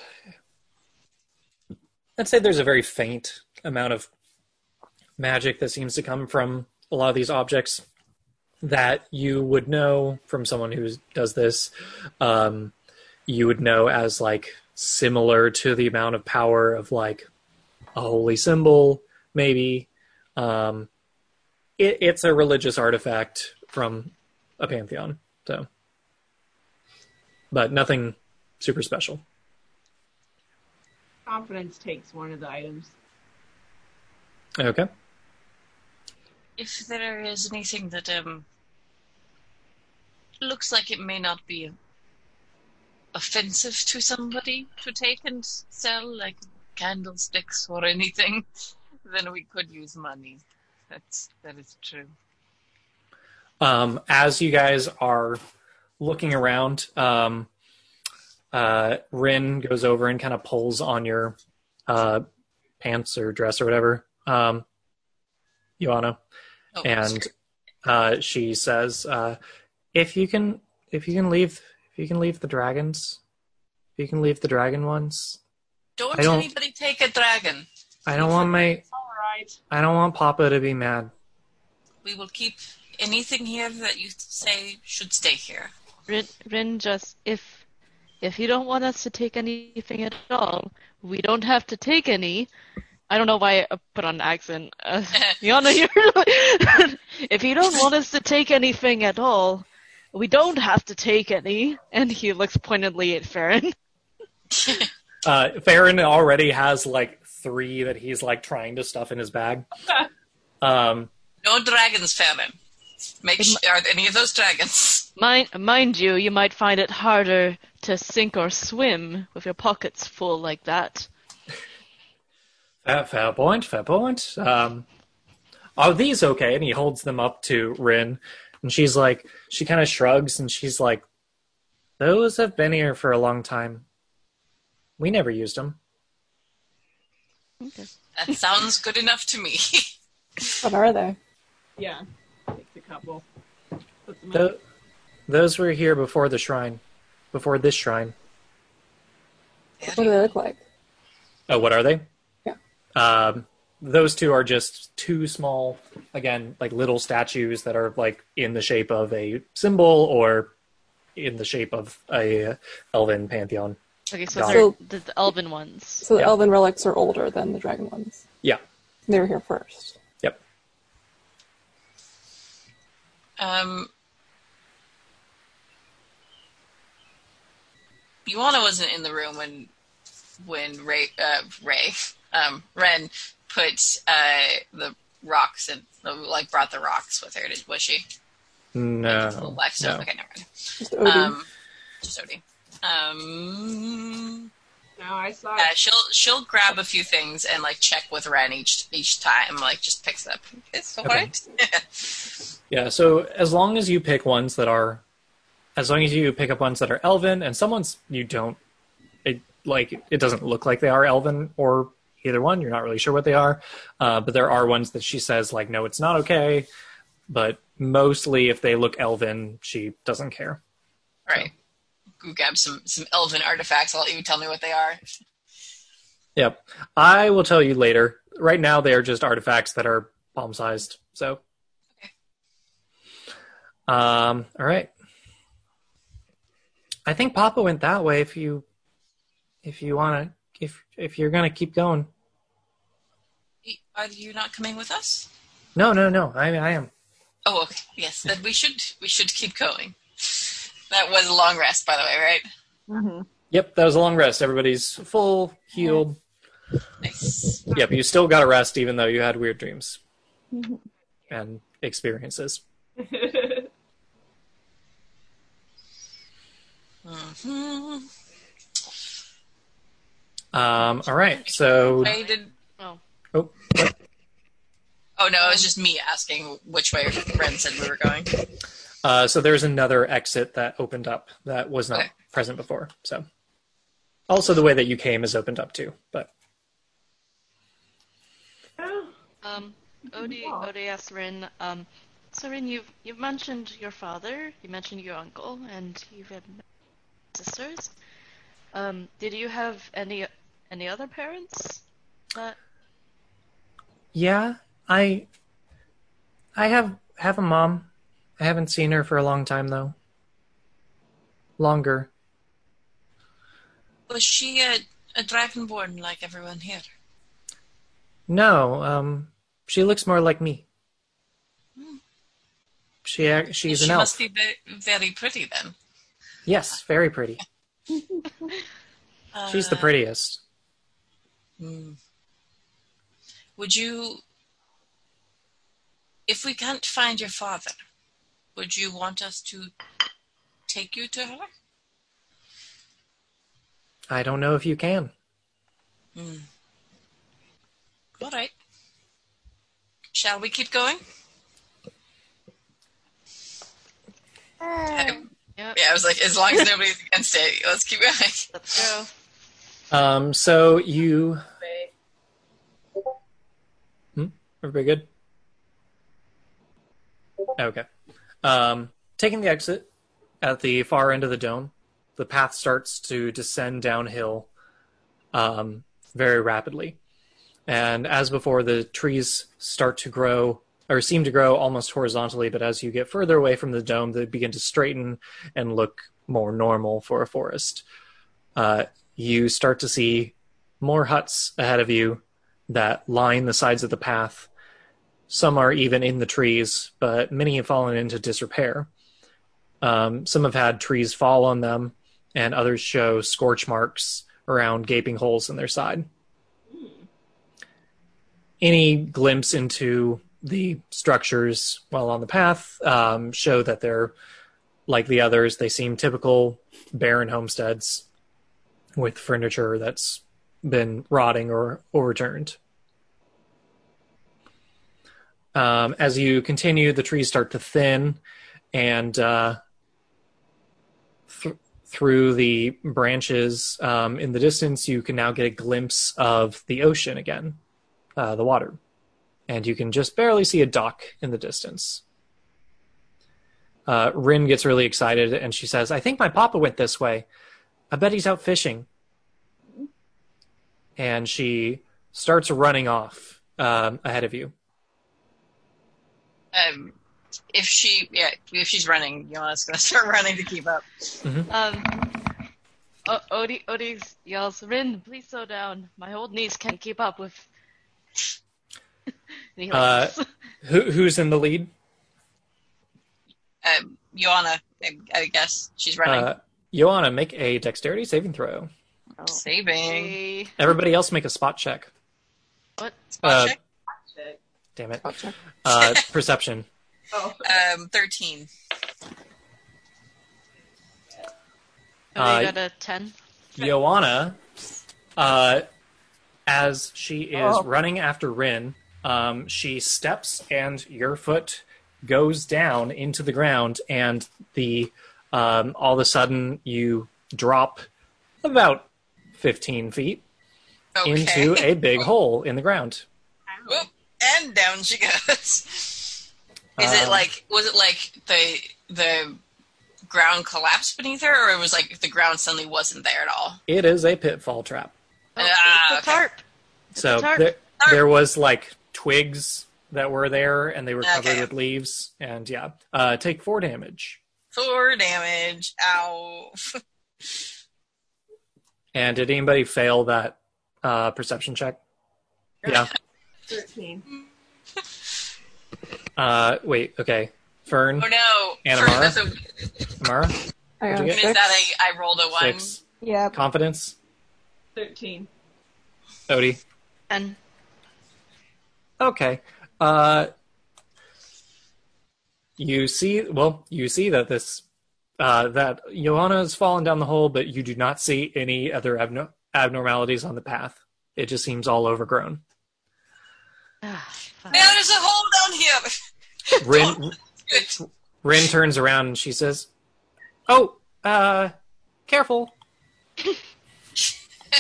Speaker 1: I'd say there's a very faint amount of magic that seems to come from a lot of these objects that you would know from someone who does this. Um, you would know as like similar to the amount of power of like a holy symbol, maybe. Um, it, it's a religious artifact from a pantheon, so. But nothing super special.
Speaker 5: Confidence takes one of the items.
Speaker 1: Okay.
Speaker 3: If there is anything that um looks like it may not be offensive to somebody to take and sell, like candlesticks or anything, then we could use money. That's that is true.
Speaker 1: um, as you guys are looking around, um, uh, Rin goes over and kind of pulls on your uh, pants or dress or whatever, um, Ioana,
Speaker 3: Oh,
Speaker 1: and uh, she says, uh, "If you can, if you can leave, if you can leave the dragons, if you can leave the dragon ones,
Speaker 3: don't,
Speaker 1: I don't-
Speaker 3: anybody take a dragon.
Speaker 1: I don't want my,
Speaker 5: All right.
Speaker 1: I don't want Papa to be mad."
Speaker 3: We will keep anything here that you say should stay here.
Speaker 4: Rin, Rin just if if you don't want us to take anything at all, we don't have to take any. I don't know why I put on an accent. Uh, Yana, you're like, if you don't want us to take anything at all, we don't have to take any. And he looks pointedly at Farron.
Speaker 1: Uh, Farron already has like three that he's like trying to stuff in his bag. Um,
Speaker 3: No dragons, Famine. Make sure, are there any of those dragons?
Speaker 4: Mind, mind you, you might find it harder to sink or swim with your pockets full like that.
Speaker 1: Fair, fair point. Fair point. Um, are these okay? And he holds them up to Rin, and she's like, she kind of shrugs, and she's like, "Those have been here for a long time. We never used them."
Speaker 3: That sounds good enough to me.
Speaker 6: What are they?
Speaker 5: Yeah. Takes a couple. Put them
Speaker 1: Tho- those were here before the shrine, before this shrine.
Speaker 6: What do they look like?
Speaker 1: Oh, what are they?
Speaker 6: Yeah.
Speaker 1: Um, those two are just two small, again, like little statues that are like in the shape of a symbol or in the shape of a uh, elven pantheon.
Speaker 4: Okay, so
Speaker 1: Got
Speaker 4: they're
Speaker 6: it.
Speaker 4: the, the elven ones.
Speaker 6: So the
Speaker 1: Yeah.
Speaker 6: elven relics are older than the dragon ones.
Speaker 1: Yeah.
Speaker 6: They were here first.
Speaker 1: Yep.
Speaker 3: Um, Ioana wasn't in the room when when Ray uh, Ray um, Ren put uh, the rocks and like brought the rocks with her. Did was she?
Speaker 1: No.
Speaker 3: Black stone.
Speaker 1: no.
Speaker 3: Okay, never mind.
Speaker 6: Just Odie.
Speaker 3: Um, just Odie. Um,
Speaker 5: No, I saw
Speaker 3: Yeah, she'll she'll grab a few things and like check with Ren each each time, like just picks up. It's all
Speaker 1: Okay.
Speaker 3: right.
Speaker 1: Yeah, so as long as you pick ones that are as long as you pick up ones that are elven and someone's you don't it like it doesn't look like they are elven or either one, you're not really sure what they are. Uh, but there are ones that she says like no it's not okay, but mostly if they look elven, she doesn't care.
Speaker 3: All right. Go grab some some elven artifacts. I'll let you tell me what they are.
Speaker 1: Yep. I will tell you later. Right now, they are just artifacts that are palm sized. So. Um, all right. I think Papa went that way. If you, if you want to, if if you're gonna keep going,
Speaker 3: Are you not coming with us?
Speaker 1: no, no, no. I I am.
Speaker 3: Oh, okay. Yes, then we should we should keep going. That was a long rest, by the way, right?
Speaker 1: Yep, that was a long rest. Everybody's full healed.
Speaker 3: Nice.
Speaker 1: Yep, you still got a rest even though you had weird dreams
Speaker 2: Mhm.
Speaker 1: and experiences.
Speaker 3: hmm
Speaker 1: Um, all right, so
Speaker 3: I did.
Speaker 4: Oh.
Speaker 1: oh, what?
Speaker 3: Oh no, it was just me asking which way Ren said we were going.
Speaker 1: Uh, so there's another exit that opened up that was not
Speaker 3: Okay.
Speaker 1: present before. So also the way that you came is opened up too. But
Speaker 4: Um, Odie, Odie asked Rin, um, so Rin, you've, you've mentioned your father, you mentioned your uncle, and you've had sisters. Um, did you have any any other parents? Uh, That,
Speaker 1: yeah, I I have have a mom. I haven't seen her for a long time though. Longer.
Speaker 3: Was she a, a dragonborn like everyone here?
Speaker 1: No, um, she looks more like me. She ac- she's
Speaker 3: she
Speaker 1: an elf.
Speaker 3: must be ve- very pretty then.
Speaker 1: Yes, very pretty. She's the
Speaker 3: Uh,
Speaker 1: prettiest.
Speaker 3: Hmm. Would you, if we can't find your father, would you want us to take you to her?
Speaker 1: I don't know if you can.
Speaker 3: All right. Shall we keep going?
Speaker 8: Uh,
Speaker 4: yep,
Speaker 3: Yeah, I was like, as long as nobody's against it, let's keep going.
Speaker 4: let's go.
Speaker 1: Um, so you. Hmm? Everybody good? Okay. Um, taking the exit at the far end of the dome, the path starts to descend downhill um, very rapidly. And as before, the trees start to grow or seem to grow almost horizontally, but as you get further away from the dome, they begin to straighten and look more normal for a forest. Uh, you start to see more huts ahead of you that line the sides of the path. Some are even in the trees, but many have fallen into disrepair. Um, some have had trees fall on them, and others show scorch marks around gaping holes in their side. Any glimpse into the structures while on the path um, show that they're like the others. They seem typical barren homesteads with furniture that's been rotting or overturned. Um, as you continue, the trees start to thin, and uh, th- through the branches um, in the distance, you can now get a glimpse of the ocean again, uh, the water. And you can just barely see a dock in the distance. Uh, Rin gets really excited and she says, I think my papa went this way. I bet he's out fishing. And she starts running off um, ahead of you.
Speaker 3: Um, if she, yeah, if she's running, Jonas gonna start running to keep up.
Speaker 4: Um, o- Odie, Odie yells, Rin, please slow down. My old niece can't keep up with. And he like,
Speaker 1: Who, who's in the lead?
Speaker 3: Um, Joanna, I, I guess she's running.
Speaker 1: Uh, Joanna, make a dexterity saving throw.
Speaker 3: Saving.
Speaker 4: "Hey,
Speaker 1: Everybody else, make a spot check.
Speaker 4: what?
Speaker 1: Uh,
Speaker 3: check?
Speaker 1: damn it.
Speaker 6: Spot check.
Speaker 1: Uh, perception.
Speaker 5: Oh,
Speaker 3: Um, thirteen.
Speaker 4: Odie
Speaker 1: Uh,
Speaker 4: got a 10.
Speaker 1: Joanna, uh, as she is
Speaker 3: Oh.
Speaker 1: running after Rin, um, she steps and your foot goes down into the ground, and the um, all of a sudden you drop about fifteen feet
Speaker 3: Okay.
Speaker 1: into a big hole in the ground.
Speaker 3: Whoop, and down she goes. Is it
Speaker 1: Um,
Speaker 3: like was it like the the ground collapsed beneath her, or it was like the ground suddenly wasn't there at all?
Speaker 1: It is a pitfall trap.
Speaker 4: Oh,
Speaker 3: Ah,
Speaker 4: it's a tarp.
Speaker 1: So
Speaker 4: a tarp.
Speaker 1: there,
Speaker 3: Tarp.
Speaker 1: there was like twigs that were there, and they were covered
Speaker 3: Okay.
Speaker 1: with leaves. And yeah, uh, take four damage,
Speaker 3: Four damage. Ow.
Speaker 1: and did anybody fail that uh, perception check? Yeah.
Speaker 5: 13.
Speaker 1: Uh, wait. Okay. Fern,
Speaker 3: Oh no.
Speaker 1: Anamara?
Speaker 3: First, that's a-
Speaker 1: Mara,
Speaker 6: I
Speaker 1: What'd
Speaker 6: got
Speaker 1: you
Speaker 6: a
Speaker 1: get?
Speaker 3: is
Speaker 6: six.
Speaker 3: that a? I rolled a one.
Speaker 1: six.
Speaker 2: Yep.
Speaker 1: Confidence,
Speaker 5: 13.
Speaker 1: Odie.
Speaker 4: And
Speaker 1: Okay. Uh, you see, well, you see that this, uh, that Johanna has fallen down the hole, but you do not see any other abno- abnormalities on the path. It just seems all overgrown.
Speaker 4: ah, fuck.
Speaker 3: Now there's a hole down here.
Speaker 1: Rin,
Speaker 3: Good.
Speaker 1: Rin turns around and she says, "Oh, uh, careful."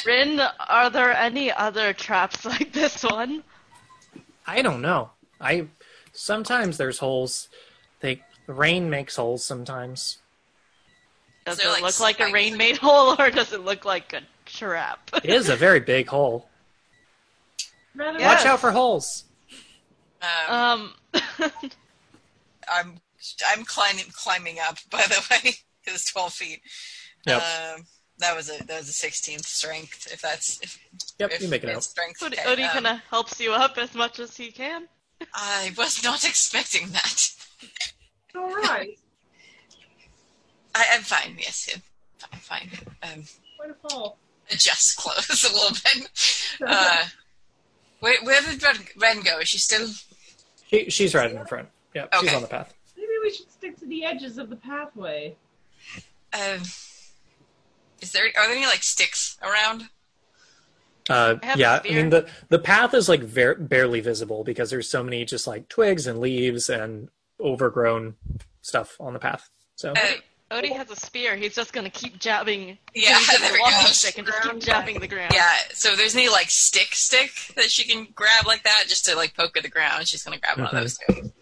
Speaker 4: Rin, are there any other traps like this one?
Speaker 1: I don't know. I sometimes there's holes. They the rain makes holes sometimes.
Speaker 4: Does
Speaker 3: Is there,
Speaker 4: it
Speaker 3: like,
Speaker 4: look like a
Speaker 3: spikes?
Speaker 4: rain made hole or does it look like a trap?
Speaker 1: It is a very big hole.
Speaker 5: Rather
Speaker 4: Yeah.
Speaker 1: Watch out for holes.
Speaker 3: Um,
Speaker 4: um
Speaker 3: I'm I'm climbing climbing up. By the way, it was twelve feet.
Speaker 1: Yep.
Speaker 3: Um, that was a that was a sixteenth strength. If that's if,
Speaker 1: Yep,
Speaker 3: if
Speaker 1: you make it
Speaker 3: it's
Speaker 1: out.
Speaker 3: Strength.
Speaker 4: Odie,
Speaker 3: okay,
Speaker 4: Odie
Speaker 3: um,
Speaker 4: kind of helps you up as much as he can.
Speaker 3: I was not expecting that.
Speaker 5: All right.
Speaker 3: I, I'm fine. Yes, yeah, I'm fine. Um,
Speaker 5: What a fall.
Speaker 3: adjust clothes a little bit. Uh, where, where did Ren, Ren go? Is she still?
Speaker 1: She, she's right in front. Yeah, she's
Speaker 3: Okay.
Speaker 1: on the path.
Speaker 5: Maybe we should stick to the edges of the pathway.
Speaker 3: Um, is there? Are there any like sticks around?
Speaker 1: Uh,
Speaker 4: I have a
Speaker 1: yeah, I
Speaker 4: spear.
Speaker 1: mean the the path is like ver- barely visible because there's so many just like twigs and leaves and overgrown stuff on the path. So
Speaker 3: Uh,
Speaker 4: Odie has a spear. He's just gonna keep jabbing.
Speaker 3: Yeah,
Speaker 4: he's just
Speaker 3: there
Speaker 4: a
Speaker 3: we
Speaker 4: walking
Speaker 3: go.
Speaker 4: stick and just keep jabbing the ground.
Speaker 3: yeah. So if there's any like stick stick that she can grab like that just to like poke at the ground, she's gonna grab one
Speaker 1: Mhm.
Speaker 3: of those. Two.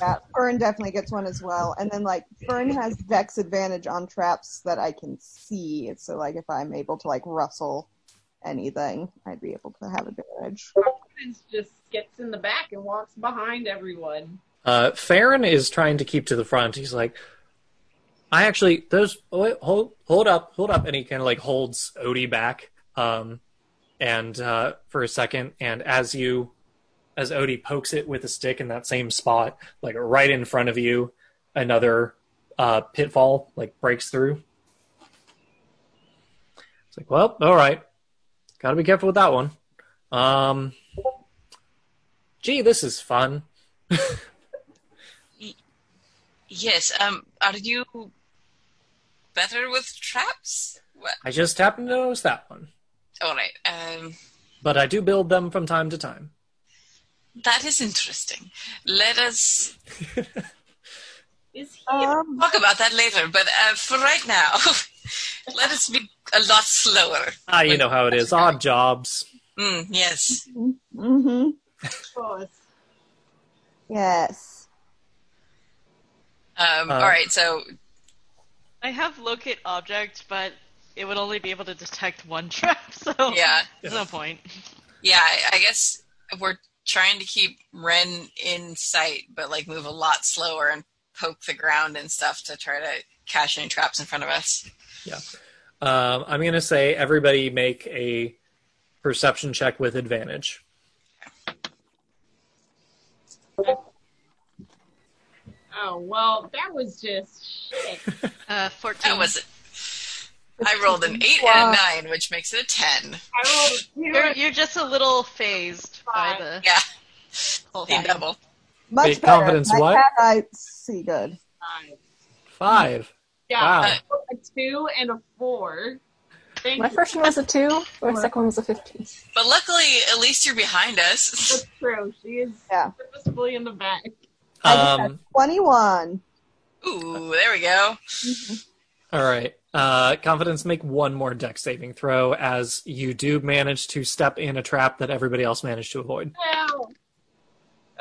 Speaker 2: Yeah, Uh, Fern definitely gets one as well. And then like Fern has Dex advantage on traps that I can see. So like if I'm able to like rustle anything, I'd be able to have advantage.
Speaker 5: Vince just gets in the back and walks behind everyone.
Speaker 1: uh, Farron is trying to keep to the front. He's like, I actually those oh, wait, hold hold up hold up, and he kind of like holds Odie back, um, and uh, for a second, and as you as Odie pokes it with a stick in that same spot, like right in front of you, another uh, pitfall like breaks through. It's like, well, all right, got to be careful with that one. Um, gee, this is fun.
Speaker 3: Yes. Um, are you better with traps? What?
Speaker 1: I just happened to notice that one.
Speaker 3: All right. Um,
Speaker 1: But I do build them from time to time.
Speaker 3: that is interesting. Let us
Speaker 5: Is he?
Speaker 2: Um,
Speaker 3: talk about that later. But uh, for right now, let us be a lot slower.
Speaker 1: Ah, you know how it is. Odd jobs.
Speaker 3: Mm, yes.
Speaker 2: hmm
Speaker 5: Boss.
Speaker 2: Yes.
Speaker 3: Um,
Speaker 1: Uh,
Speaker 3: all right. So
Speaker 4: I have locate object, but it would only be able to detect one trap, so
Speaker 3: yeah,
Speaker 4: there's no point.
Speaker 3: yeah. I, I guess we're trying to keep Ren in sight, but like move a lot slower and poke the ground and stuff to try to cash any traps in front of us.
Speaker 1: Um, I'm going to say everybody make a perception check with advantage.
Speaker 5: Oh, well, that was just shit.
Speaker 4: Uh, fourteen.
Speaker 3: That was it. I rolled an eight
Speaker 2: Wow.
Speaker 3: and a nine, which makes it a ten.
Speaker 5: I rolled
Speaker 4: You're,
Speaker 5: a
Speaker 4: you're just a little phased by the
Speaker 3: Yeah,
Speaker 4: whole
Speaker 3: a
Speaker 4: thing.
Speaker 3: double.
Speaker 2: Much
Speaker 1: Wait,
Speaker 2: better.
Speaker 1: confidence
Speaker 2: My
Speaker 1: what?
Speaker 2: cat I see good.
Speaker 5: five.
Speaker 1: Five.
Speaker 5: Yeah,
Speaker 1: Wow.
Speaker 5: a two and a four. Thank
Speaker 6: My
Speaker 5: you.
Speaker 6: first one was a two, my second one was a fifteen.
Speaker 3: But luckily, at least you're behind us.
Speaker 5: That's true. She is
Speaker 2: Yeah.
Speaker 5: purposefully in the back.
Speaker 2: I just had
Speaker 1: Um,
Speaker 2: 21.
Speaker 3: Ooh, there we go.
Speaker 1: all right. Uh, confidence, make one more deck saving throw as you do manage to step in a trap that everybody else managed to avoid.
Speaker 5: Wow.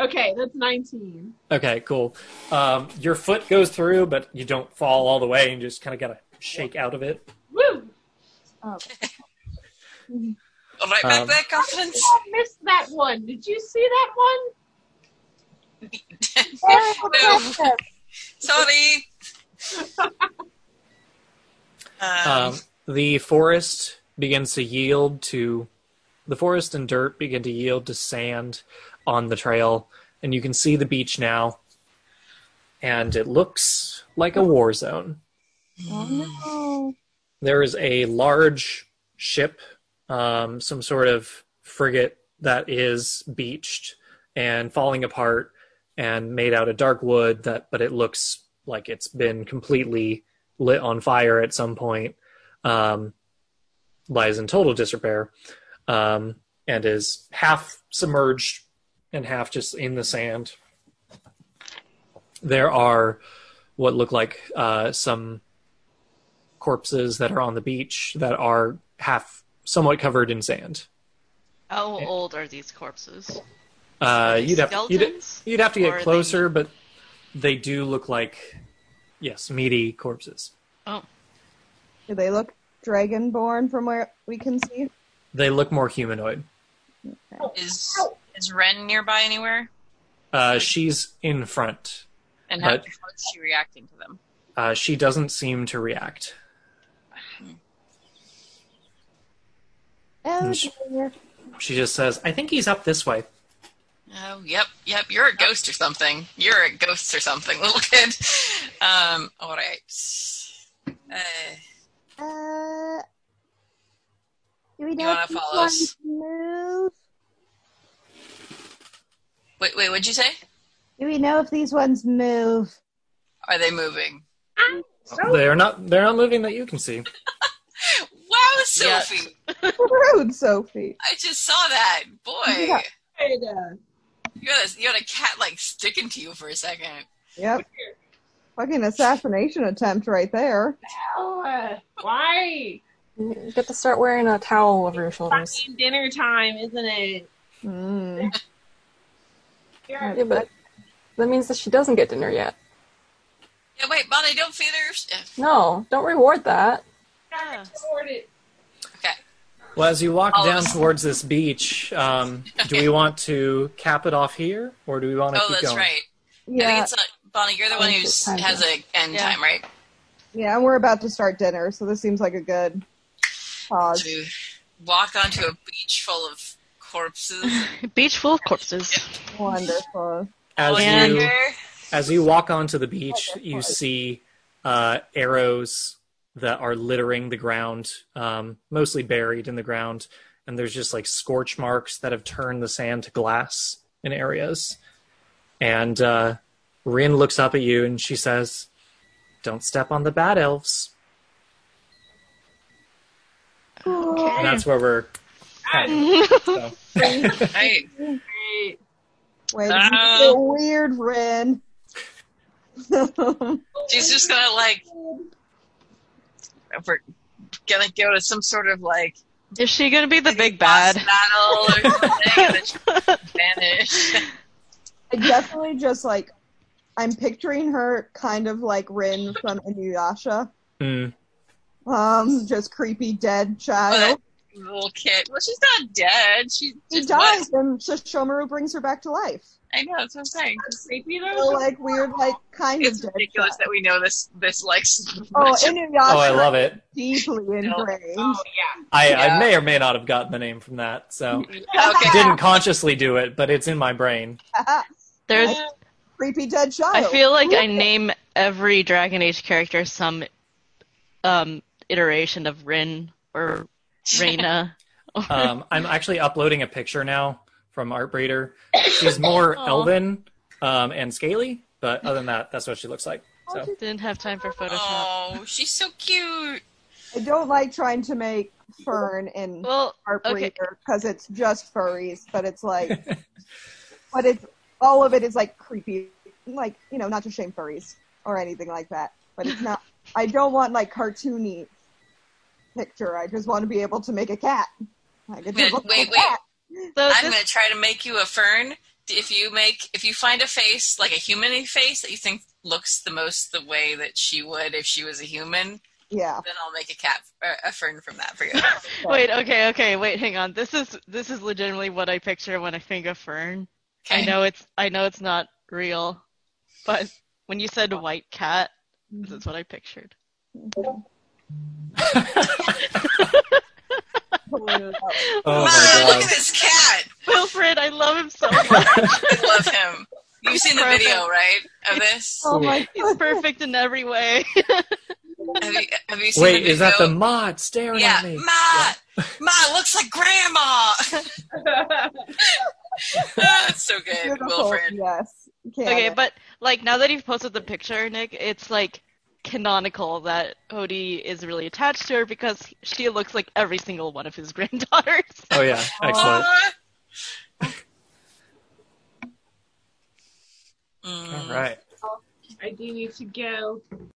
Speaker 5: Okay, that's 19.
Speaker 1: Okay, cool. Um, your foot goes through, but you don't fall all the way, and just kind of got to shake out of it.
Speaker 5: Woo!
Speaker 2: Oh,
Speaker 3: All right, back
Speaker 1: Um,
Speaker 3: there,
Speaker 5: Did
Speaker 3: confidence.
Speaker 5: I missed that one. Did you see that one?
Speaker 2: very impressive.
Speaker 3: Sorry. um,
Speaker 1: Um, the forest begins to yield to the forest and dirt begin to yield to sand on the trail, and you can see the beach now, and it looks like a war zone.
Speaker 2: Oh,
Speaker 1: there is a large ship, um, some sort of frigate that is beached and falling apart and made out of dark wood that but it looks like it's been completely lit on fire at some point um, lies in total disrepair um, and is half submerged and half just in the sand there are what look like uh, some corpses that are on the beach that are half somewhat covered in sand.
Speaker 4: How old are these corpses?
Speaker 1: Uh,
Speaker 4: they
Speaker 1: you'd have you'd,
Speaker 4: skeletons?
Speaker 1: you'd have to
Speaker 4: Or are
Speaker 1: get
Speaker 4: they-
Speaker 1: closer, but they do look like yes, meaty corpses.
Speaker 4: Oh,
Speaker 2: Do they look dragonborn from where we can see?
Speaker 1: They look more humanoid.
Speaker 3: is is Ren nearby anywhere?
Speaker 1: Uh, she's in front.
Speaker 3: And how,
Speaker 1: But-
Speaker 3: how is she reacting to them?
Speaker 1: Uh, she doesn't seem to react.
Speaker 8: Oh,
Speaker 1: Yes.
Speaker 8: dear.
Speaker 1: She just says, "I think he's up this way."
Speaker 3: Oh, yep, yep. You're a ghost or something. You're a ghost or something, little kid. Um, all right. Uh,
Speaker 8: Uh, do we
Speaker 3: You
Speaker 8: know
Speaker 3: wanna
Speaker 8: if you
Speaker 3: follow
Speaker 8: want
Speaker 3: us?
Speaker 8: to move?
Speaker 3: wait, wait. What'd you say?
Speaker 8: Do we know if these ones move?
Speaker 3: Are they moving?
Speaker 1: They're not. They're not moving that you can see.
Speaker 3: Wow, Sophie!
Speaker 2: Rude, Sophie.
Speaker 3: I just saw that. Boy,
Speaker 2: Yeah.
Speaker 5: Hey, uh,
Speaker 3: you had a you had a cat like sticking to you for a second.
Speaker 2: Yep. Fucking assassination attempt right there.
Speaker 5: oh, uh, why?
Speaker 6: You get to start wearing a towel over your shoulders.
Speaker 5: Fucking dinner time, isn't it?
Speaker 2: Mm.
Speaker 5: Yeah.
Speaker 6: Yeah, but that means that she doesn't get dinner yet.
Speaker 3: Yeah, wait, Bonnie, don't feed her.
Speaker 6: No, don't reward that.
Speaker 4: yeah.
Speaker 5: Record it.
Speaker 3: Okay.
Speaker 1: Well, as you walk
Speaker 4: Oh.
Speaker 3: All of
Speaker 1: down
Speaker 3: us.
Speaker 1: towards this beach, um, do we want to cap it off here, or do we want to
Speaker 3: Oh,
Speaker 1: keep
Speaker 3: that's
Speaker 1: going?
Speaker 3: right. I
Speaker 2: Yeah,
Speaker 3: think it's like, Bonnie, you're the one who
Speaker 6: It's time
Speaker 3: has a end
Speaker 4: Yeah.
Speaker 3: time, right?
Speaker 2: yeah, and we're about to start dinner, so this seems like a good pause.
Speaker 3: To walk onto a beach full of corpses.
Speaker 4: Beach full of corpses.
Speaker 2: Wonderful.
Speaker 1: As
Speaker 4: And-
Speaker 1: you As you walk onto the beach, you see uh, arrows that are littering the ground, um, mostly buried in the ground, and there's just like scorch marks that have turned the sand to glass in areas. And uh, Rin looks up at you and she says, "Don't step on the bad elves." And that's where we're. at. So,
Speaker 3: Hey,
Speaker 5: Great.
Speaker 2: Wait,
Speaker 4: Uh,
Speaker 3: Ah.
Speaker 2: this is so weird, Rin.
Speaker 3: she's just gonna like. We're gonna go to some sort of like
Speaker 4: Is she gonna be the big bad?
Speaker 3: boss battle or something and then she'll vanish.
Speaker 2: I definitely just like I'm picturing her kind of like Rin from Inuyasha.
Speaker 1: mm,
Speaker 2: Um, just creepy dead
Speaker 3: But
Speaker 2: child.
Speaker 3: little kid. Well, she's not dead. She
Speaker 2: She
Speaker 3: Oh, just was.
Speaker 2: dies and Shishomaru brings her back to life.
Speaker 3: I know. That's what I'm saying. It's,
Speaker 5: Creepy though.
Speaker 2: So like weird, like kind
Speaker 3: it's
Speaker 2: of dead
Speaker 3: ridiculous
Speaker 2: child.
Speaker 3: that we know this. This like.
Speaker 2: Oh,
Speaker 3: much.
Speaker 2: Inuyasha
Speaker 1: oh, I love it.
Speaker 2: deeply ingrained.
Speaker 5: Oh yeah.
Speaker 1: I,
Speaker 3: Yeah.
Speaker 1: I may or may not have gotten the name from that, so
Speaker 3: okay.
Speaker 1: didn't consciously do it, but it's in my brain.
Speaker 4: There's.
Speaker 2: creepy dead child.
Speaker 3: Oh.
Speaker 4: I feel like I name every Dragon Age character some um, iteration of Rin or Reina.
Speaker 1: um, I'm actually uploading a picture now from Artbreeder. She's more
Speaker 4: Aw.
Speaker 1: elven um, and scaly, but other than that, that's what she looks like. So
Speaker 4: Didn't have time for Photoshop.
Speaker 3: Oh, she's so cute.
Speaker 2: I don't like trying to make Fern in
Speaker 4: Well,
Speaker 2: Heart
Speaker 4: okay.
Speaker 2: Breather because it's just furries, but it's like, but it's all of it is like creepy, like you know, not to shame furries or anything like that, but it's not. I don't want like cartoony picture. I just want to be able to make a cat. Like, it
Speaker 3: Wait,
Speaker 2: just looks
Speaker 3: wait,
Speaker 2: like a cat.
Speaker 4: So
Speaker 3: I'm
Speaker 4: this,
Speaker 3: gonna try to make you a fern if you make if you find a face like a human face that you think looks the most the way that she would if she was a human,
Speaker 2: Yeah.
Speaker 3: then I'll make a cat or a fern from that for you.
Speaker 4: Wait, okay, okay, wait, hang on. This is this is legitimately what I picture when I think of fern. I
Speaker 3: Okay.
Speaker 4: know it's I know it's not real, but when you said white cat, this is what I pictured.
Speaker 1: Oh
Speaker 3: Mother, look
Speaker 1: my
Speaker 3: at this cat.
Speaker 4: Wilfred, I love him so much.
Speaker 3: I love him. You've seen the
Speaker 4: Perfect.
Speaker 3: video, right? Of this?
Speaker 2: Oh my
Speaker 4: He's perfect in every way.
Speaker 3: Have you, have you
Speaker 1: god.
Speaker 3: seen
Speaker 1: Wait,
Speaker 3: the video?
Speaker 1: is that the mod staring
Speaker 3: Yeah,
Speaker 1: at me?
Speaker 3: Ma! Ma looks like grandma! That's so good,
Speaker 2: beautiful.
Speaker 3: Wilfred.
Speaker 2: Yes. Can't
Speaker 4: okay,
Speaker 2: it.
Speaker 4: but like now that you've posted the picture, Nick, it's like canonical that Odie is really attached to her because she looks like every single one of his granddaughters.
Speaker 1: Oh yeah, excellent.
Speaker 3: Ah. Mm.
Speaker 1: All right.
Speaker 5: I do need to go.